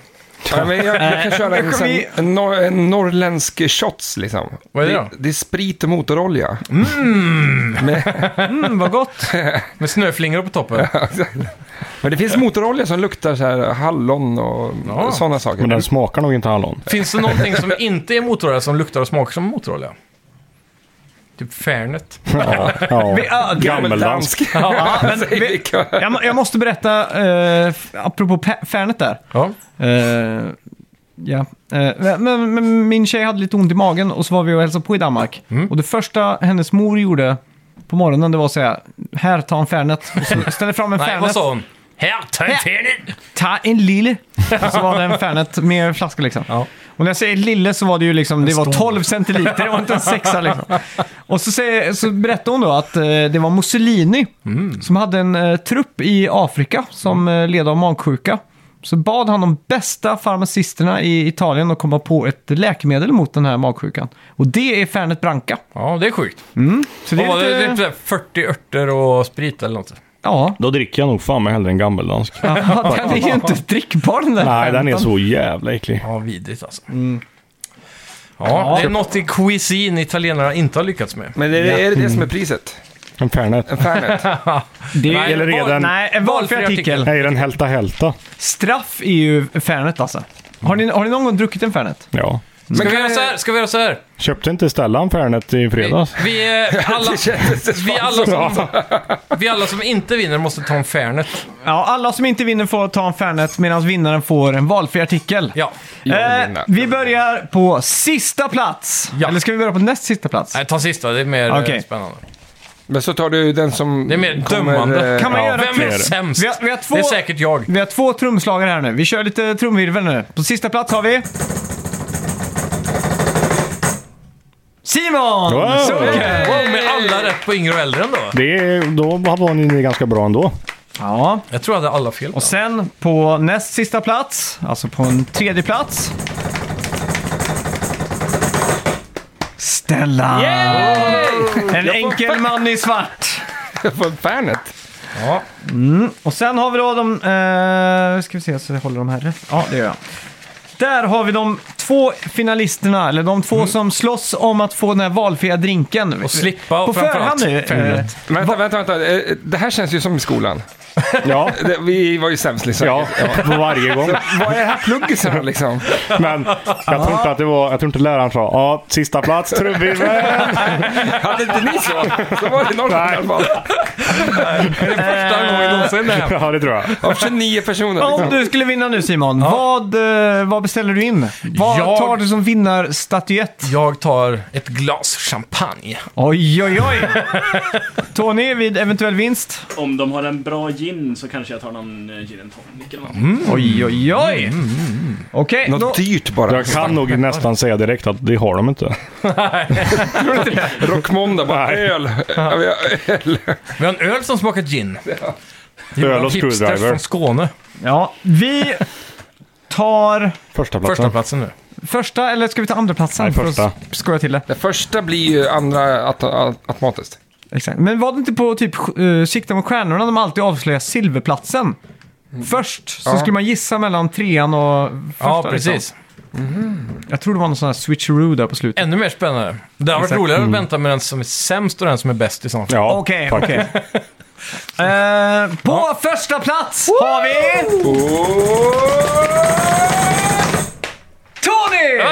C: ja, men jag, jag kan
B: Eh,
C: köra en, sån-
D: vi-
C: en, nor en norrländsk shots liksom.
B: Vad är det då?
C: Det är sprit och motorolja.
D: Mm, vad gott.
B: Med snöflingor på toppen.
C: Men det finns motorolja som luktar så här hallon och
B: Ja.
C: sådana saker.
E: Men den smakar nog inte hallon.
B: Finns det någonting som inte är motorolja som luktar och smakar som motorolja? Typ Fairnet.
E: Ja. ja. Gammeldansk.
C: Gammeldansk.
D: Ja, men, vi, jag, må- jag måste berätta, eh, apropå pa- Fanet där.
B: Ja.
D: Eh, ja. Eh, men, men min tjej hade lite ont i magen och så var vi och hälsade på i Danmark. Och det första hennes mor gjorde på morgonen det var att säga här, ta en Fernet. Och så ställde fram en
B: Nej, vad
D: Fernet.
B: sa hon? Här, ta en
D: Ja.
B: Fairnet!
D: Ta en lille. Och så var det en Fernet med flaska liksom.
B: Ja.
D: Och när jag säger lille så var det ju liksom, det var 12 centiliter, det var inte en sexa liksom. Och så, säger, så berättade hon då att eh, det var Mussolini som hade en eh, trupp i Afrika som eh, led av magsjuka. Så bad han de bästa farmacisterna i Italien att komma på ett läkemedel mot den här magsjukan. Och det är Fernet Branca.
B: Ja, det är sjukt.
D: Så det
B: Vad var
D: är
B: det?
D: lite...
B: Typ så här 40 örter och sprit eller något.
D: Ja,
E: Då dricker jag nog fan mig hellre en gammeldansk.
D: den är ju inte drickbar den där.
E: Nej, den är
D: femtan.
E: så jävla äcklig.
B: Ja, vidrigt alltså.
D: Mm.
B: Ja, det är något i cuisine italienarna inte har lyckats med.
C: Men är det, är det det som är priset?
E: En Fernet.
C: En Fernet?
D: Det är,
B: Nej,
E: eller är
D: val-
E: den-
D: Nej, en valfri
B: Valfri artikel.
D: artikel.
E: Nej, den Hälta Hälta.
D: Straff är ju Fernet alltså. Har ni, har ni någon gång druckit en Fernet?
E: Ja.
B: Ska vi göra så här? Ska vi göra så här?
E: Köpte inte Stellan Fernet i fredags?
B: Vi, eh, alla, vi, alla som, vi alla som inte vinner måste ta en Fernet.
D: Ja, alla som inte vinner får ta en Fernet medan vinnaren får en valfri artikel.
B: Ja.
C: Jag vill
D: Eh,
C: vinna.
D: vi börjar på sista plats.
B: Ja.
D: Eller ska vi börja på näst sista plats?
B: Nej, ta sista. Det är mer eh,
D: Okej.
B: spännande.
C: Men så tar du den som...
B: Det är mer dömande.
C: eh,
D: Kan man
C: ja.
D: göra-
B: Vem
E: det
B: är
E: är det.
B: sämst?
D: Vi har- vi har två-
B: Det är säkert jag.
D: Vi har två trumslagare här nu. Vi kör lite trumvirvel nu. På sista plats har vi... Simon!
E: Wow!
D: Sundgren!
B: Wow, med alla rätt på yngre och äldre ändå.
E: Det är, då var ni ganska bra ändå.
D: Ja,
B: Jag tror jag hade alla fel.
D: och sen på näst sista plats, alltså på en tredje plats. Stellan! En enkel man i svart.
C: Vad, Fernet?
B: Ja.
D: Och sen har vi då de... Eh, ska vi se så jag håller de här rätt. Ja, det gör jag. Där har vi de två finalisterna, eller de två som slåss om att få den här valfria drinken.
B: Mm. Och slippa
D: På
B: framförallt
D: förhand nu. Eh,
B: Fernet.
C: Vänta, vänta, vänta. Eh, Det här känns ju som i skolan.
E: Ja,
C: Det, vi var ju sämst liksom.
E: ja på varje gång.
C: Vad är det här pluggisarna liksom?
E: Men jag tror inte att det var, jag tror inte läraren sa ja, sista plats, trumvirvel.
C: Hade inte ni så? Så var det i Norrland i alla fall.
B: Första gången någonsin det här.
E: Ja, det tror jag.
C: Av 29 personer
D: om
C: liksom.
D: du skulle vinna nu Simon, vad, eh, vad beställer du in? Vad
B: Jag-
D: tar du som vinnarstatyett?
B: Jag tar ett glas champagne.
D: Oj, oj, oj! Tony, vid eventuell vinst?
F: Om de har en bra gin så kanske jag tar någon eh, gin and tonic eller något.
D: Mm. Oj, oj, oj! Mm, Okej, då...
C: Något dyrt bara.
E: Jag kan nog nästan säga direkt att det har de inte.
C: Rockmåndag bara. Öl. Ja, vi har- öl.
B: Vi har en öl som smakar gin. Det är
E: Öl
B: bara
E: och
B: hipsters
E: screwdriver.
B: från Skåne.
D: Ja, vi tar...
E: Första platsen.
B: Första platsen nu.
D: Första eller ska vi ta andra platsen?
E: Nej, första.
D: För att skoja till det.
C: Det första blir ju andra at- at- automatiskt.
D: Exakt. Men var det inte på typ uh, Sikta mot stjärnorna de alltid avslöjar silverplatsen? Först så
C: Ja.
D: skulle man gissa mellan trean och första.
B: Ja,
D: Liksom.
B: precis.
D: Jag tror det var någon sån här switcheroo där på slutet.
B: Ännu mer spännande. Det hade varit
D: Exakt. Mm.
B: roligare att vänta med den som är sämst och den som är bäst i sånt fall.
E: Ja,
D: Okej,
E: tack.
D: okej. Eh, på första plats har vi... Tony!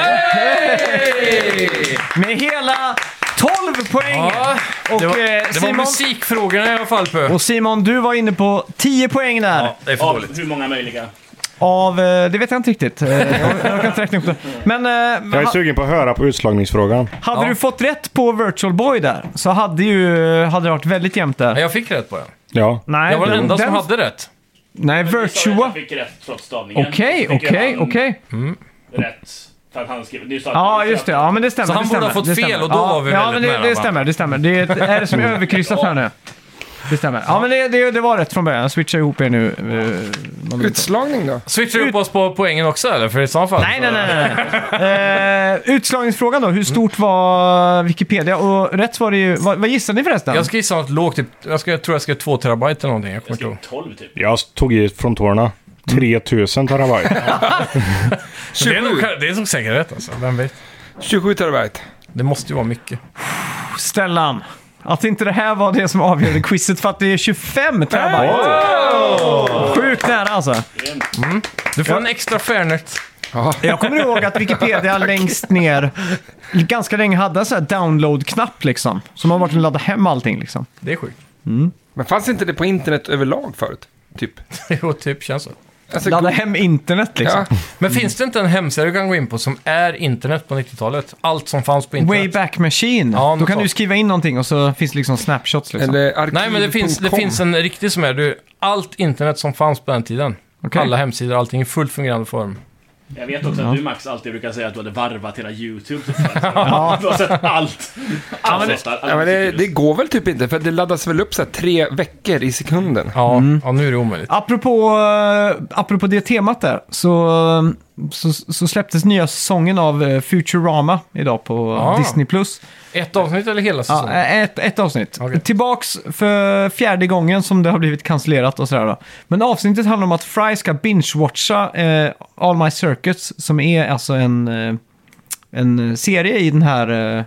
D: Med hela 12 poäng!
B: Ja,
D: och
B: det var,
D: eh,
B: det var
D: Simon...
B: musikfrågorna i alla fall på.
D: Och Simon, du var inne på 10 poäng där.
B: Ja, det är för dåligt.
F: Av hur många möjliga?
D: Av, eh, det vet jag inte riktigt. Eh, Jag, jag kan inte räkna upp det. Men eh,
E: Jag är
D: ha,
E: sugen på att höra på utslagningsfrågan.
D: hade
B: Ja.
D: du fått rätt på Virtual Boy där så hade, ju, hade det varit väldigt jämnt där.
B: Men jag fick rätt på den.
E: Ja.
D: Nej,
B: Jag var den enda som hade rätt.
D: Nej, Virtua.
F: Jag fick rätt trots stavningen.
D: Okej,
F: Jag tycker
D: okej,
F: han
D: okej.
F: Rätt. För att han skrev... det är ju så att-
D: Ja, just det. Ja, men det stämmer.
B: Så han
D: det
B: borde
D: stämmer,
B: ha fått
D: det
B: fel
D: stämmer.
B: och då
D: ja,
B: var vi
D: Ja,
B: väldigt
D: men det,
B: nära,
D: det
B: va?
D: stämmer. Det stämmer. Det är, är det som är överkryssat här nu. Det stämmer. Ja, men det, det, det var rätt från början. Jag switchar ihop er nu. eh, någon minut.
C: Utslagning då?
B: Switchar du upp oss på poängen också eller? För i så fall.
D: Nej, nej, nej. nej. Eh, utslagningsfrågan då. Hur stort var Wikipedia? Och rätt var det ju... Vad, vad gissade ni förresten?
B: Jag ska gissa något lågt. Typ, jag, ska, jag tror jag ska 2 terabyte eller någonting. Jag
F: Jag
B: kommer inte
F: skrev
B: ihåg.
F: 12 typ.
E: Jag tog i från tårna. 3000 terabyte.
B: Det är, nog,
C: 27.
B: det är nog säkert rätt alltså. Vem vet?
C: 27 terabyte.
B: Det måste ju vara mycket.
D: Stellan. Att inte det här var det som avgjorde quizet för att det är 25 terabyte. Sjukt nära alltså.
B: Du får en extra Fernet.
D: Jag kommer ihåg att Wikipedia längst ner ganska länge hade en sån här download-knapp liksom. Så man var tvungen att ladda hem allting liksom.
B: Det är sjukt.
C: Men fanns inte det på internet överlag förut? Typ.
B: jo, typ känns så.
C: Alltså,
D: Ladda hem internet liksom.
C: ja.
B: Men finns det inte en hemsida du kan gå in på som är internet på 90-talet? Allt som fanns på internet.
D: Wayback Machine.
B: Ja,
D: Då
B: något
D: kan du
B: sånt.
D: skriva in någonting och så finns det liksom snapshots liksom.
C: Eller arkiv.
B: Nej, men det finns, det finns en riktig som är du, allt internet som fanns på den tiden.
D: Okej.
B: Alla hemsidor, allting i fullt fungerande form.
F: Jag vet också att du Max alltid brukar säga att du hade varvat hela YouTube. typ. Du har sett allt. Allt sånt där.
C: Ja, men det, det går väl typ inte, för det laddas väl upp så här tre veckor i sekunden.
B: Mm. Ja, ja nu är det omöjligt.
D: Apropå, eh, apropå det temat där, så eh, så, så släpptes nya säsongen av eh, Futurama idag på eh,
B: Ah.
D: Disney+. Plus.
B: Ett avsnitt eller hela säsongen?
D: Ja, ett, ett avsnitt.
B: Okej.
D: Tillbaks för fjärde gången som det har blivit cancellerat och sådär då. Men avsnittet handlar om att Fry ska binge-watcha eh, All My Circuits som är alltså en, eh, en serie i den här eh,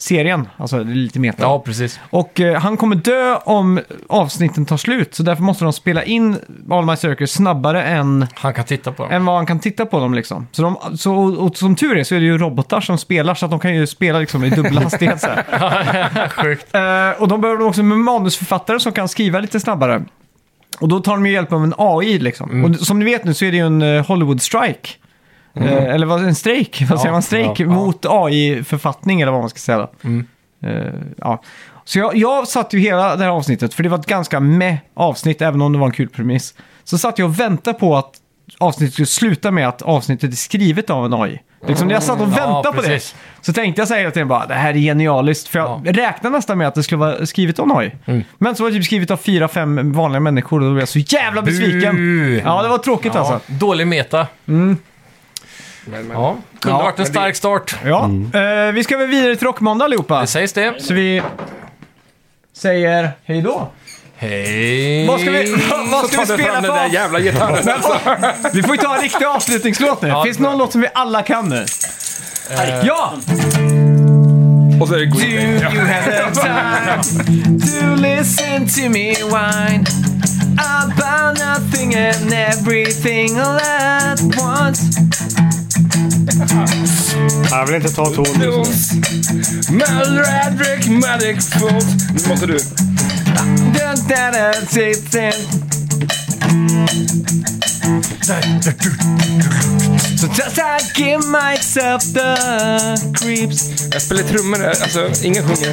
D: serien. Alltså det är lite meta.
B: ja, precis.
D: Och eh, han kommer dö om avsnitten tar slut, så därför måste de spela in All My Circus snabbare än,
B: Han kan titta på dem.
D: än vad han kan titta på dem. Liksom. Så de, så, och som tur är så är det ju robotar som spelar, så att de kan ju spela liksom, i dubbel hastighet. Så här.
B: Sjukt.
D: Eh, och de behöver också med manusförfattare som kan skriva lite snabbare. Och då tar de ju hjälp av en AI liksom.
B: Mm.
D: Och som ni vet nu så är det ju en eh, Hollywood-strike. Eh, eller vad, en strejk, vad säger man? Strejk
E: ja, ja.
D: mot AI-författning eller vad man ska säga.
B: Mm.
D: Eh, ja. Så jag, jag satt ju hela det här avsnittet, för det var ett ganska meh avsnitt, även om det var en kul premiss. Så satt jag och väntade på att avsnittet skulle sluta med att avsnittet är skrivet av en AI. Liksom, när jag satt och
B: Ja,
D: väntade på det
B: precis.
D: så tänkte jag så här hela tiden bara, det här är genialiskt. För jag räknade nästan med att det skulle vara skrivet av en AI. Men så var det typ skrivet av fyra, fem vanliga människor och då blev jag så jävla besviken.
B: Bu.
D: Ja, det var tråkigt alltså.
B: Dålig meta. Mm. Ja, kunde
D: Ja,
B: varit en stark start.
D: Ja, eh, vi ska väl vidare till Rockmåndag allihopa.
B: Det sägs det.
D: Så vi säger hej då.
B: Hej!
D: Vad ska vi- vad ska
B: Så tar du
D: vi spela
B: fram
D: för
B: den där
D: oss?
B: jävla gitarren.
D: Vi får ju ta en riktig avslutningslåt nu.
B: Ja,
D: Finns det någon låt som vi alla kan nu? Ja!
C: Och så är det
D: Do
C: Green Day.
D: Eh. you have the time to listen to me whine about nothing and everything all at once?
E: Jag vill inte ta ton.
C: Blues. Mallradrick, Magic Fools. Nu måste du.
D: Da, da, da, da, da. Sometimes I give myself the creeps.
C: Jag spelar trummor, alltså ingen sjunger.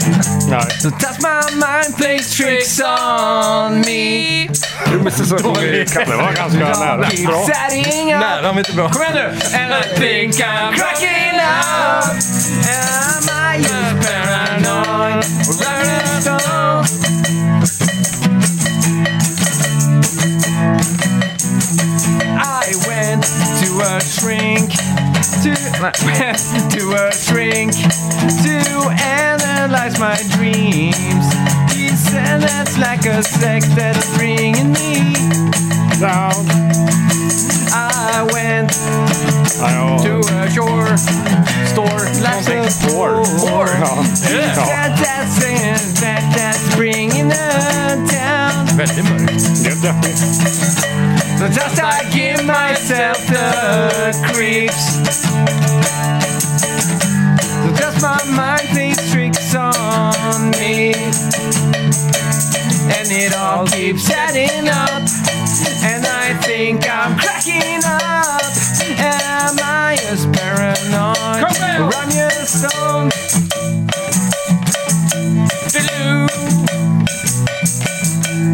E: Nej.
D: Sometimes my mind plays tricks on me.
C: Trummis är så sjunger.
E: Det var ganska nära. Bra.
D: Setting up.
B: Nej, de är inte bra.
D: Kom igen nu! And I think I'm cracking up And I am paranoid Rolling stone I went to a shrink to to a shrink to analyze my dreams. He said that's like a sect that's bringing me
E: Down.
D: I went
E: Ja,
D: to
E: ja.
D: a shore store like a
E: Får.
D: Four. Oh.
E: Ja. Ja.
D: That, that's in- that, that's bringing her down.
B: Väldigt mörkt.
E: Det är deppigt.
D: So just I give myself the creeps. So just my mind plays tricks on me. And it all keeps adding up. And I think I'm cracking up. Am I as paranoid? Come Run your stone.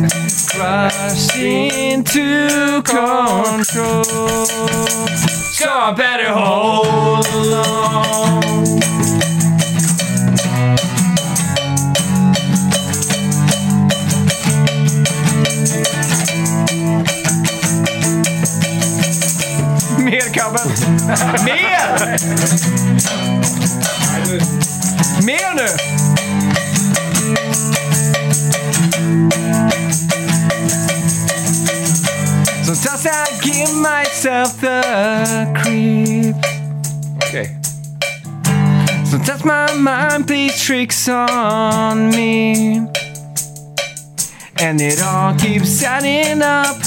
D: Crushed into control. So I better hold on. Mer kabel! Mer! Mer nu! So does I give myself the creep?
C: Okej.
D: So does my mind play tricks on me? And it all keeps adding up.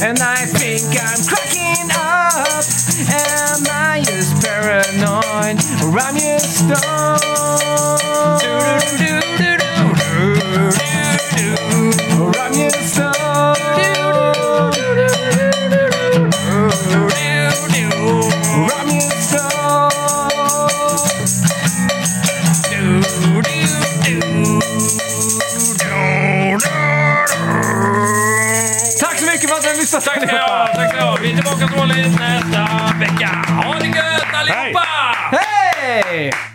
D: And I think I'm cracking up. Am I as paranoid? Or I'm just stoned? Or I'm just stoned? Or I'm just stoned? Tack så mycket för att ni har lyssnat!
B: Tack ska ni ha! Tack ska ni ha! Vi är tillbaka som vanligt nästa vecka. Ha det gött allihopa!
D: Hej!